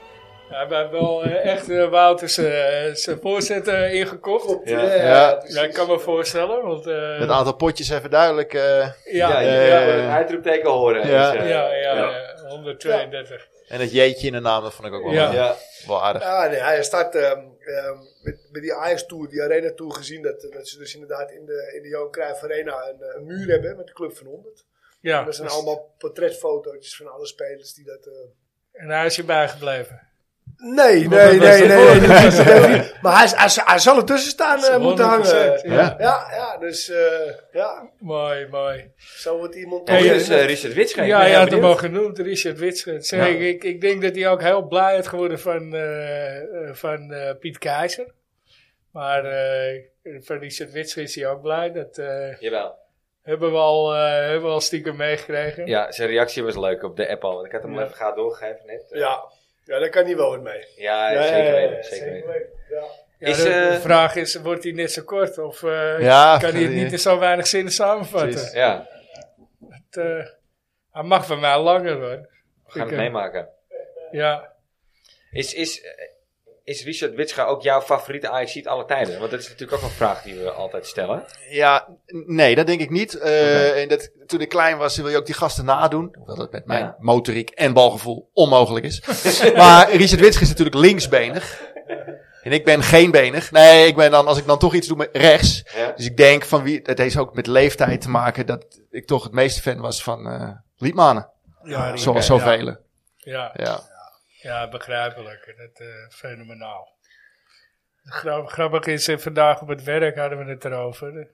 Speaker 2: Ja, we hebben wel eh, echt eh, Wouter zijn zijn voorzitter ingekocht.
Speaker 1: Ja.
Speaker 4: Ja.
Speaker 2: Ja, ik kan me voorstellen, want... eh,
Speaker 4: Het aantal potjes even duidelijk. eh,
Speaker 1: Ja,
Speaker 2: ja,
Speaker 1: je
Speaker 2: ja,
Speaker 1: moet
Speaker 4: ja,
Speaker 1: wel
Speaker 4: ja.
Speaker 1: een uitroepteken horen.
Speaker 4: Ja.
Speaker 1: Dus, eh,
Speaker 2: ja,
Speaker 1: ja.
Speaker 2: eh, 132.
Speaker 4: en het jeetje in de naam, dat vond ik ook wel,
Speaker 2: Ja.
Speaker 4: eh,
Speaker 1: Ja.
Speaker 4: wel aardig.
Speaker 3: Ja, Ah, nee, hij start ehm, ehm, met, met die Ajax-tour, die Arena-tour gezien. Dat, dat ze dus inderdaad in de, in de Johan Cruijff Arena een, eh, een muur hebben met de Club van 100.
Speaker 2: Ja, dus-
Speaker 3: En dat zijn allemaal portretfotootjes van alle spelers die dat... eh,
Speaker 2: en hij is je bijgebleven.
Speaker 3: Nee,
Speaker 2: Maar
Speaker 3: nee,
Speaker 2: dat is
Speaker 3: nee, nee.
Speaker 2: het
Speaker 3: nee, dat is het echt niet. Maar hij, is- hij, hij zal er tussen staan eh, moeten hangen.
Speaker 2: 100%, Ja.
Speaker 3: Ja, ja, dus eh, ja,
Speaker 2: Mooi, mooi.
Speaker 3: zo wordt iemand...
Speaker 1: Oh,
Speaker 2: Hey,
Speaker 1: dit
Speaker 2: eh,
Speaker 1: is eh, Richard Witschenk.
Speaker 2: Ja,
Speaker 1: Ben
Speaker 2: je
Speaker 1: jij
Speaker 2: had hem al
Speaker 1: benieuwd?
Speaker 2: genoemd, Richard Witschens.
Speaker 1: Ja.
Speaker 2: Ik, ik denk dat hij ook heel blij is geworden van, eh, eh, van eh, Piet Keizer. Maar eh, van Richard Witschens is hij ook blij. Dat eh,
Speaker 1: Jawel.
Speaker 2: hebben, we al, eh, hebben we al stiekem meegekregen.
Speaker 1: Ja, zijn reactie was leuk op de app al. want Ik had hem
Speaker 2: Ja.
Speaker 1: even gaat doorgegeven net.
Speaker 3: ja, ja, daar kan hij wel wat mee.
Speaker 1: Ja,
Speaker 3: Ja,
Speaker 1: zeker
Speaker 3: ja, ja,
Speaker 1: weten. Zeker weten.
Speaker 3: Ja.
Speaker 2: Ja,
Speaker 1: Is,
Speaker 2: de, de
Speaker 1: eh,
Speaker 2: vraag is, wordt hij net zo kort? Of eh,
Speaker 4: Ja,
Speaker 2: kan hij het
Speaker 4: die-
Speaker 2: niet in zo weinig zinnen
Speaker 4: Precies.
Speaker 2: samenvatten?
Speaker 1: Ja,
Speaker 2: Het, eh, hij mag van mij langer hoor.
Speaker 1: we gaan
Speaker 2: Ik,
Speaker 1: het
Speaker 2: eh,
Speaker 1: meemaken.
Speaker 2: Ja.
Speaker 1: Is, is, eh, is Richard Witscha ook jouw favoriete Ajaxiet alle tijden? Want dat is natuurlijk ook een vraag die we altijd stellen.
Speaker 4: Ja, n- nee, dat denk ik niet. Eh, en dat, toen ik klein was, wil je ook die gasten nadoen. Hoewel dat met mijn
Speaker 1: Ja.
Speaker 4: motoriek en balgevoel onmogelijk is. maar Richard Witsch is natuurlijk linksbenig. En ik ben geen benig. Nee, ik ben dan, als ik dan toch iets doe met rechts. Dus ik denk van wie, het heeft ook met leeftijd te maken dat ik toch het meeste fan was van eh Liedmanen.
Speaker 2: Ja,
Speaker 4: Zoals
Speaker 2: oké, ja.
Speaker 4: zoveel.
Speaker 2: Ja,
Speaker 4: Ja.
Speaker 2: ja, begrijpelijk. Dat, eh, fenomenaal. Gra- grappig is, eh, vandaag op het werk hadden we het erover.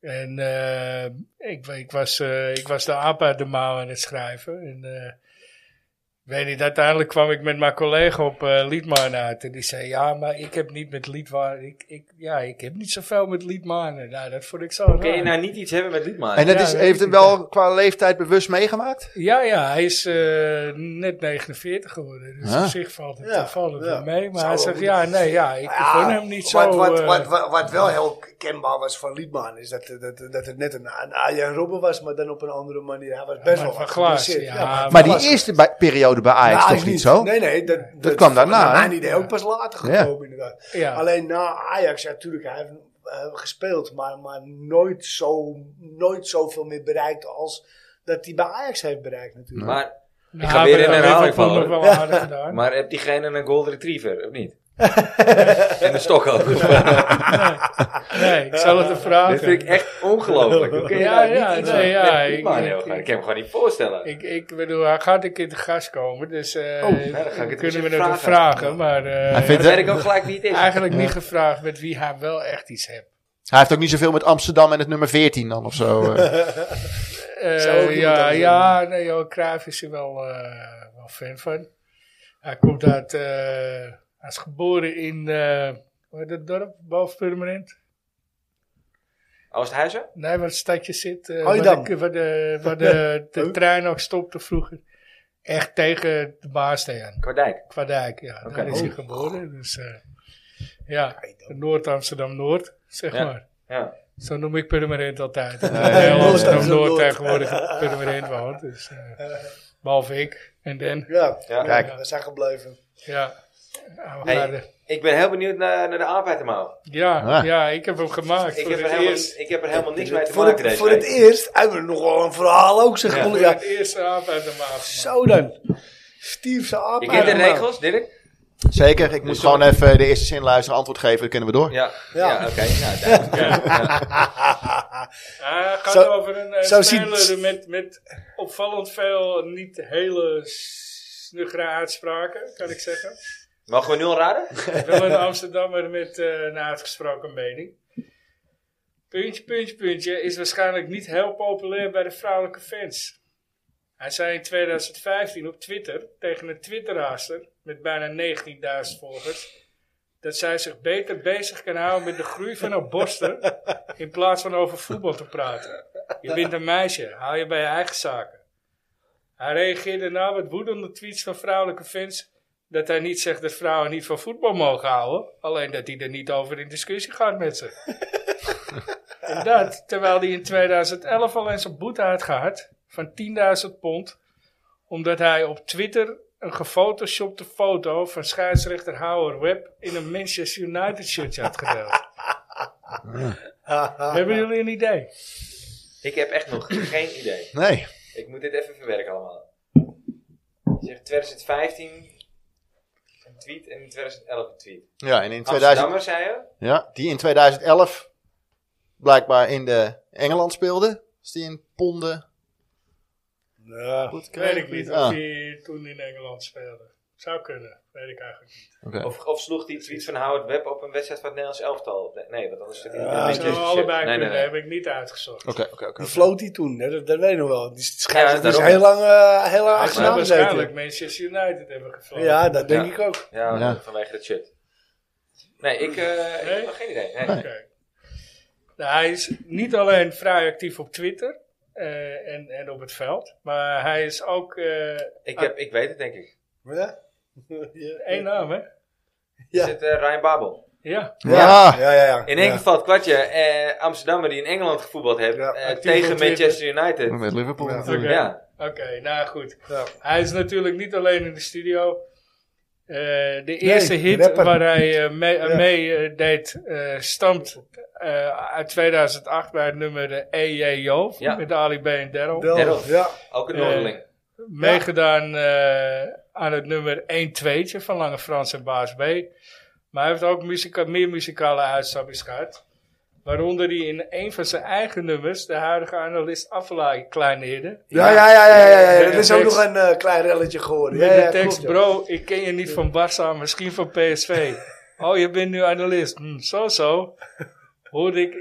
Speaker 2: En eh, ik, wa- ik, was, eh, ik was de aap uit de mouw aan het schrijven. En, eh, weet niet, uiteindelijk kwam ik met mijn collega op eh Liedmanen uit. En die zei, ja, maar ik heb niet met Liedmanen... Ik, ik, ja, ik heb niet zoveel met Liedmanen. Nou, dat vond ik zo raar.
Speaker 1: Kun je nou niet iets hebben met Liedmanen?
Speaker 4: En dat
Speaker 2: Ja,
Speaker 4: is,
Speaker 2: dat
Speaker 4: heeft
Speaker 2: is
Speaker 4: hem
Speaker 2: niet,
Speaker 4: wel qua leeftijd bewust meegemaakt?
Speaker 2: Ja, ja, hij is eh, net 49 geworden. Dus
Speaker 4: Ja.
Speaker 2: op zich valt het,
Speaker 5: Ja,
Speaker 2: valt het
Speaker 5: ja.
Speaker 2: wel mee.
Speaker 5: Zou
Speaker 2: Maar hij
Speaker 5: wel
Speaker 2: zegt,
Speaker 5: moeten.
Speaker 2: ja, nee, ja, ik
Speaker 3: Ja,
Speaker 2: gun hem niet zo.
Speaker 5: Wat, wat,
Speaker 2: eh,
Speaker 5: wat, wat, wat wel heel...
Speaker 3: kenbaar was van Liedman is dat, dat, dat het net een, een Arjen Robben was, maar dan op een andere manier. Hij was best
Speaker 2: maar
Speaker 3: wel
Speaker 2: van
Speaker 3: wat
Speaker 2: Klaas,
Speaker 3: geblesseerd.
Speaker 2: ja, maar-
Speaker 4: Maar die
Speaker 3: Klaas-
Speaker 4: eerste bij- periode bij Ajax
Speaker 3: Nou,
Speaker 4: toch
Speaker 3: is
Speaker 4: niet, zo?
Speaker 3: Nee, nee, dat, dat,
Speaker 4: kwam daarna,
Speaker 3: Naar
Speaker 4: hè?
Speaker 3: mijn idee ook pas later
Speaker 4: Ja.
Speaker 3: gekomen, inderdaad.
Speaker 2: ja.
Speaker 3: Alleen na Ajax, ja, natuurlijk, hij heeft eh, gespeeld, maar, maar nooit, zo, nooit zoveel meer bereikt als dat hij bij Ax heeft bereikt, natuurlijk.
Speaker 1: Maar,
Speaker 2: Nou,
Speaker 1: ga weer
Speaker 2: bij
Speaker 1: in herhaling
Speaker 2: Liverpool
Speaker 1: vallen.
Speaker 2: nog wel aardig gedaan.
Speaker 1: maar heb diegene een golden retriever, of niet? en een stok ook.
Speaker 2: Nee, ik zal het hem vragen.
Speaker 1: Dit vind ik echt ongelooflijk. Hoe kun je
Speaker 2: Ja,
Speaker 1: daar
Speaker 2: ja,
Speaker 1: niet iets
Speaker 2: nee,
Speaker 1: aan-
Speaker 2: ja,
Speaker 1: met
Speaker 2: ik-
Speaker 1: Liedmanen
Speaker 2: ik-
Speaker 1: heel graag? Ik kan me gewoon niet voorstellen.
Speaker 2: Ik, ik bedoel, hij gaat een keer te gas komen, dus eh,
Speaker 1: Oh, ja, dan ga ik het eens
Speaker 2: kunnen we
Speaker 1: even
Speaker 2: het nog
Speaker 1: vragen.
Speaker 2: vragen. Maar eh,
Speaker 4: Hij
Speaker 1: dat
Speaker 4: vindt-
Speaker 1: weet ik ook gelijk wie het is.
Speaker 2: eigenlijk niet gevraagd met wie hij wel echt iets heeft.
Speaker 4: Hij heeft ook niet zoveel met Amsterdam en het nummer 14 dan of zo. eh.
Speaker 2: Eh,
Speaker 3: Zou ook iemand
Speaker 2: ja,
Speaker 3: anders
Speaker 2: ja, nee, joh, Cruijff is er wel, eh, wel fan van. Hij komt uit, eh, hij is geboren in, eh hoe heet dat dorp, boven Purmerend?
Speaker 1: Oosterhuizen?
Speaker 2: Nee, waar het stadje zit, eh,
Speaker 3: Oudam.
Speaker 2: waar, de, waar, de, waar de, de trein ook stopte vroeger. Echt tegen de Baarstee aan,
Speaker 1: Kwardijk.
Speaker 2: Kwadijk, ja, daar
Speaker 1: Oké.
Speaker 2: is hij
Speaker 1: Oh.
Speaker 2: geboren. Dus, eh, ja, Noord-Amsterdam-Noord, zeg
Speaker 1: Ja.
Speaker 2: maar.
Speaker 1: Ja.
Speaker 2: Zo noem ik Purmerend altijd. Eh,
Speaker 3: ja,
Speaker 2: Heel
Speaker 3: ja.
Speaker 2: Amsterdam-Noord
Speaker 3: Noord.
Speaker 2: tegenwoordig Purmerend woont. Dus, eh, behalve ik en Den.
Speaker 3: Ja,
Speaker 1: Ja.
Speaker 4: Kijk.
Speaker 3: we zijn gebleven.
Speaker 2: Ja. Ja, we
Speaker 1: Hey.
Speaker 2: waren-
Speaker 1: Ik ben heel benieuwd naar, naar de aap uit de mouw.
Speaker 2: Ja,
Speaker 4: Ah.
Speaker 2: ja, ik heb hem gemaakt
Speaker 1: Ik
Speaker 2: voor
Speaker 1: heb, er
Speaker 2: het
Speaker 1: helemaal,
Speaker 2: eerst.
Speaker 1: ik heb er helemaal niks mee te
Speaker 3: Voor
Speaker 1: maken
Speaker 3: het,
Speaker 1: deze
Speaker 3: voor het
Speaker 1: week.
Speaker 3: eerst hebben we nog wel een verhaal ook, zeg
Speaker 1: Ja.
Speaker 3: ja.
Speaker 2: Voor
Speaker 3: Ja.
Speaker 2: het eerste avond uit de maat.
Speaker 3: Zo dan. Steve zijn aap.
Speaker 1: Je kent de
Speaker 3: uit mouw.
Speaker 1: regels, Dirk?
Speaker 4: Zeker, ik moet gewoon even de eerste zin luisteren, antwoord geven, dan kunnen we door.
Speaker 1: Ja. Ja,
Speaker 3: Ja.
Speaker 1: oké. Nou, duidelijk. ja. ja.
Speaker 2: Ja, het gaat
Speaker 3: Zo-
Speaker 2: over een eh,
Speaker 3: zo
Speaker 2: speler
Speaker 3: ziet-
Speaker 2: met, met opvallend veel niet hele snuggere uitspraken, kan ik zeggen.
Speaker 1: Mogen we nu al raden?
Speaker 2: Wel een Amsterdammer met eh, een uitgesproken mening. Puntje, puntje, puntje is waarschijnlijk niet heel populair bij de vrouwelijke fans. Hij zei in 2015 op Twitter tegen een Twitteraarster met bijna 19.000 volgers dat zij zich beter bezig kan houden met de groei van haar borsten in plaats van over voetbal te praten. Je bent een meisje, hou je bij je eigen zaken. Hij reageerde na met woedende tweets van vrouwelijke fans dat hij niet zegt dat vrouwen niet van voetbal mogen houden. Alleen dat hij er niet over in discussie gaat met ze. en dat terwijl hij in 2011 al eens een boete had gehad van 10.000 pond. Omdat hij op Twitter een gefotoshopte foto van scheidsrechter Howard Webb in een Manchester United shirtje had gedeeld. Hebben jullie een idee?
Speaker 1: Ik heb echt nog geen idee.
Speaker 4: Nee.
Speaker 1: Ik moet dit even verwerken allemaal. Je zegt 2015 een tweet en in 2011 een tweet.
Speaker 4: Ja, en in 2000,
Speaker 1: Amsterdammer, zei je?
Speaker 4: ja, die in 2011 blijkbaar in de Engeland speelde. Is die in ponden?
Speaker 3: Ja.
Speaker 4: Goed,
Speaker 2: Weet ik niet
Speaker 4: Ah,
Speaker 2: of hij toen in Engeland speelde. Zou kunnen, weet ik eigenlijk niet.
Speaker 4: oké.
Speaker 1: Of, of sloeg die tweet van Howard Webb op een wedstrijd van het Nederlands elftal? Nee, Nee, want anders is het
Speaker 3: Ja,
Speaker 1: een
Speaker 3: dat
Speaker 2: Dat
Speaker 1: beetje
Speaker 2: zou
Speaker 3: zouden
Speaker 1: Ah, shit.
Speaker 2: allebei
Speaker 1: nee, nee,
Speaker 2: kunnen,
Speaker 1: nee.
Speaker 2: heb ik niet uitgezocht.
Speaker 4: Oké, oké, oké.
Speaker 3: Die floot hij toen, hè? dat, dat weet ik nog wel. Die
Speaker 1: Ja,
Speaker 3: schijnt dus
Speaker 1: daarom.
Speaker 3: heel lang, eh heel
Speaker 2: Ze
Speaker 3: lang
Speaker 2: hebben
Speaker 3: achternaam
Speaker 2: waarschijnlijk
Speaker 3: gezeten.
Speaker 2: Manchester United hebben gefloten.
Speaker 3: Ja, dat denk
Speaker 1: Ja.
Speaker 3: ik ook.
Speaker 1: Ja,
Speaker 4: Ja.
Speaker 1: vanwege dat shit. Nee, ik, eh, ik heb
Speaker 2: Nee?
Speaker 1: nog geen idee. Nee.
Speaker 2: Oké. Nou, hij is niet alleen vrij actief op Twitter eh, en, en op het veld, maar hij is ook eh
Speaker 1: Ik, heb, ik weet het, denk ik.
Speaker 3: Ja.
Speaker 2: één naam, hè?
Speaker 1: Is
Speaker 3: Ja.
Speaker 1: het eh, Ryan Babel?
Speaker 2: Ja.
Speaker 4: Ja.
Speaker 3: Ah. ja, ja, ja.
Speaker 1: In één
Speaker 3: Ja.
Speaker 1: geval het kwartje eh, Amsterdammer die in Engeland gevoetbald heeft
Speaker 3: Ja,
Speaker 1: eh,
Speaker 2: actief
Speaker 1: tegen
Speaker 2: op Twitter.
Speaker 1: Manchester United.
Speaker 4: Met Liverpool
Speaker 3: Ja.
Speaker 4: natuurlijk.
Speaker 2: Oké.
Speaker 1: Ja.
Speaker 2: Oké, nou goed.
Speaker 3: Ja.
Speaker 2: Hij is natuurlijk niet alleen in de studio. Eh, de eerste hit
Speaker 3: rapper.
Speaker 2: waar hij eh, mee, eh,
Speaker 3: Ja.
Speaker 2: deed stamt eh, uit 2008 bij het nummer EJO
Speaker 1: Ja.
Speaker 2: met Ali B en Daryl.
Speaker 3: Del-
Speaker 1: Derel.
Speaker 3: Ja.
Speaker 1: Ook een
Speaker 2: Eh,
Speaker 1: Noorderling.
Speaker 2: meegedaan eh, aan het nummer 1-2 van Lange Frans en Baas B. Maar hij heeft ook muzika- meer muzikale uitstapjes gehad. Waaronder hij in een van zijn eigen nummers de huidige analist Aflaai kleineerde.
Speaker 3: Ja, ja, ja, ja, ja, ja.
Speaker 2: Ja,
Speaker 3: Dat
Speaker 2: de
Speaker 3: is ook
Speaker 2: tekst-
Speaker 3: nog een eh, klein relletje geworden.
Speaker 2: Met
Speaker 3: Ja, ja,
Speaker 2: de tekst,
Speaker 3: klopt, ja.
Speaker 2: bro, ik ken je niet van Barça, misschien van PSV. oh, je bent nu analist. Hm, zo, zo. Hoorde ik,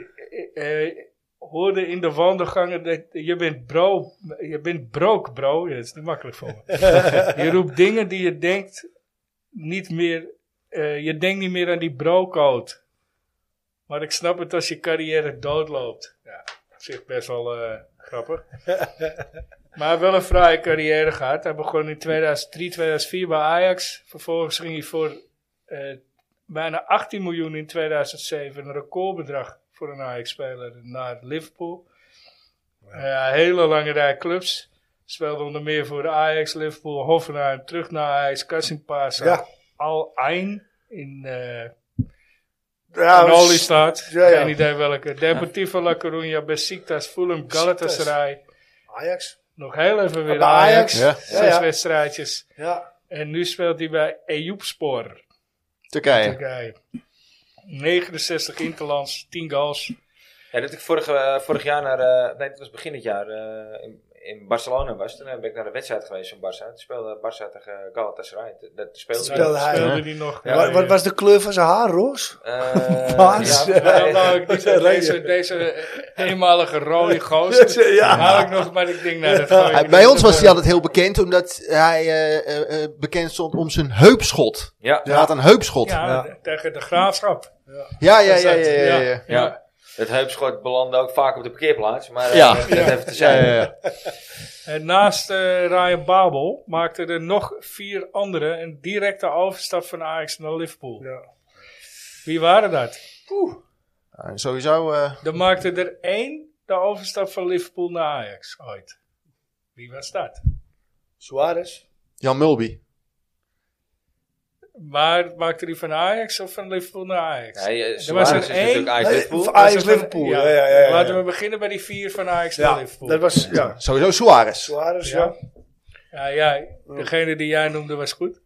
Speaker 2: eh, eh, hoorde in de wandelgangen dat je bent bro, je bent brook, bro. Ja, dat is niet makkelijk voor me. je roept dingen die je denkt niet meer, eh, je denkt niet meer aan die bro-code. Maar ik snap het als je carrière doodloopt. Ja, op zich best wel eh, grappig. Maar wel een fraaie carrière gehad. Hij begon in 2003, 2004 bij Ajax. Vervolgens ging hij voor eh, bijna 18 miljoen in 2007. Een recordbedrag voor een Ajax-speler naar Liverpool. Ja, hele lange rij clubs. Speelde onder meer voor de Ajax, Liverpool, Hoffenheim. Terug naar Ajax, Kassimpasa.
Speaker 3: Ja.
Speaker 2: Al Ain in eh
Speaker 3: Ja,
Speaker 2: in Oli staat.
Speaker 3: ja, ja.
Speaker 2: Geen idee welke. Deportivo La Coruña, Besiktas, Fulham, Galatasaray.
Speaker 3: Ajax.
Speaker 2: Nog heel even weer
Speaker 3: Bij
Speaker 2: Ajax.
Speaker 3: Ajax.
Speaker 4: Ja.
Speaker 2: Zes
Speaker 3: Ja, ja.
Speaker 2: wedstrijdjes.
Speaker 3: Ja.
Speaker 2: En nu speelt hij bij Eyüpspor.
Speaker 4: Turkije.
Speaker 2: Turkije. 69 interlands, 10 goals.
Speaker 1: Ja, dat ik vorige, eh, vorig jaar naar, eh, nee, het was begin dit jaar, eh, in, in Barcelona was. Toen eh, ben ik naar de wedstrijd geweest van Barça. Toen speelde Barça tegen Galatasaray. Dat- Dat speelde,
Speaker 3: Speelde
Speaker 1: hij.
Speaker 3: hij.
Speaker 2: Speelde hij nog.
Speaker 1: Ja.
Speaker 3: Wat, wat was de kleur van zijn haar, Roos?
Speaker 1: Eh,
Speaker 3: Bas.
Speaker 1: ja,
Speaker 2: Nou,
Speaker 1: nee,
Speaker 2: nou, ik denk dat deze, deze eh, eenmalige rode gozer.
Speaker 3: Ja.
Speaker 2: Haal ik nog, maar ik denk nou, dat gooi ik
Speaker 4: Hij-
Speaker 2: niet
Speaker 4: Bij
Speaker 2: in
Speaker 4: ons
Speaker 2: de
Speaker 4: was hij
Speaker 2: vorm.
Speaker 4: altijd heel bekend, omdat hij eh, eh, eh, bekend stond om zijn heupschot.
Speaker 1: ja,
Speaker 4: Hij had een heupschot.
Speaker 2: Ja, tegen de graafschap.
Speaker 4: Ja, ja, ja, ja, ja, ja.
Speaker 2: ja. ja.
Speaker 1: ja. Het heupschot belandde ook vaak op de parkeerplaats. Maar eh,
Speaker 4: Ja.
Speaker 1: dat dat even te
Speaker 4: Ja,
Speaker 1: zijn.
Speaker 4: ja, ja.
Speaker 2: En naast eh, Ryan Babel maakten er nog vier anderen een directe overstap van Ajax naar Liverpool.
Speaker 3: Ja.
Speaker 2: Wie waren dat?
Speaker 4: En Sowieso, eh,
Speaker 2: Er maakte er één de overstap van Liverpool naar Ajax ooit. Wie was dat?
Speaker 3: Suarez.
Speaker 4: Jan Mulby.
Speaker 2: Maar maakte die van Ajax of van Liverpool naar Ajax?
Speaker 1: Nee, eh,
Speaker 2: Er was
Speaker 1: Suarez
Speaker 2: er
Speaker 1: is
Speaker 2: één-
Speaker 1: natuurlijk Ajax
Speaker 3: Nee,
Speaker 1: Liverpool.
Speaker 3: van Ajax
Speaker 2: Was er van-
Speaker 3: Liverpool. Ja, ja, ja. ja.
Speaker 2: Laten we beginnen bij die vier van Ajax
Speaker 3: Ja,
Speaker 2: naar Liverpool.
Speaker 3: dat was ja.
Speaker 4: Sowieso Suarez.
Speaker 3: Suarez, ja.
Speaker 2: Ja. Ja, ja, degene die jij noemde was goed.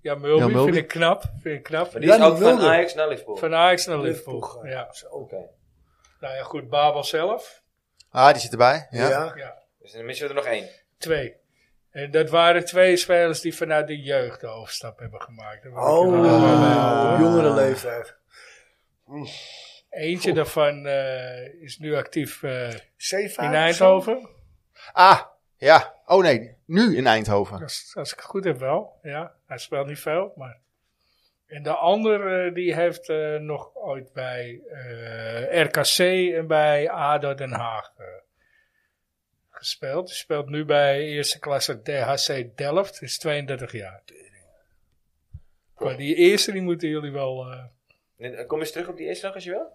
Speaker 2: Ja, Mulby,
Speaker 4: Ja, Mulby.
Speaker 2: vind ik knap. Vind ik knap.
Speaker 1: Maar die is
Speaker 3: Ja, die
Speaker 1: ook van
Speaker 3: wilde.
Speaker 1: Ajax naar Liverpool.
Speaker 2: Van Ajax naar
Speaker 3: Liverpool
Speaker 2: Liverpool.
Speaker 3: gaan.
Speaker 2: Ja.
Speaker 3: Zo.
Speaker 1: Oké.
Speaker 2: Nou ja, goed, Babel zelf.
Speaker 4: Ah, die zit erbij. Ja.
Speaker 3: Ja.
Speaker 2: Ja,
Speaker 1: Dus dan missen we er nog één.
Speaker 2: twee. En dat waren twee spelers die vanuit de jeugd de overstap hebben gemaakt. Dat wil ik
Speaker 3: Oh,
Speaker 2: er wel bij
Speaker 3: op
Speaker 2: melden.
Speaker 3: jongere leeftijd.
Speaker 2: Eentje daarvan eh, is nu actief eh,
Speaker 3: C5.
Speaker 2: in Eindhoven.
Speaker 4: Ah, ja. Oh nee, nu in Eindhoven.
Speaker 2: Als, als ik het goed heb wel, ja. Hij speelt niet veel, maar... En de ander eh, die heeft eh, nog ooit bij eh, RKC en bij ADO Den Haag eh, gespeeld. Hij speelt nu bij eerste klasse DHC Delft. is 32 jaar. Maar die eerste die moeten jullie wel... eh,
Speaker 1: En, Kom eens terug op die eerste nog als je wil.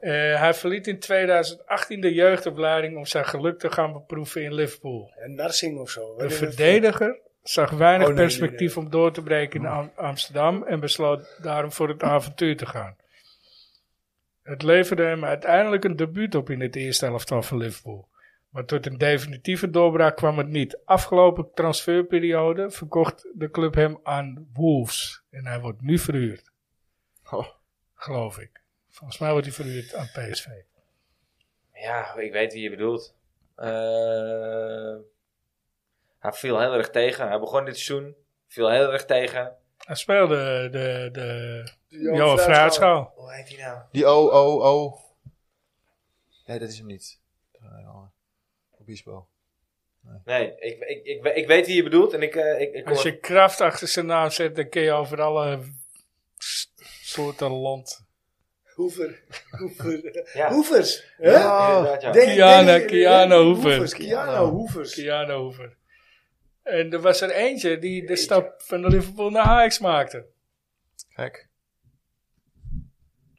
Speaker 2: eh, hij verliet in 2018 de jeugdopleiding om zijn geluk te gaan beproeven in Liverpool.
Speaker 3: En Narsing of zo.
Speaker 2: De
Speaker 3: Weet je dat?
Speaker 2: verdediger zag weinig
Speaker 3: Oh, nee,
Speaker 2: perspectief om door te breken in Am- Amsterdam en besloot daarom voor het avontuur te gaan. Het leverde hem uiteindelijk een debuut op in het eerste elftal van Liverpool. Maar tot een definitieve doorbraak kwam het niet. Afgelopen transferperiode verkocht de club hem aan Wolves. En hij wordt nu verhuurd.
Speaker 4: Oh.
Speaker 2: Geloof ik. Volgens mij wordt hij verhuurd aan PSV.
Speaker 1: Ja, ik weet wie je bedoelt. Eh, hij viel heel erg tegen. Hij begon dit seizoen. Viel heel erg tegen.
Speaker 2: Hij speelde de, de
Speaker 3: Johan
Speaker 2: Johan
Speaker 3: Fruitschaal.
Speaker 2: Fruitschaal.
Speaker 1: Hoe heet hij nou?
Speaker 4: Die O, O, O. Nee, dat is hem niet. Eh, oh, Obispo.
Speaker 1: Nee, ik, ik, ik, we- ik weet wie je bedoelt. En ik, eh, ik, ik kom
Speaker 2: Als je kracht achter zijn naam zet, dan kun je over alle s- soorten land.
Speaker 3: Hoever. Hoever.
Speaker 1: Ja.
Speaker 3: Hoevers. hè?
Speaker 4: Oh.
Speaker 1: Inderdaad, ja.
Speaker 3: Denk-
Speaker 2: Kiana-
Speaker 3: denk-
Speaker 2: Kiana
Speaker 3: denk-
Speaker 2: Hoever.
Speaker 3: Hoevers, Kiana Hoevers.
Speaker 2: Kiana over. En er was er eentje die de stap van de Liverpool naar Ajax maakte.
Speaker 4: Kijk.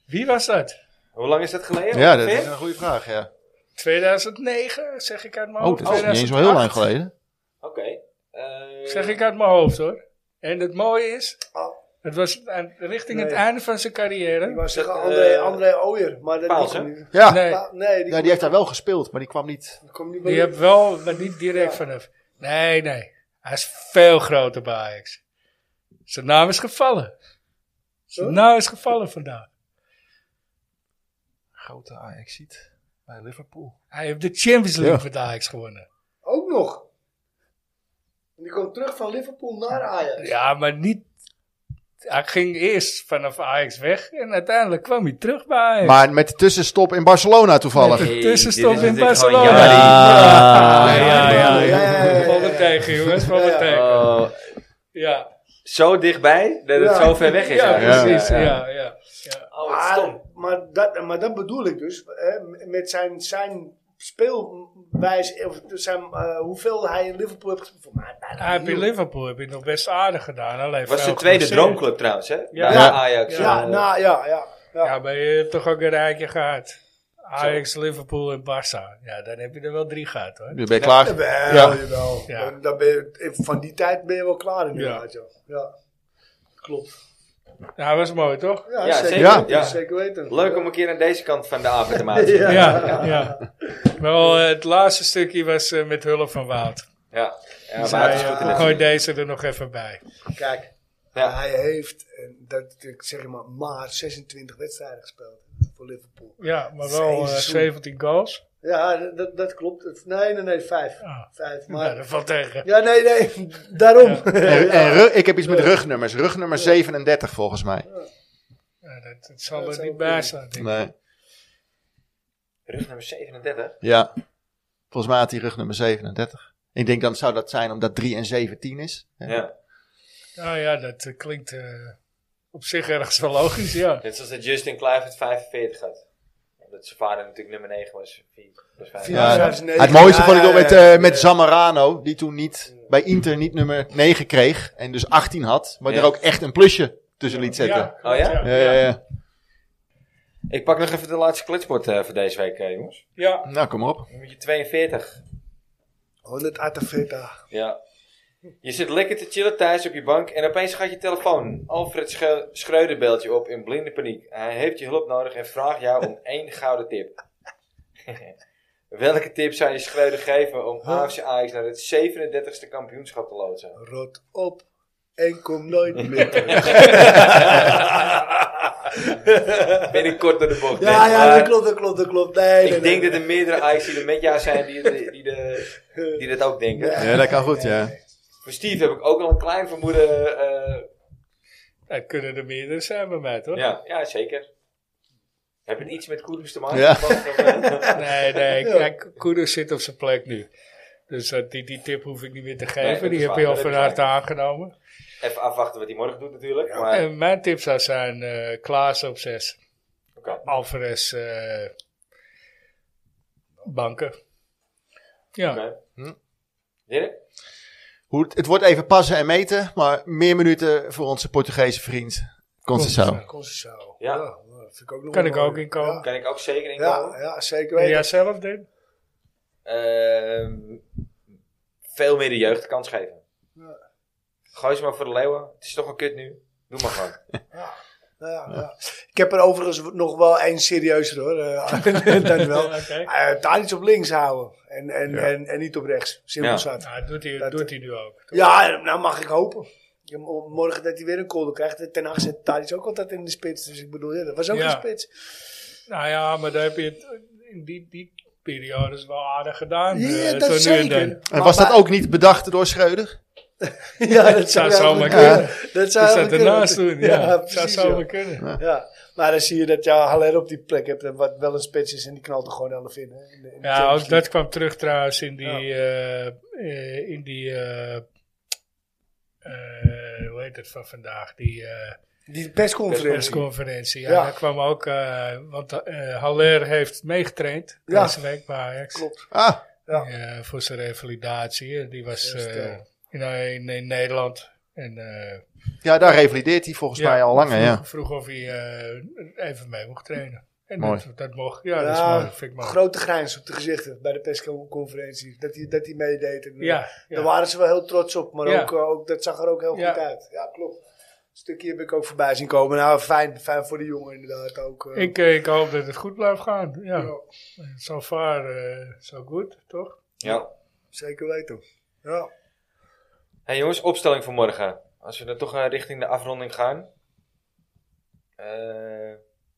Speaker 2: Wie was dat?
Speaker 1: Hoe lang is dat geleden?
Speaker 4: Ja, dat is
Speaker 1: Ongeveer?
Speaker 4: een goede vraag, ja.
Speaker 2: 2009, zeg ik uit mijn
Speaker 4: Oh,
Speaker 2: hoofd.
Speaker 4: dat is niet eens zo heel lang
Speaker 2: 2008,
Speaker 4: geleden.
Speaker 1: Oké. Eh,
Speaker 2: Zeg ik uit mijn hoofd hoor. En het mooie is,
Speaker 3: Oh,
Speaker 2: het was aan- richting het
Speaker 3: Nee.
Speaker 2: einde van zijn
Speaker 3: ik
Speaker 2: carrière.
Speaker 3: wou zeggen
Speaker 1: Eh,
Speaker 3: André, André Ooyer. Maar dat
Speaker 1: Paals,
Speaker 3: die
Speaker 1: hè?
Speaker 3: komt niet.
Speaker 4: Ja.
Speaker 2: Nee,
Speaker 3: Pa- Nee, die,
Speaker 4: ja, die heeft daar wel gespeeld, maar die kwam niet.
Speaker 3: die komt niet bij
Speaker 2: die heb wel, maar niet direct vanaf. Nee, nee. Hij is veel groter bij Ajax. Zijn naam is gevallen.
Speaker 3: Zo?
Speaker 2: Nou, is gevallen vandaag.
Speaker 5: Grote Ajax ziet bij Liverpool.
Speaker 2: Hij heeft de Champions League
Speaker 5: Ja.
Speaker 2: met Ajax gewonnen.
Speaker 3: Ook nog. En Die kwam terug van Liverpool naar Ajax.
Speaker 2: Ja, maar niet... Hij ging eerst vanaf Ajax weg en uiteindelijk kwam hij terug bij Ajax.
Speaker 4: Maar met de tussenstop in Barcelona toevallig.
Speaker 2: Met
Speaker 1: Nee,
Speaker 2: de tussenstop
Speaker 1: dit is
Speaker 2: in
Speaker 1: natuurlijk gewoon
Speaker 2: Barcelona.
Speaker 1: jammer.
Speaker 2: Ja, ja, ja.
Speaker 3: Ja, ja, ja, ja.
Speaker 2: Val me tegen, jongens. Val me
Speaker 3: Ja, ja.
Speaker 2: tegen.
Speaker 1: Oh,
Speaker 2: Ja,
Speaker 1: zo dichtbij dat het
Speaker 3: Ja.
Speaker 1: zo ver weg is.
Speaker 2: ja,
Speaker 1: eigenlijk.
Speaker 2: precies.
Speaker 1: Ja, ja.
Speaker 2: Ja, ja. ja.
Speaker 1: Oh, wat
Speaker 3: Maar,
Speaker 1: stom.
Speaker 3: maar, dat, maar dat bedoel ik dus. Hè, met zijn, zijn speelwijze, of zijn, eh, hoeveel hij in Liverpool heeft gespeeld. Voor mij bijna
Speaker 2: Hij heeft in
Speaker 3: nul.
Speaker 2: Liverpool heb je nog best aardig gedaan. Alleen
Speaker 1: Was
Speaker 2: veel
Speaker 1: zijn tweede
Speaker 2: geblesseerd.
Speaker 1: droomclub trouwens, hè? Ja,
Speaker 4: Ja.
Speaker 1: Ajax.
Speaker 3: Ja,
Speaker 1: Eh,
Speaker 3: nou ja, ja. ja.
Speaker 2: Ja, maar je hebt toch ook een rijtje gehad. Ajax, Liverpool en Barça. Ja, dan heb je er wel drie gehad hoor.
Speaker 4: Nu ben je klaar.
Speaker 3: Jawel,
Speaker 4: Ja.
Speaker 3: jawel.
Speaker 2: Ja.
Speaker 3: Dan- dan ben je, van die tijd ben je wel klaar inderdaad. Ja. Ja. Klopt.
Speaker 2: Ja, was mooi toch?
Speaker 3: Ja,
Speaker 1: Ja,
Speaker 3: zeker,
Speaker 1: zeker,
Speaker 3: weten,
Speaker 1: ja.
Speaker 3: zeker weten.
Speaker 1: Leuk om een keer aan deze kant van de avond te maken. ja.
Speaker 2: Ja, ja. Wel, eh, het laatste stukje was eh, met hulp van Wout.
Speaker 1: Ja. maar
Speaker 3: Zij,
Speaker 1: het is goed
Speaker 3: eh,
Speaker 1: in het-
Speaker 2: Gooi deze er nog even bij.
Speaker 3: Kijk,
Speaker 1: Ja.
Speaker 3: hij heeft, en dat, ik zeg maar, maar 26 wedstrijden gespeeld voor Liverpool.
Speaker 2: Ja, maar wel eh,
Speaker 3: Jezus.
Speaker 2: 17 goals.
Speaker 3: Ja, dat, dat klopt. Nee, nee, nee, vijf.
Speaker 2: Ah.
Speaker 3: Vijf,
Speaker 2: Maar
Speaker 3: maar...
Speaker 2: dat valt tegen.
Speaker 3: Ja, nee, nee, daarom.
Speaker 2: Ja.
Speaker 4: En, en ru- ik heb iets met rugnummers. Rugnummer 37 volgens mij.
Speaker 2: Ja, dat, dat zal
Speaker 3: Dat
Speaker 2: er
Speaker 3: zou
Speaker 2: niet
Speaker 3: kunnen.
Speaker 2: bij staan. denk ik.
Speaker 4: Nee.
Speaker 1: Rug nummer 37.
Speaker 4: Ja. Volgens mij had hij rugnummer 37. Ik denk dan zou dat zijn omdat 3 en 17 is.
Speaker 1: Ja.
Speaker 2: Nou ja, dat eh, klinkt eh, op zich ergens wel logisch, ja.
Speaker 1: Net zoals dat Justin Kluivert 45 had. Omdat zijn vader natuurlijk nummer 9 was. 4 was 5.
Speaker 3: Ja,
Speaker 4: Ja,
Speaker 3: dat is negen.
Speaker 4: het mooiste vond ik nog
Speaker 3: Ja, ja,
Speaker 4: met,
Speaker 3: ja.
Speaker 4: eh, met Zamorano, die toen niet, bij Inter niet nummer 9 kreeg en dus 18 had, maar
Speaker 1: Ja.
Speaker 4: er ook echt een plusje tussen liet zetten.
Speaker 1: Oh ja?
Speaker 4: Ja, ja, ja.
Speaker 1: Ik pak nog even de laatste klitsport eh, voor deze week, eh, jongens.
Speaker 2: Ja.
Speaker 4: Nou, kom maar op.
Speaker 1: Nummer 42.
Speaker 3: 148.
Speaker 1: Ja. Je zit lekker te chillen thuis op je bank en opeens gaat je telefoon. Alfred Sche- Schreuder belt je op in blinde paniek. Hij heeft je hulp nodig en vraagt jou om één gouden tip. Welke tip zou je Schreuder geven om AFC Ajax naar het 37e kampioenschap te loodsen?
Speaker 3: Rot op en kom nooit meer terug.
Speaker 1: Binnenkort door de bocht.
Speaker 3: Ja,
Speaker 1: hè.
Speaker 3: ja,
Speaker 1: Maar
Speaker 3: dat klopt, dat klopt, dat klopt. Nee, nee,
Speaker 1: Ik denk
Speaker 3: nee.
Speaker 1: dat er meerdere Ajax die er met jou zijn die, die, die, de- die dat ook denken.
Speaker 4: Ja, dat kan goed, ja.
Speaker 1: Voor Steve heb ik ook al een klein vermoeden. eh,
Speaker 2: Dat kunnen er meerdere zijn bij mij, toch?
Speaker 1: ja, ja, zeker. Heb het iets met koerders te maken? eh,
Speaker 4: Ja.
Speaker 2: Nee, nee. Kijk, Kudus zit op zijn plek nu. Dus dat- die, die tip hoef ik niet meer te
Speaker 1: Nee,
Speaker 2: geven.
Speaker 1: dat is
Speaker 2: die heb
Speaker 1: waar,
Speaker 2: je al
Speaker 1: dat
Speaker 2: van
Speaker 1: heb je
Speaker 2: harte aangenomen.
Speaker 1: Even afwachten wat hij morgen doet natuurlijk. Maar,
Speaker 2: En mijn tip zou zijn eh Klaas op 6.
Speaker 1: Oké.
Speaker 2: Alvarez eh, banken. Ja.
Speaker 1: oké. Dirk?
Speaker 4: Hoe, het- het wordt even passen en meten, maar meer minuten voor onze Portugese vriend Conceição.
Speaker 2: Conceição.
Speaker 3: Concessao.
Speaker 1: Ja.
Speaker 3: dat vind ik ook nog
Speaker 2: Kan
Speaker 3: wel
Speaker 2: ik
Speaker 3: mooi.
Speaker 2: ook inkomen.
Speaker 1: Kan ik ook zeker in
Speaker 3: Ja, ja,
Speaker 1: komen?
Speaker 3: ja, zeker
Speaker 2: En
Speaker 3: weten.
Speaker 2: jij zelf, Din?
Speaker 1: Ehm, veel meer de jeugd de kans geven. Gooi ze maar voor de leeuwen. Het is toch een kut nu. Doe maar gewoon.
Speaker 3: Nou ja, ja. Ik heb er overigens nog wel één serieuzer hoor. eh, dan wel.
Speaker 2: Oké.
Speaker 3: Eh, Tadic op links houden en, en, en, en niet op rechts. Simpel
Speaker 1: Ja.
Speaker 3: zat.
Speaker 2: Nou, dat doet hij,
Speaker 3: Dat-
Speaker 2: doet hij nu ook.
Speaker 3: Ja, nou mag ik hopen. Ja, mo- Morgen dat hij weer een kolder krijgt. Ten acht zit Tadic ook altijd in de spits. Dus ik bedoel, ja, dat was ook
Speaker 2: Ja.
Speaker 3: een spits.
Speaker 2: Nou ja, maar daar heb je het in die, die periodes wel aardig gedaan.
Speaker 3: Ja,
Speaker 2: eh,
Speaker 3: dat
Speaker 2: zo nu en
Speaker 3: zeker.
Speaker 2: dan.
Speaker 4: En was dat ook niet bedacht door Schreuder?
Speaker 3: Ja, dat
Speaker 2: zou zomaar
Speaker 3: zou zomaar
Speaker 2: kunnen.
Speaker 3: kunnen. Dat zou
Speaker 2: Dus dat
Speaker 3: eigenlijk
Speaker 2: ernaast
Speaker 3: kunnen.
Speaker 2: doen, ja.
Speaker 3: Ja,
Speaker 2: dat zou
Speaker 3: precies,
Speaker 2: zomaar
Speaker 3: ja.
Speaker 2: kunnen.
Speaker 3: Ja, maar dan zie je dat jouw Haller op die plek hebt. en Wat wel een spits is en die knalt er gewoon 11 in. hè, in de- in de
Speaker 2: Ja,
Speaker 3: Champions
Speaker 2: ook dat kwam terug trouwens in die, eh, eh, in die eh, eh, hoe heet het van vandaag, die eh,
Speaker 3: League. Die persconferentie.
Speaker 2: persconferentie. Ja,
Speaker 3: Ja.
Speaker 2: daar kwam ook, eh, want eh Haller heeft meegetraind
Speaker 3: Ja.
Speaker 2: deze week bij Ajax.
Speaker 3: Klopt.
Speaker 4: Ah,
Speaker 3: Ja.
Speaker 2: Eh, voor zijn revalidatie. Eh, Die was
Speaker 3: Eerst,
Speaker 2: eh,
Speaker 3: eh,
Speaker 2: in, in, in Nederland. En, eh,
Speaker 4: ja, daar revalideert hij volgens
Speaker 2: Ja,
Speaker 4: mij al langer, ja.
Speaker 2: vroeg, vroeg of hij eh, even mee mocht trainen. En
Speaker 4: Mooi.
Speaker 2: Dat, dat mocht. Ja, dat is
Speaker 3: Ja,
Speaker 2: mooi. Vind ik mooi.
Speaker 3: Grote grijns op de gezichten bij de persconferentie. Dat hij, dat hij meedeed. En, eh,
Speaker 2: Ja,
Speaker 3: Daar
Speaker 2: ja.
Speaker 3: waren ze wel heel trots op. Maar
Speaker 2: Ja.
Speaker 3: ook, eh, ook, dat zag er ook heel
Speaker 2: Ja.
Speaker 3: goed uit. Ja, klopt. Een stukje heb ik ook voorbij zien komen. Nou, fijn, fijn voor de jongen inderdaad ook. eh.
Speaker 2: Ik, eh, ik hoop dat het goed blijft gaan. Ja.
Speaker 3: Ja,
Speaker 2: So far, eh, so good, toch?
Speaker 1: Ja.
Speaker 3: zeker weten. Ja.
Speaker 1: Hey jongens, opstelling voor morgen. Als we dan toch eh, richting de afronding gaan. Eh,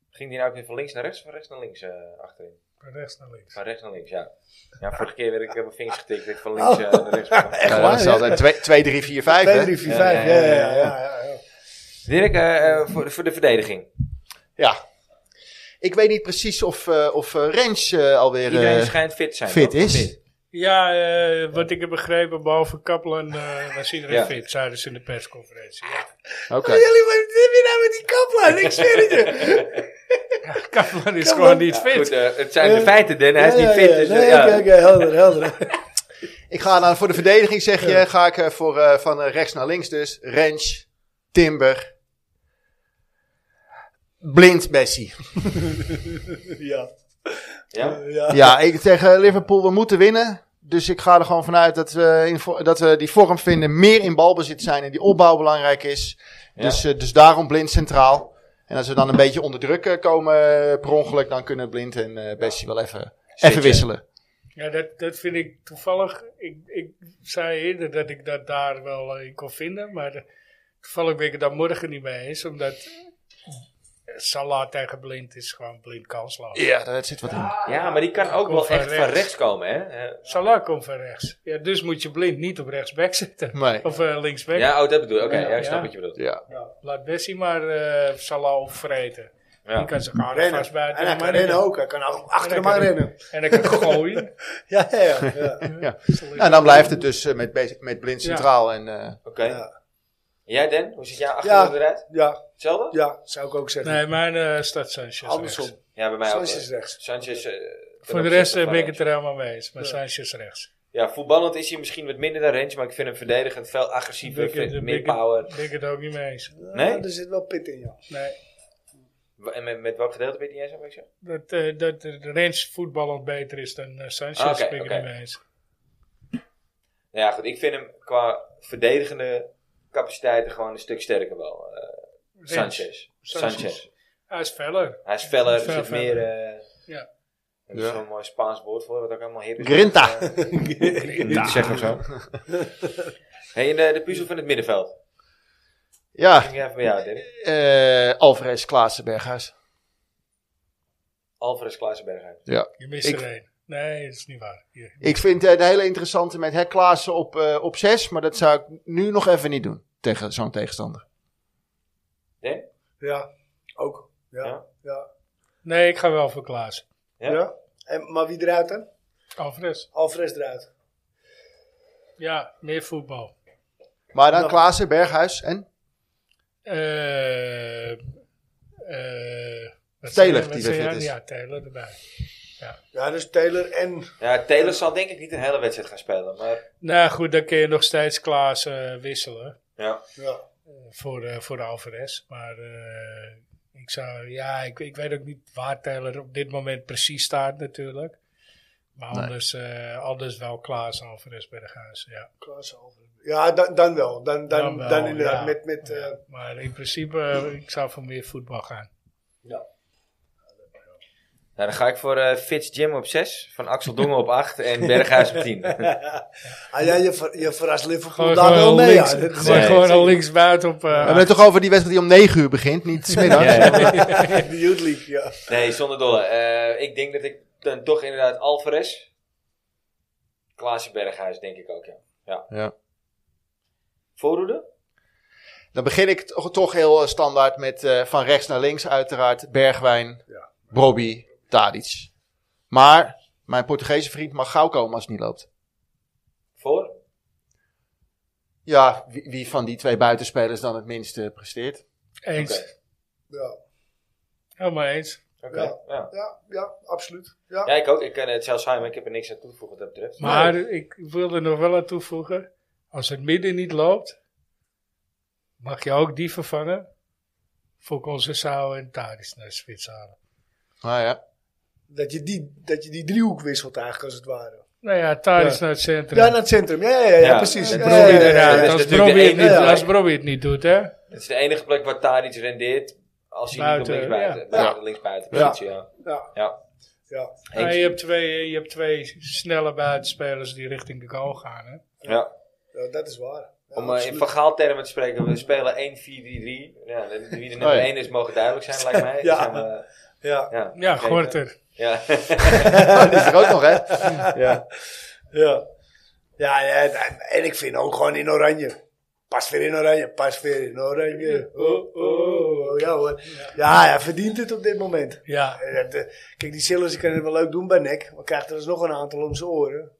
Speaker 1: ging die nou ook weer van links naar rechts of van rechts naar links eh, achterin?
Speaker 2: Van rechts naar links.
Speaker 1: Van rechts naar links, ja. Ja, vorige keer werd ik op mijn vingers getikt. dat Ik van links eh, naar rechts. kwam.
Speaker 3: Echt
Speaker 4: Eh,
Speaker 3: waar,
Speaker 4: dat is
Speaker 3: hè?
Speaker 4: altijd 2, 3, 4, 5.
Speaker 3: 2, 3, 4,
Speaker 1: Ja,
Speaker 3: 5.
Speaker 1: ja,
Speaker 3: Ja,
Speaker 1: ja,
Speaker 3: ja,
Speaker 1: ja.
Speaker 3: ja. ja, ja.
Speaker 1: Dirk, eh, eh, voor, de- voor de verdediging.
Speaker 4: Ja. Ik weet niet precies of, eh of eh, Rens eh, alweer eh,
Speaker 1: Iedereen schijnt fit te zijn.
Speaker 4: fit
Speaker 1: toch?
Speaker 4: is.
Speaker 2: Ja, eh, wat ik heb begrepen, behalve Kaplan eh, was iedereen
Speaker 1: Ja.
Speaker 2: fit, zeiden ze in de persconferentie. Ja.
Speaker 4: Oké.
Speaker 3: Oh, Jullie, wat heb je nou met die kaplan? Ik zweer het je.
Speaker 2: Kaplan is
Speaker 3: Kaplan-
Speaker 2: gewoon niet
Speaker 1: Ja,
Speaker 2: fit.
Speaker 1: goed, eh, het zijn de
Speaker 3: Eh,
Speaker 1: feiten, Den. Hij is
Speaker 3: Ja,
Speaker 1: niet
Speaker 3: ja,
Speaker 1: fit.
Speaker 3: ja.
Speaker 1: Dus, eh,
Speaker 3: nee,
Speaker 1: ja.
Speaker 3: oké, oké, helder, helder.
Speaker 4: Ik ga dan voor de verdediging, zeg je, ga ik eh, voor, eh, van eh, rechts naar links dus. Rens, Timber, Blind Messi.
Speaker 3: Ja.
Speaker 1: Ja?
Speaker 3: Ja.
Speaker 4: Ja, ik tegen Liverpool, we moeten winnen. Dus ik ga er gewoon vanuit dat we, in, vo- dat we die vorm vinden, meer in balbezit zijn en die opbouw belangrijk is.
Speaker 1: Ja.
Speaker 4: Dus, eh, dus daarom Blind centraal. En als we dan een beetje onder druk eh, komen eh, per ongeluk, dan kunnen Blind en eh Bessie wel even, even
Speaker 1: Zitten.
Speaker 4: wisselen.
Speaker 2: Ja, dat, dat vind ik toevallig. Ik, ik zei eerder dat ik dat daar wel eh, in kon vinden, maar eh, toevallig ben ik het daar morgen niet mee eens, omdat Salah tegen blind is gewoon blind kansloos.
Speaker 4: Ja, daar zit wat in.
Speaker 1: ja, maar die kan ook
Speaker 2: Kom
Speaker 1: wel
Speaker 2: van
Speaker 1: echt van
Speaker 2: rechts.
Speaker 1: rechts komen, hè? Eh,
Speaker 2: Salah komt van rechts. Ja, dus moet je blind niet op rechtsback zetten.
Speaker 4: Nee.
Speaker 2: Of eh, linksback.
Speaker 1: Ja, oh, dat bedoel ik. Oké,
Speaker 2: Ja,
Speaker 1: ja, ik snap
Speaker 2: ja.
Speaker 1: wat je bedoelt.
Speaker 4: Ja.
Speaker 2: Laat Bessie maar eh, Salah opvreten.
Speaker 1: Ja.
Speaker 2: Die kan zich aan
Speaker 3: Rennen.
Speaker 2: vastbijten.
Speaker 3: En hij
Speaker 2: maar
Speaker 3: kan rennen
Speaker 2: dan-
Speaker 3: ook. Hij kan ook achter
Speaker 2: En
Speaker 3: hem
Speaker 2: hij
Speaker 3: aan
Speaker 2: kan-
Speaker 3: rennen.
Speaker 2: En hij kan gooien.
Speaker 3: Ja, ja, ja. ja.
Speaker 4: Nou, en dan blijft het dus eh, met, Bes- met Blind
Speaker 2: Ja.
Speaker 4: centraal. En, eh,
Speaker 1: Oké.
Speaker 3: Ja.
Speaker 1: Jij, Den? Hoe ziet jouw
Speaker 3: Ja.
Speaker 1: achtergrond eruit?
Speaker 3: ja,
Speaker 1: Hetzelfde?
Speaker 3: ja, zou ik ook zeggen.
Speaker 2: Nee, mijn eh staat Sanchez rechts.
Speaker 3: Andersom.
Speaker 1: Ja, bij mij ook.
Speaker 3: Sanchez
Speaker 1: eh,
Speaker 3: is rechts.
Speaker 1: Sanchez. eh, ten
Speaker 2: Voor de
Speaker 1: opzichte
Speaker 2: rest eh,
Speaker 1: van
Speaker 2: ben ik
Speaker 1: Rens.
Speaker 2: het er helemaal mee eens. Maar
Speaker 3: Ja.
Speaker 2: Sanchez rechts.
Speaker 1: Ja, voetballend is hij misschien wat minder dan Rens, maar ik vind hem verdedigend veel agressiever,
Speaker 2: Ik denk het-
Speaker 1: veel
Speaker 2: ik
Speaker 1: meer
Speaker 2: denk het-
Speaker 1: power.
Speaker 2: Ben ik het ook niet mee eens.
Speaker 1: Nee?
Speaker 3: Ja, dus- er zit wel pit in, ja.
Speaker 2: Nee.
Speaker 1: Wa- En met, met welk gedeelte ben je het niet eens, weet je?
Speaker 2: Dat, eh dat Rens voetballend beter is dan eh, Sanchez
Speaker 1: Ah, oké,
Speaker 2: ben ik
Speaker 1: oké.
Speaker 2: het niet mee eens.
Speaker 1: Nou ja, goed. Ik vind hem qua verdedigende capaciteiten gewoon een stuk sterker wel. eh,
Speaker 2: Rens.
Speaker 1: Sanchez.
Speaker 2: Sanchez.
Speaker 1: Sanchez.
Speaker 2: Hij is feller.
Speaker 1: Hij is feller, er
Speaker 2: Veel
Speaker 1: zit meer...
Speaker 2: feller.
Speaker 1: eh
Speaker 2: Ja.
Speaker 1: Er is
Speaker 4: Ja.
Speaker 1: zo'n mooi Spaans woord voor, wat ook helemaal hip is.
Speaker 4: Grinta.
Speaker 1: Eh, Grinta. Zeg maar zo. hey, en de, de puzzel van het middenveld.
Speaker 4: ja,
Speaker 1: Ging jij even bij jou, Dirk?
Speaker 4: eh, Alvarez, Klaassen, Berghuis.
Speaker 1: Alvarez Klaasenberghuis.
Speaker 2: Je mist
Speaker 4: Ik-
Speaker 2: er één. Nee, dat is niet waar. Hier.
Speaker 4: Ik vind eh, de hele interessante met hè, Klaassen op, eh, op 6, maar dat zou ik nu nog even niet doen tegen zo'n tegenstander.
Speaker 1: Nee?
Speaker 3: Ja, ook. Ja,
Speaker 1: Ja.
Speaker 3: ja. ja.
Speaker 2: Nee, ik ga wel voor Klaas.
Speaker 1: Ja.
Speaker 3: En, maar wie eruit dan?
Speaker 2: Alvarez.
Speaker 3: Alvarez eruit.
Speaker 2: Ja, meer voetbal.
Speaker 4: Maar dan
Speaker 3: Nou.
Speaker 4: Klaassen, Berghuis en
Speaker 2: Eh eh wat
Speaker 4: Taylor,
Speaker 2: zei- wat
Speaker 4: die
Speaker 2: zei
Speaker 4: weer
Speaker 2: jij?
Speaker 4: fit is.
Speaker 2: Ja, Taylor erbij.
Speaker 3: Ja, dus Taylor en...
Speaker 1: Ja, Taylor zal denk ik niet een hele wedstrijd gaan spelen, maar...
Speaker 2: Nou goed, dan kun je nog steeds Klaas eh, wisselen
Speaker 1: Ja.
Speaker 3: Ja,
Speaker 2: voor, eh voor Alvarez. Maar eh, ik zou, ja, ik, ik weet ook niet waar Taylor op dit moment precies staat natuurlijk. Maar
Speaker 4: Nee.
Speaker 2: anders, eh, anders wel Klaas Alvarez bij de Gaas, ja.
Speaker 3: Klaas Alvarez. Ja, dan, dan wel. Dan, dan,
Speaker 2: Dan
Speaker 3: dan,
Speaker 2: wel,
Speaker 3: inderdaad.
Speaker 2: ja.
Speaker 3: Met, met, eh,
Speaker 2: Ja, Maar in principe, eh, ik zou voor meer voetbal gaan.
Speaker 1: Nou, dan ga ik voor eh Fitz Jim op 6, Van Axel Dongen op 8 en Berghuis op 10.
Speaker 3: ah, ja, je, ver, je verrast Liverpool
Speaker 2: Gewoon,
Speaker 3: daar wel
Speaker 2: al
Speaker 3: mee.
Speaker 2: links,
Speaker 3: Ja, dat is-
Speaker 1: Nee.
Speaker 2: gewoon al links buiten op... eh,
Speaker 4: We hebben het toch over die wedstrijd die om 9 uur begint, niet smiddags.
Speaker 1: Ja, ja.
Speaker 3: de Youth League, ja.
Speaker 1: Nee, zonder dolle. Eh, ik denk dat ik dan toch inderdaad Alvarez. Klaassen Berghuis, denk ik ook, ja. Ja.
Speaker 4: Ja.
Speaker 1: Voorhoede?
Speaker 4: Dan begin ik toch, toch heel eh, standaard met eh, van rechts naar links uiteraard Bergwijn,
Speaker 3: Ja.
Speaker 4: Brobbey, Tadic. Maar mijn Portugese vriend mag gauw komen als het niet loopt.
Speaker 1: Voor?
Speaker 4: Ja, wie, wie van die twee buitenspelers dan het minste presteert.
Speaker 2: Eens.
Speaker 1: Oké.
Speaker 3: Ja,
Speaker 2: Helemaal eens.
Speaker 1: Oké,
Speaker 3: Ja.
Speaker 1: ja.
Speaker 3: ja, ja absoluut. Ja.
Speaker 1: Ja, ik ook. Ik kan het zelfs zijn, maar ik heb er niks aan toe te voegen wat dat betreft.
Speaker 2: Maar ik wil er nog wel aan toevoegen. Als het midden niet loopt, mag je ook die vervangen voor Concessao en Tadis naar de spits halen.
Speaker 4: Nou ja.
Speaker 3: Dat, je die, dat je die driehoek wisselt eigenlijk, als het ware.
Speaker 2: Nou ja, Tadis
Speaker 3: Ja.
Speaker 2: naar het centrum.
Speaker 3: Ja, naar het centrum. Ja, ja, ja, ja,
Speaker 1: Ja,
Speaker 3: precies.
Speaker 1: dat
Speaker 3: Ja,
Speaker 2: En
Speaker 1: is
Speaker 3: ja,
Speaker 2: Brobby
Speaker 3: ja, ja, ja.
Speaker 1: Dat
Speaker 2: eruit,
Speaker 1: is
Speaker 2: als
Speaker 1: natuurlijk
Speaker 2: Brobby
Speaker 1: de
Speaker 2: het niet-
Speaker 3: enige-
Speaker 2: als Brobby het niet doet, hè?
Speaker 1: Het is de enige plek waar Tadic rendeert als hij
Speaker 2: Buiten,
Speaker 1: niet op linksbuiten,
Speaker 2: ja.
Speaker 1: buiten,
Speaker 4: Ja.
Speaker 1: linksbuiten
Speaker 3: Ja.
Speaker 1: positie, ja.
Speaker 3: Ja,
Speaker 1: Ja.
Speaker 3: ja.
Speaker 2: Nou,
Speaker 1: Eens.
Speaker 2: je, hebt twee, je hebt twee snelle buitenspelers die richting de goal gaan. Hè?
Speaker 1: ja.
Speaker 3: Ja, dat is waar.
Speaker 1: Om eh, in
Speaker 3: absoluut.
Speaker 1: vergaal termen te spreken, we spelen 1-4-3-3. Ja, de- wie de nummer 1 is, mogen duidelijk zijn, lijkt mij.
Speaker 3: Ja.
Speaker 1: Dus dan, eh,
Speaker 3: Ja,
Speaker 1: ja,
Speaker 2: Ja,
Speaker 1: Zeker.
Speaker 2: Gorter.
Speaker 1: ja.
Speaker 4: die is er ook nog, hè?
Speaker 1: ja.
Speaker 3: ja. Ja, ja, en- en ik vind ook gewoon in oranje. Pas weer in oranje, pas weer in oranje. Oh, oh, oh. Ja hoor. Ja, hij verdient het op dit moment.
Speaker 2: Ja,
Speaker 3: Eh, dat, eh, Kijk, die Sillers die kunnen het wel leuk doen bij Nek. Maar krijgt er dus nog een aantal om zijn oren.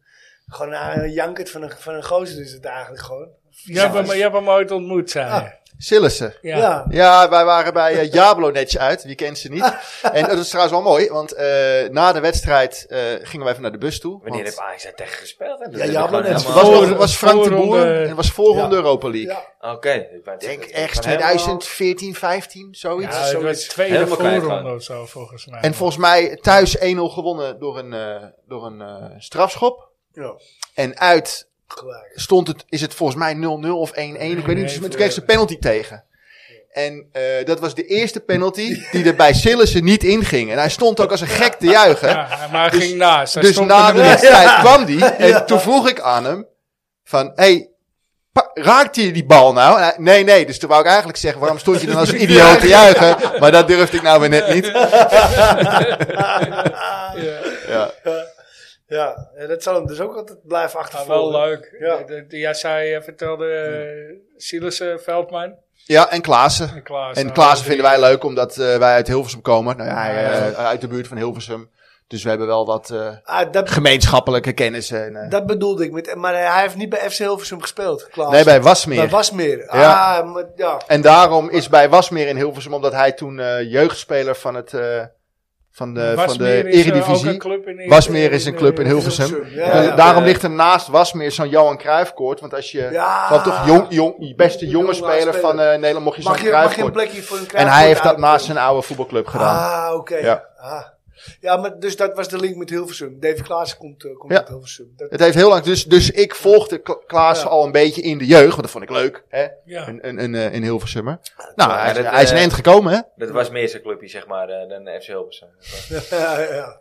Speaker 3: Gewoon een jankert van een, van een gozer is het eigenlijk gewoon.
Speaker 2: je hebt hem, je hebt hem ooit ontmoet, zei
Speaker 3: Ah,
Speaker 2: je.
Speaker 4: Sillissen.
Speaker 2: Ja.
Speaker 3: Ja.
Speaker 4: Ja, wij waren bij eh, Jablonec uit. Wie kent ze niet? En dat is trouwens wel mooi, want eh, na de wedstrijd eh, gingen we even naar de bus toe.
Speaker 1: Wanneer
Speaker 4: want
Speaker 1: heb Ajax daar tegen gespeeld?
Speaker 3: Ja, ja, maar net-
Speaker 1: net.
Speaker 4: het was, nog-
Speaker 2: Voor-
Speaker 4: het was Frank de Boer
Speaker 2: voorronde-
Speaker 4: en het was voorronde
Speaker 3: Ja.
Speaker 4: Europa League.
Speaker 3: Ja.
Speaker 1: Oké. Ik wou
Speaker 4: Ik denk
Speaker 1: zeggen,
Speaker 4: echt
Speaker 1: van helemaal-
Speaker 4: 2014, 15,
Speaker 2: Ja,
Speaker 4: zoiets.
Speaker 2: het was
Speaker 3: zoiets.
Speaker 2: tweede
Speaker 1: Helemaal kwijt
Speaker 2: voorronde
Speaker 1: gewoon.
Speaker 2: of zo, volgens mij.
Speaker 4: En volgens mij thuis 1-0 gewonnen door een, eh, door een eh, strafschop.
Speaker 3: Ja,
Speaker 4: En uit
Speaker 3: gelijk.
Speaker 4: stond het, is het volgens mij 0-0 of 1-1. Ik weet niet.
Speaker 2: Nee,
Speaker 4: Dus toen kreeg ze een penalty tegen. En eh, dat was de eerste penalty die er bij Sillissen niet inging. En hij stond ook als een gek te juichen.
Speaker 2: Ja, maar hij
Speaker 4: Dus-
Speaker 2: ging naast. Hij
Speaker 4: dus
Speaker 2: stond
Speaker 4: na
Speaker 2: in
Speaker 4: de
Speaker 2: de midden.
Speaker 4: wedstrijd kwam die. En toen vroeg ik aan hem: van, hey, pa- raakt hij die bal nou? En hij, nee, nee. Dus toen wou ik eigenlijk zeggen: waarom stond je dan als een idioot te juichen? Maar dat durfde ik nou weer net niet.
Speaker 2: Ja,
Speaker 4: Ja.
Speaker 3: Ja, en dat zal hem dus ook altijd blijven
Speaker 2: maar
Speaker 3: achtervolgen.
Speaker 2: wel leuk.
Speaker 3: Ja.
Speaker 2: De- de- de- Jij zei, eh, vertelde eh, Silissen, Veldman
Speaker 4: ja, en Klaassen.
Speaker 2: en Klaas. eh,
Speaker 4: En Klaassen vinden wij leuk omdat eh, wij uit Hilversum komen. Nou ja, hij, eh, uit de buurt van Hilversum. Dus we hebben wel wat eh,
Speaker 3: Ah, dat,
Speaker 4: gemeenschappelijke kennis. En, eh,
Speaker 3: dat bedoelde ik. Met, maar hij heeft niet bij FC Hilversum gespeeld, Klaas.
Speaker 4: nee, bij Wasmeer.
Speaker 3: Bij Wasmeer.
Speaker 4: Ja.
Speaker 3: Ah, maar, ja.
Speaker 4: En daarom is bij Wasmeer in Hilversum, omdat hij toen eh, jeugdspeler van, het, eh, van de, eh, van de Eredivisie. Wasmeer is een club in
Speaker 2: eh,
Speaker 4: Hilversum.
Speaker 3: Hilversum, ja,
Speaker 4: Dus
Speaker 3: ja.
Speaker 4: daarom ligt er naast Wasmeer zo'n Johan Cruijffkoord. Want als je,
Speaker 3: Ja.
Speaker 4: wat toch jong, jong, die beste
Speaker 3: Jong
Speaker 4: jonge speler
Speaker 3: speler.
Speaker 4: van eh, Nederland, mocht je zo'n
Speaker 3: Mag je, mag je een
Speaker 4: Cruijffkoord.
Speaker 3: plekje voor een
Speaker 4: En hij heeft dat naast zijn oude voetbalclub gedaan.
Speaker 3: Ah, oké.
Speaker 4: Ja.
Speaker 3: Ja. Ah. ja, maar dus dat was de link met Hilversum. David Klaassen komt, eh, komt
Speaker 4: Ja.
Speaker 3: uit Hilversum. Dat,
Speaker 4: Het heeft heel lang, dus, dus ik volgde Kla- Klaas
Speaker 3: Ja.
Speaker 4: al een beetje in de jeugd, want dat vond ik leuk, hè?
Speaker 2: Ja.
Speaker 4: Een, een, een, eh, in Hilversummer. Nou, hij,
Speaker 1: dat,
Speaker 4: hij is een
Speaker 1: eh,
Speaker 4: eind gekomen, hè?
Speaker 1: Dat was meer zijn clubje, zeg maar, eh, dan FC Hilversum.
Speaker 3: ja, ja.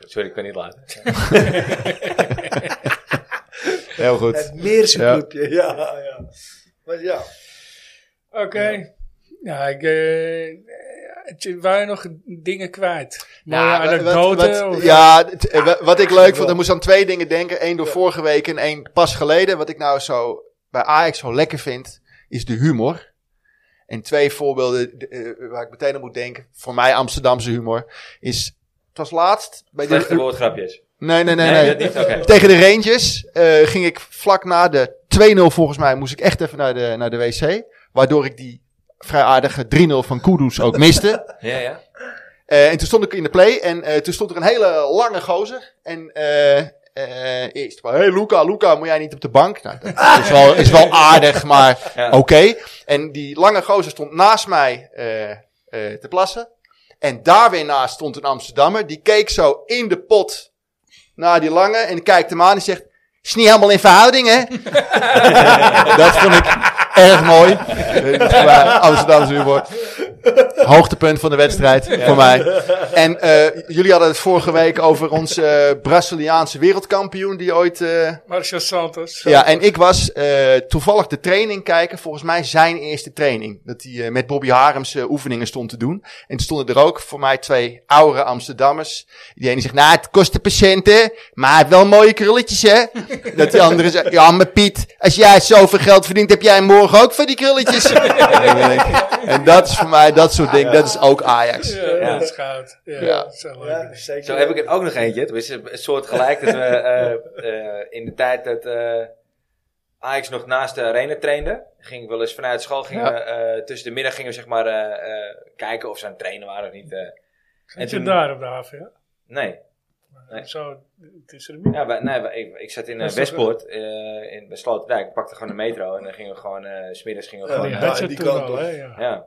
Speaker 1: Sorry, ik kan niet laten.
Speaker 4: Heel goed.
Speaker 3: Het Meerse
Speaker 4: Ja.
Speaker 3: clubje, ja. ja. Maar ja,
Speaker 2: Oké. Ja, ik, eh, het- waren nog dingen kwijt? Mooie anekdote?
Speaker 4: wat,
Speaker 2: of-
Speaker 4: ja, het- eh, wa- wat ik leuk vond, ik moest aan twee dingen denken. Eén door vorige week en één pas geleden. Wat ik nou zo bij Ajax zo lekker vind, is de humor. En twee voorbeelden de- eh, waar ik meteen aan moet denken, voor mij Amsterdamse humor, is... Het was laatst... Bij de,
Speaker 1: Slechte woordgrapjes.
Speaker 4: nee, nee, nee. nee.
Speaker 1: dat niet? Oké.
Speaker 4: Tegen de Rangers eh, ging ik vlak na de 2-0 volgens mij, moest ik echt even naar de, naar de wc. Waardoor ik die vrij aardige 3-0 van Kudus ook miste.
Speaker 1: Ja, ja.
Speaker 4: Eh, en toen stond ik in de play en eh, toen stond er een hele lange gozer. En eh, eh, eerst maar, hey Luca, Luca, moet jij niet op de bank? Nou, dat is wel, is wel aardig, maar
Speaker 1: Ja.
Speaker 4: oké. En die lange gozer stond naast mij eh, eh, te plassen. En daar weer naast stond een Amsterdammer. Die keek zo in de pot naar die lange en kijkt hem aan en zegt... Is niet helemaal in verhouding, hè? dat vond ik erg mooi. Eh, Amsterdamse humor. Hoogtepunt van de wedstrijd voor mij. En eh, jullie hadden het vorige week over onze eh, Braziliaanse wereldkampioen die ooit... eh,
Speaker 2: Marcel Santos.
Speaker 4: ja, en ik was eh, toevallig de training kijken. Volgens mij zijn eerste training. Dat hij eh, met Bobby Harms eh, oefeningen stond te doen. En toen stonden er ook voor mij twee oudere Amsterdammers. Die ene zegt, nou het kost de patiënten, maar hij heeft wel mooie krulletjes hè. dat die andere zegt, ja maar Piet, als jij zoveel geld verdient, heb jij morgen ook van die krulletjes. en, ik denk, en dat is voor mij dat soort dingen, dat is ook Ajax.
Speaker 2: Ja,
Speaker 1: Ja.
Speaker 2: dat is goud. Ja,
Speaker 4: Ja.
Speaker 2: dat is wel leuk.
Speaker 3: ja zeker.
Speaker 1: Zo heb ik er ook nog eentje. Het is een soort gelijk dat we eh, eh, in de tijd dat eh Ajax nog naast de arena trainde, ging ik wel eens vanuit school, gingen
Speaker 4: Ja.
Speaker 1: we, eh, tussen de middag gingen we zeg maar eh, eh, kijken of ze aan het trainen waren of niet. eh.
Speaker 2: En
Speaker 1: toen-
Speaker 2: toen daar op de haven, ja?
Speaker 1: nee. Nee.
Speaker 2: Zo, tussen de muur.
Speaker 1: Ja, wij- nee, wij- ik, ik zat in eh,
Speaker 2: Dat is toch-
Speaker 1: Westpoort, eh in bij Sloterdijk, ik pakte gewoon de metro en dan gingen we gewoon, eh, s smiddags gingen we
Speaker 3: Ja,
Speaker 2: Ja,
Speaker 1: gewoon...
Speaker 2: die
Speaker 1: eh,
Speaker 2: had je
Speaker 3: die
Speaker 2: toen
Speaker 3: kant
Speaker 2: al,
Speaker 3: op.
Speaker 2: hè? Ja.
Speaker 1: ja,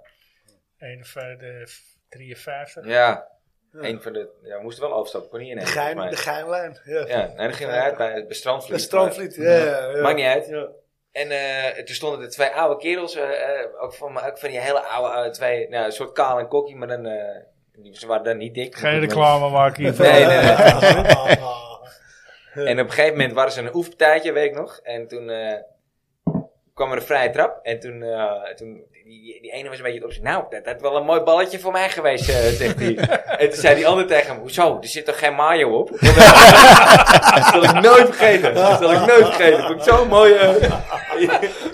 Speaker 2: 51, 53.
Speaker 1: ja, een van de... Ja, we moesten wel overstappen, kon niet in
Speaker 3: De, gein, de geinlijn. Ja.
Speaker 1: Ja, en dan gingen we uit bij, bij Strandvliet. eh,
Speaker 3: De Strandvliet, ja. ja, ja.
Speaker 1: Maakt niet uit.
Speaker 3: Ja.
Speaker 1: En eh, toen stonden er twee oude kerels, eh, eh, ook, van, maar ook van die hele oude, oude twee, nou, een soort kaal en kokkie, maar dan, eh, die- ze waren dan niet dik.
Speaker 2: Geen reclame maken hiervoor.
Speaker 1: Nee, nee, nee.
Speaker 3: Ah,
Speaker 1: En op een gegeven moment waren ze een oefentijdje, weet ik nog. En toen eh, kwam er een vrije trap. En toen, eh, toen die, die, die ene was een beetje het opzicht. Nou, dat had wel een mooi balletje voor mij geweest, eh, zegt hij. en toen zei die ander tegen hem, hoezo, er zit toch geen mayo op? dat zal ik nooit vergeten. Dat zal ik nooit vergeten. Vond ik zo'n mooie...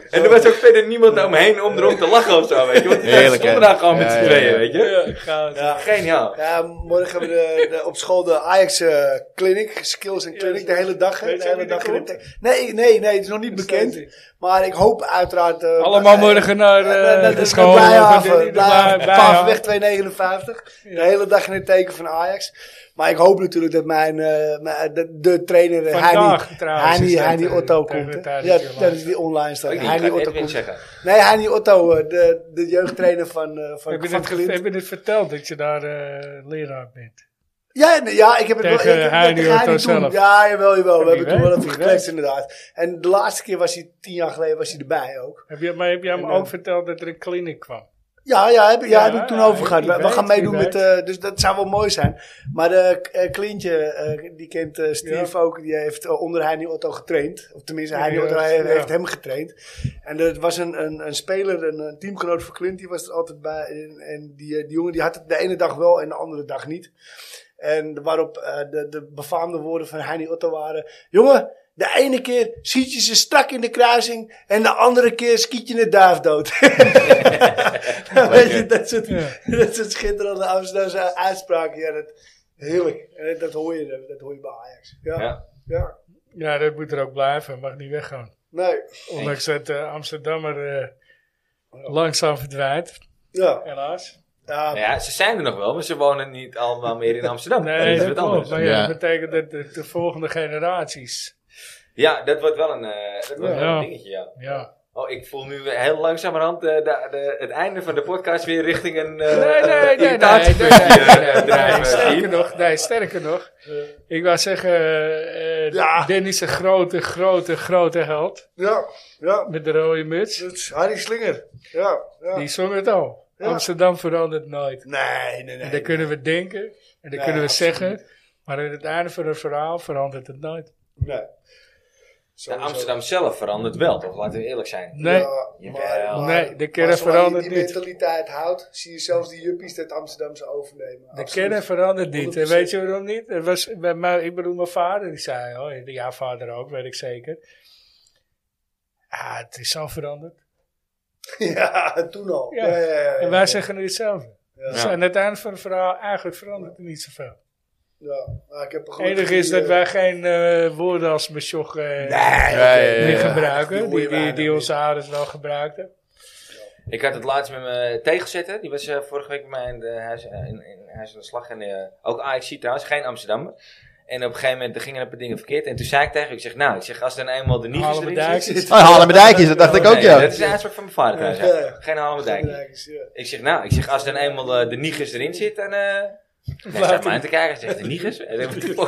Speaker 1: en er was ook verder niemand omheen om erom te lachen of zo, weet je. Want die
Speaker 5: Heerlijk, hè?
Speaker 1: stonden daar gewoon met
Speaker 5: Ja,
Speaker 1: z'n
Speaker 5: ja,
Speaker 1: tweeën,
Speaker 5: ja.
Speaker 1: weet je.
Speaker 2: gaaf.
Speaker 1: Geniaal.
Speaker 3: Ja, morgen hebben we de, de- op school de Ajax eh, Clinic, Skills en Clinic, de hele dag. Hè,
Speaker 2: Weet
Speaker 3: de
Speaker 2: je
Speaker 3: hele
Speaker 2: wie
Speaker 3: dag
Speaker 2: er
Speaker 3: in de te- nee, nee, nee, het is nog niet bekend. Maar ik hoop uiteraard... eh,
Speaker 2: Allemaal
Speaker 3: eh,
Speaker 2: morgen naar eh,
Speaker 3: eh, naar
Speaker 2: de
Speaker 3: de
Speaker 2: school.
Speaker 3: Bijhaven, Bijhaven, Paafweg
Speaker 2: Paafweg.
Speaker 3: 259. De hele dag in het teken van Ajax. Maar ik hoop natuurlijk dat mijn, eh, mijn- de, de trainer eh,
Speaker 2: Vandaag
Speaker 3: Heini-
Speaker 2: trouwens is
Speaker 3: Heini-
Speaker 2: dat,
Speaker 3: Heini
Speaker 2: eh,
Speaker 3: Otto
Speaker 2: tegen
Speaker 3: komt. hè.
Speaker 2: Tadic
Speaker 3: Ja,
Speaker 2: Jolanda.
Speaker 3: dat is die online staat.
Speaker 1: Ik ga
Speaker 3: Heini Otto
Speaker 1: Edwin
Speaker 3: komt.
Speaker 1: zeggen.
Speaker 3: Nee, Heini Otto, eh, de, de jeugdtrainer van, eh van,
Speaker 2: Heb je,
Speaker 3: van
Speaker 2: dit,
Speaker 3: Clint.
Speaker 2: ge- heb je dit verteld dat je daar eh, leraar bent?
Speaker 3: Ja, nee, ja, ik heb het
Speaker 2: Tegen
Speaker 3: wel. Ik heb het
Speaker 2: Heini
Speaker 3: tegen
Speaker 2: Otto
Speaker 3: Heini toen.
Speaker 2: zelf.
Speaker 3: Ja, jawel, jawel. We
Speaker 2: Wie
Speaker 3: hebben toen
Speaker 2: weet,
Speaker 3: wel even
Speaker 2: wie
Speaker 3: gekletst,
Speaker 2: weet.
Speaker 3: inderdaad. En de laatste keer was hij, tien jaar geleden, was hij erbij ook.
Speaker 2: Heb je, maar heb jij hem
Speaker 3: En, eh,
Speaker 2: ook verteld dat er een kliniek kwam?
Speaker 3: Ja, ja, heb, ik- ja,
Speaker 2: Ja,
Speaker 3: heb ik toen
Speaker 2: ja,
Speaker 3: over gehad.
Speaker 2: wie
Speaker 3: We, we gaan
Speaker 2: weet,
Speaker 3: meedoen
Speaker 2: wie
Speaker 3: met, eh, dus dat zou wel mooi zijn. Maar de eh, Klintje, eh, die kent eh Steve ook, die heeft eh, onder Heini Otto getraind. Of tenminste,
Speaker 2: Ja,
Speaker 3: Heini Otto
Speaker 2: ja.
Speaker 3: he- heeft hem getraind. En dat was een, een, een speler, een, een teamgenoot van Clint, die was er altijd bij. En, en die, eh, die jongen die had het de ene dag wel en de andere dag niet. En waarop eh, de, de befaamde woorden van Heini Otto waren: Jongen, de ene keer schiet je ze strak in de kruising en de andere keer schiet je een duif dood. Weet je, dat soort, dat soort schitterende Amsterdamse uitspraken. Ja, dat, heerlijk. En dat, dat hoor je, dat hoor je bij Ajax. Ja, ja.
Speaker 1: Ja.
Speaker 2: Ja, dat moet er ook blijven. Mag niet weggaan.
Speaker 3: Nee.
Speaker 2: Ondanks dat de Amsterdammer eh, langzaam verdwijnt.
Speaker 3: Ja.
Speaker 2: Helaas.
Speaker 3: Ja.
Speaker 1: Nou ja, ze zijn er nog wel, maar ze wonen niet allemaal meer in Amsterdam.
Speaker 2: Nee,
Speaker 1: is
Speaker 2: dat
Speaker 1: wat
Speaker 2: klopt.
Speaker 1: anders.
Speaker 2: Maar ja,
Speaker 5: Ja.
Speaker 2: dat betekent dat de, de volgende generaties...
Speaker 1: Ja, dat wordt wel een, eh, dat wordt wel
Speaker 2: Ja.
Speaker 1: een dingetje, ja.
Speaker 2: Ja.
Speaker 1: Oh, ik voel nu heel langzamerhand eh, de, de, het einde van de podcast weer richting een eh
Speaker 2: Nee, nee, nee, nee, nee,
Speaker 1: irritatiepuntje,
Speaker 2: nee, nee,
Speaker 1: eh,
Speaker 2: nee,
Speaker 1: drijven,
Speaker 2: nee,
Speaker 1: Steve.
Speaker 2: Sterker nog, nee, sterker nog. Ik wou zeggen, eh, eh,
Speaker 3: Ja.
Speaker 2: Dennis een grote, grote, grote held.
Speaker 3: ja, ja.
Speaker 2: Met de rode muts.
Speaker 3: Dat is Harry Slinger. Ja, ja.
Speaker 2: Die zong het al.
Speaker 3: Ja.
Speaker 2: Amsterdam verandert nooit.
Speaker 3: Nee, nee,
Speaker 2: En
Speaker 3: nee.
Speaker 2: dat kunnen we denken. En dat
Speaker 3: Nee,
Speaker 2: kunnen we
Speaker 3: absoluut.
Speaker 2: zeggen. Maar aan het einde van het verhaal verandert het nooit.
Speaker 3: nee.
Speaker 1: Nou,
Speaker 3: Sowieso.
Speaker 1: Amsterdam zelf verandert wel, toch? Laten we eerlijk zijn.
Speaker 2: Nee.
Speaker 3: Ja,
Speaker 1: Jawel.
Speaker 2: Nee, de kern
Speaker 3: maar zolang
Speaker 2: verandert
Speaker 3: je die
Speaker 2: niet.
Speaker 3: mentaliteit houdt, zie je zelfs die juppies dat Amsterdamse overnemen.
Speaker 2: De
Speaker 3: Absoluut.
Speaker 2: kern verandert niet. En
Speaker 3: 100%.
Speaker 2: weet je waarom niet? Het was, bij mij, ik bedoel, mijn vader die zei, oh, ja, vader ook, weet ik zeker. Ja, het is zo veranderd.
Speaker 3: Ja, toen al.
Speaker 2: Ja.
Speaker 3: Ja, ja, ja, ja,
Speaker 2: En wij zeggen nu hetzelfde.
Speaker 3: Ja.
Speaker 2: Dus aan het einde van het verhaal eigenlijk verandert er niet zoveel.
Speaker 3: Ja, maar ik heb er
Speaker 2: Het
Speaker 3: gelukkig
Speaker 2: enige is
Speaker 3: die,
Speaker 2: dat
Speaker 3: eh,
Speaker 2: wij geen eh, woorden als besjog eh
Speaker 5: Ja, ja, ja,
Speaker 2: meer
Speaker 5: ja.
Speaker 3: die
Speaker 2: gebruiken.
Speaker 3: hoor je
Speaker 2: Die, die,
Speaker 3: weinig
Speaker 2: die
Speaker 3: meer.
Speaker 2: onze ouders wel gebruikten.
Speaker 1: Ik had het laatst met mijn tegenzetter. Die was eh, vorige week bij mij in, de huis, eh, in, in huis aan de slag. En, eh, ook AXC trouwens, geen Amsterdammer. En op een gegeven moment er gingen er een paar dingen verkeerd. En toen zei ik tegen hem, ik zeg, nou, ik zeg, als dan eenmaal de nieuws
Speaker 2: Halen we
Speaker 1: erin
Speaker 2: daar.
Speaker 1: zit...
Speaker 5: Oh, halen met dijkjes, dat dacht ik ook,
Speaker 1: Nee,
Speaker 5: ja.
Speaker 1: Dat is de uitspraak van mijn vader trouwens.
Speaker 3: Ja.
Speaker 1: ja. Geen halen dijk.
Speaker 3: Kijk eens, ja.
Speaker 1: Ik zeg, nou, ik zeg, als dan eenmaal eh, de Nigers erin zit, dan... eh hij staat mij aan te kijken en zegt, de Nigers? En dan heb ik die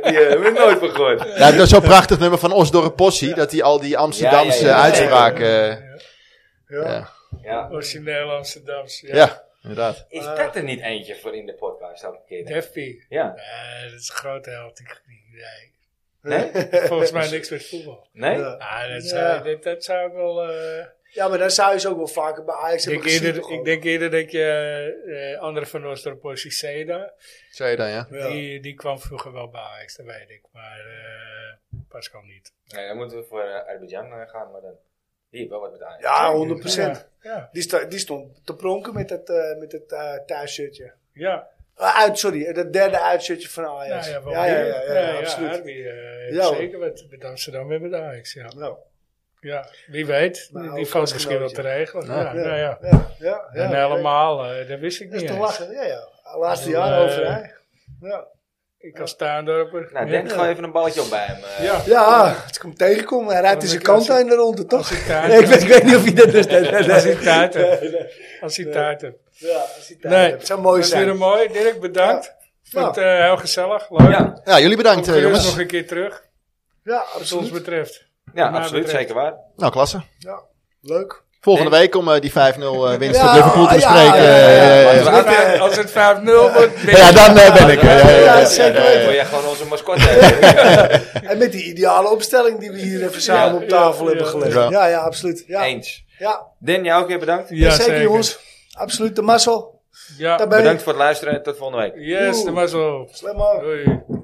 Speaker 1: eh, hebben we nooit van gehoord.
Speaker 5: Ja, dat is zo'n prachtig nummer van Osdorp Possie, dat hij al die Amsterdamse
Speaker 1: Ja, ja, ja.
Speaker 5: uitspraken... eh,
Speaker 3: Ja.
Speaker 5: ja.
Speaker 1: Ja.
Speaker 2: Origineel Amsterdamse. Ja.
Speaker 5: ja, inderdaad.
Speaker 1: Is dat er niet eentje voor in de podcast elke keer? denk ik?
Speaker 2: Daffy.
Speaker 1: Ja.
Speaker 2: Eh, dat is een grote held. Ik- Nee.
Speaker 1: Nee?
Speaker 2: Volgens mij niks met voetbal.
Speaker 1: Nee?
Speaker 3: Ja.
Speaker 2: Ah, dat,
Speaker 3: Ja.
Speaker 2: zou, dat, dat zou ik wel... eh,
Speaker 3: Ja, maar dan zou je ze ook wel vaker bij Ajax
Speaker 2: Ik denk,
Speaker 3: hebben gezien.
Speaker 2: eerder,
Speaker 3: toch ook?
Speaker 2: ik denk eerder dat je eh andere van Oosterpoort, Ciceda,
Speaker 5: Zei je dan, ja.
Speaker 3: Ja.
Speaker 2: die, die kwam vroeger wel bij Ajax, dat weet ik. Maar eh Pascal niet.
Speaker 1: Nee, dan moeten we voor eh, Azerbeidzjan eh, gaan, maar dan... Die heeft wel wat met Ajax.
Speaker 3: Ja, 100
Speaker 2: Ja,
Speaker 3: Die, sta- die stond te pronken met het, eh met het eh, thuisshirtje.
Speaker 2: ja. Nou
Speaker 3: Ah, uit, sorry, het derde uitshirtje van
Speaker 2: ja,
Speaker 3: Ajax.
Speaker 2: ja, wel
Speaker 3: ja, ja,
Speaker 2: meer.
Speaker 3: ja, ja,
Speaker 2: Ja, ja,
Speaker 3: absoluut.
Speaker 2: Harry, eh,
Speaker 3: Ja, hoor.
Speaker 2: zeker met, met Amsterdam en met Ajax, ja.
Speaker 3: Nou,
Speaker 2: ja. Wie weet,
Speaker 3: Maar
Speaker 2: die- die
Speaker 3: ook
Speaker 2: valt misschien wel te
Speaker 3: genootje.
Speaker 2: regelen. Ja, nou ja,
Speaker 3: ja,
Speaker 2: ja.
Speaker 3: ja, ja,
Speaker 2: en
Speaker 3: ja,
Speaker 2: helemaal, eh, dat wist ik
Speaker 3: Dat
Speaker 2: niet
Speaker 3: is te
Speaker 2: eens.
Speaker 3: lachen, ja, ja. Laatste
Speaker 2: Eh,
Speaker 3: jaar over, hè. Ja,
Speaker 2: Ik als Staandorper.
Speaker 1: Nou,
Speaker 2: ja.
Speaker 1: Den, gooi even een balletje op bij hem. eh.
Speaker 2: Ja.
Speaker 3: ja
Speaker 2: Oh.
Speaker 3: als ik hem tegenkom, hij rijdt
Speaker 2: Als
Speaker 3: in zijn
Speaker 2: ik- als
Speaker 3: kant aan de ronde, toch?
Speaker 2: Als ik taart
Speaker 3: Nee, ik, weet,
Speaker 2: heb.
Speaker 3: ik weet niet of hij dat dus... Nee, nee,
Speaker 2: Als ik taart heb.
Speaker 3: nee, nee.
Speaker 2: Als hij taart hebt.
Speaker 3: Ja, als hij
Speaker 2: Nee.
Speaker 3: tijd hebt. zou mooi
Speaker 2: Dat is
Speaker 3: zijn.
Speaker 2: weer een mooi. Dirk, bedankt. Vond het
Speaker 3: Ja. Nou.
Speaker 2: eh, heel gezellig. Leuk.
Speaker 1: Ja.
Speaker 5: Ja, jullie bedankt,
Speaker 2: Kom
Speaker 5: eh,
Speaker 2: gerust
Speaker 5: jongens.
Speaker 2: nog een keer terug,
Speaker 3: Ja,
Speaker 2: wat ons
Speaker 3: absoluut.
Speaker 2: betreft.
Speaker 1: Ja,
Speaker 2: mij
Speaker 1: absoluut.
Speaker 2: betreft.
Speaker 1: Zeker waar.
Speaker 5: Nou, klasse.
Speaker 3: Leuk.
Speaker 5: Volgende week om eh, die 5-0 eh, winst
Speaker 3: Ja,
Speaker 5: op Liverpool te
Speaker 3: ja,
Speaker 5: bespreken.
Speaker 3: ja, ja,
Speaker 5: eh,
Speaker 3: ja.
Speaker 5: Ja, ja,
Speaker 2: Als
Speaker 5: ja.
Speaker 2: het vijf- Als het 5-0 wordt, ben
Speaker 5: Ja,
Speaker 2: ik-
Speaker 5: dan eh, ben ik. eh, ja, ja, ja.
Speaker 3: zeker weten.
Speaker 1: Wil jij gewoon onze mascotte hebben?
Speaker 3: En En met die ideale opstelling die we hier even samen
Speaker 2: Ja,
Speaker 3: op tafel
Speaker 2: ja,
Speaker 3: hebben
Speaker 2: ja.
Speaker 3: gelegd.
Speaker 5: Ja.
Speaker 3: Ja, ja, absoluut. Ja,
Speaker 1: Eens.
Speaker 3: ja.
Speaker 1: Den, jou ook weer bedankt.
Speaker 2: Ja,
Speaker 3: zeker, jongens. Absoluut de mazzel.
Speaker 2: Ja,
Speaker 3: Daarbij.
Speaker 1: Bedankt voor het luisteren en tot volgende week.
Speaker 2: yes, dat was wel.
Speaker 3: Slim man.
Speaker 2: Doei.